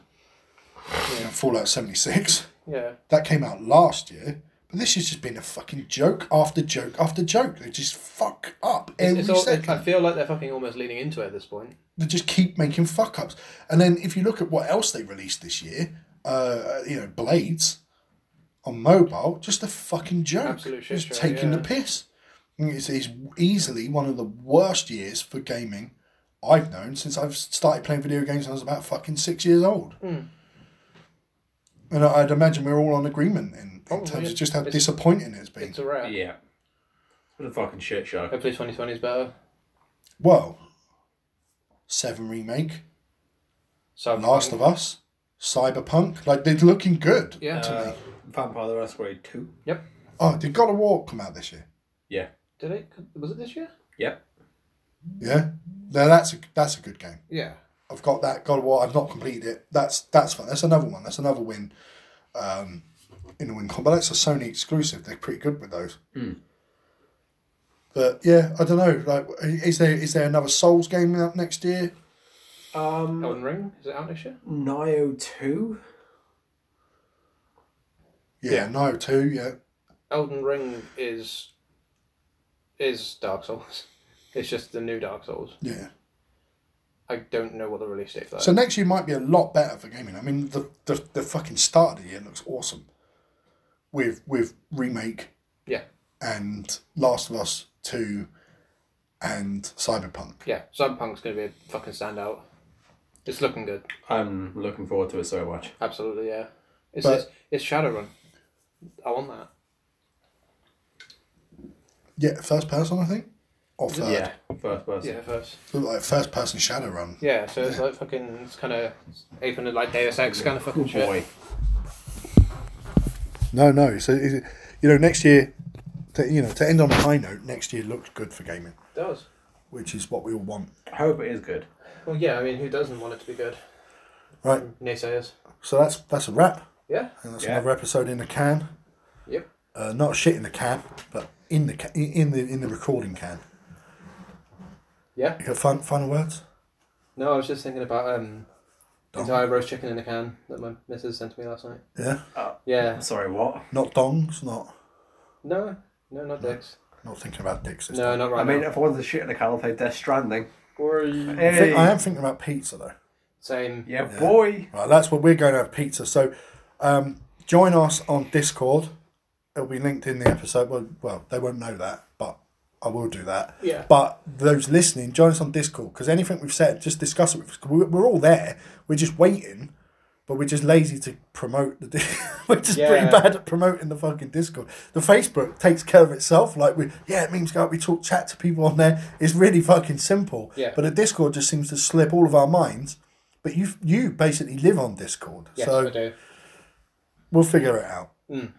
[SPEAKER 1] You know, Fallout seventy six
[SPEAKER 2] Yeah.
[SPEAKER 1] that came out last year, but this has just been a fucking joke after joke after joke. They just fuck up every
[SPEAKER 2] It's all,
[SPEAKER 1] second
[SPEAKER 2] I feel like they're fucking almost leaning into it at this point.
[SPEAKER 1] they just keep making fuck ups. And then if you look at what else they released this year, uh, you know, Blades on mobile, just a fucking joke.
[SPEAKER 2] Absolute shit
[SPEAKER 1] Just
[SPEAKER 2] show,
[SPEAKER 1] taking the
[SPEAKER 2] yeah.
[SPEAKER 1] piss. I mean, It's, it's easily one of the worst years for gaming I've known since I've started playing video games when I was about fucking six years old.
[SPEAKER 2] Hmm.
[SPEAKER 1] And I- I'd imagine we're all on agreement in, in
[SPEAKER 2] Probably,
[SPEAKER 1] terms
[SPEAKER 2] yeah.
[SPEAKER 1] of just how
[SPEAKER 2] It's-
[SPEAKER 1] disappointing it's been.
[SPEAKER 2] It's a wrap.
[SPEAKER 5] Yeah. What a fucking shit show.
[SPEAKER 2] Hopefully twenty twenty is better.
[SPEAKER 1] Well, Seven Remake,
[SPEAKER 2] So
[SPEAKER 1] Last of Us, Cyberpunk, like they're looking good.
[SPEAKER 2] Yeah.
[SPEAKER 5] Uh, Vampire the Masquerade 2.
[SPEAKER 2] yep.
[SPEAKER 1] Oh, did God of War come out this year?
[SPEAKER 5] Yeah.
[SPEAKER 2] Did it? Was it this year?
[SPEAKER 5] Yep.
[SPEAKER 1] Yeah. No, that's a that's a good game.
[SPEAKER 2] Yeah.
[SPEAKER 1] I've got that God of War. I've not completed it. That's that's fun. That's another one. That's another win. Um, in the win combo. That's a Sony exclusive. They're pretty good with those. But yeah, I don't know. Like, is there is there another Souls game out next year?
[SPEAKER 3] Um,
[SPEAKER 2] Elden Ring is it out this year?
[SPEAKER 3] Nio 2?
[SPEAKER 1] Yeah, no, two. Yeah,
[SPEAKER 2] Elden Ring is is Dark Souls. It's just the new Dark Souls.
[SPEAKER 1] yeah.
[SPEAKER 2] I don't know what the release date for that.
[SPEAKER 1] So next year might be a lot better for gaming. I mean, the the, the fucking start of the year looks awesome. With with remake
[SPEAKER 2] yeah.
[SPEAKER 1] and Last of Us 2 and Cyberpunk.
[SPEAKER 2] Yeah, Cyberpunk's going to be a fucking standout. It's looking good.
[SPEAKER 5] I'm looking forward to it so much.
[SPEAKER 2] Absolutely, yeah. It's
[SPEAKER 1] But-
[SPEAKER 2] it's, it's Shadowrun. I want that.
[SPEAKER 1] Yeah, first person, I think. Or third.
[SPEAKER 5] Yeah. First person.
[SPEAKER 2] Yeah, first.
[SPEAKER 1] Look Like first person Shadowrun.
[SPEAKER 2] Yeah, so it's like fucking, it's kind of aping it like Deus Ex kind of fucking shit.
[SPEAKER 5] Oh, Boy.
[SPEAKER 1] No, no. So, is it- you know, next year, to, you know, to end on a high note, next year looks good for gaming,
[SPEAKER 2] does.
[SPEAKER 1] which is what we all want.
[SPEAKER 5] I hope it is good.
[SPEAKER 2] Well, yeah, I mean, who doesn't want it to be good?
[SPEAKER 1] Right.
[SPEAKER 2] Naysayers.
[SPEAKER 1] So that's that's a wrap.
[SPEAKER 2] Yeah.
[SPEAKER 1] And that's
[SPEAKER 5] Yeah.
[SPEAKER 1] another episode in the can.
[SPEAKER 2] Yep.
[SPEAKER 1] Uh, not shit in the can, but in the ca- in the in the recording can.
[SPEAKER 2] Yeah.
[SPEAKER 1] You got fin- final words?
[SPEAKER 2] No, I was just thinking about um, entire roast chicken in a can that my missus sent to me last night.
[SPEAKER 1] Yeah.
[SPEAKER 2] Yeah.
[SPEAKER 5] Sorry, what?
[SPEAKER 1] Not dongs. Not
[SPEAKER 2] No, no, not dicks.
[SPEAKER 1] not thinking about dicks. this
[SPEAKER 2] No, not right
[SPEAKER 5] I mean,
[SPEAKER 2] now.
[SPEAKER 5] if I wanted to shit in a can, I'll play Death Stranding.
[SPEAKER 4] Or you...
[SPEAKER 1] I think- I
[SPEAKER 5] Hey.
[SPEAKER 1] am thinking about pizza though.
[SPEAKER 2] Same.
[SPEAKER 5] Yeah, boy.
[SPEAKER 1] Right, that's what we're going to have pizza. So, um, join us on Discord. It'll be linked in the episode. Well, well, they won't know that, but I will do that.
[SPEAKER 2] Yeah.
[SPEAKER 1] But those listening, join us on Discord because anything we've said, just discuss it with us. 'Cause We're, we're all there. We're just waiting, but we're just lazy to promote the. Di- we're just pretty
[SPEAKER 2] Yeah.
[SPEAKER 1] bad at promoting the fucking Discord. The Facebook takes care of itself. Like we, yeah, it means go out. We talk, chat to people on there. It's really fucking simple.
[SPEAKER 2] Yeah.
[SPEAKER 1] But the Discord just seems to slip all of our minds. But you you basically live on Discord,
[SPEAKER 2] Yes, I
[SPEAKER 1] so
[SPEAKER 2] do.
[SPEAKER 1] we'll figure it out.
[SPEAKER 2] Mm.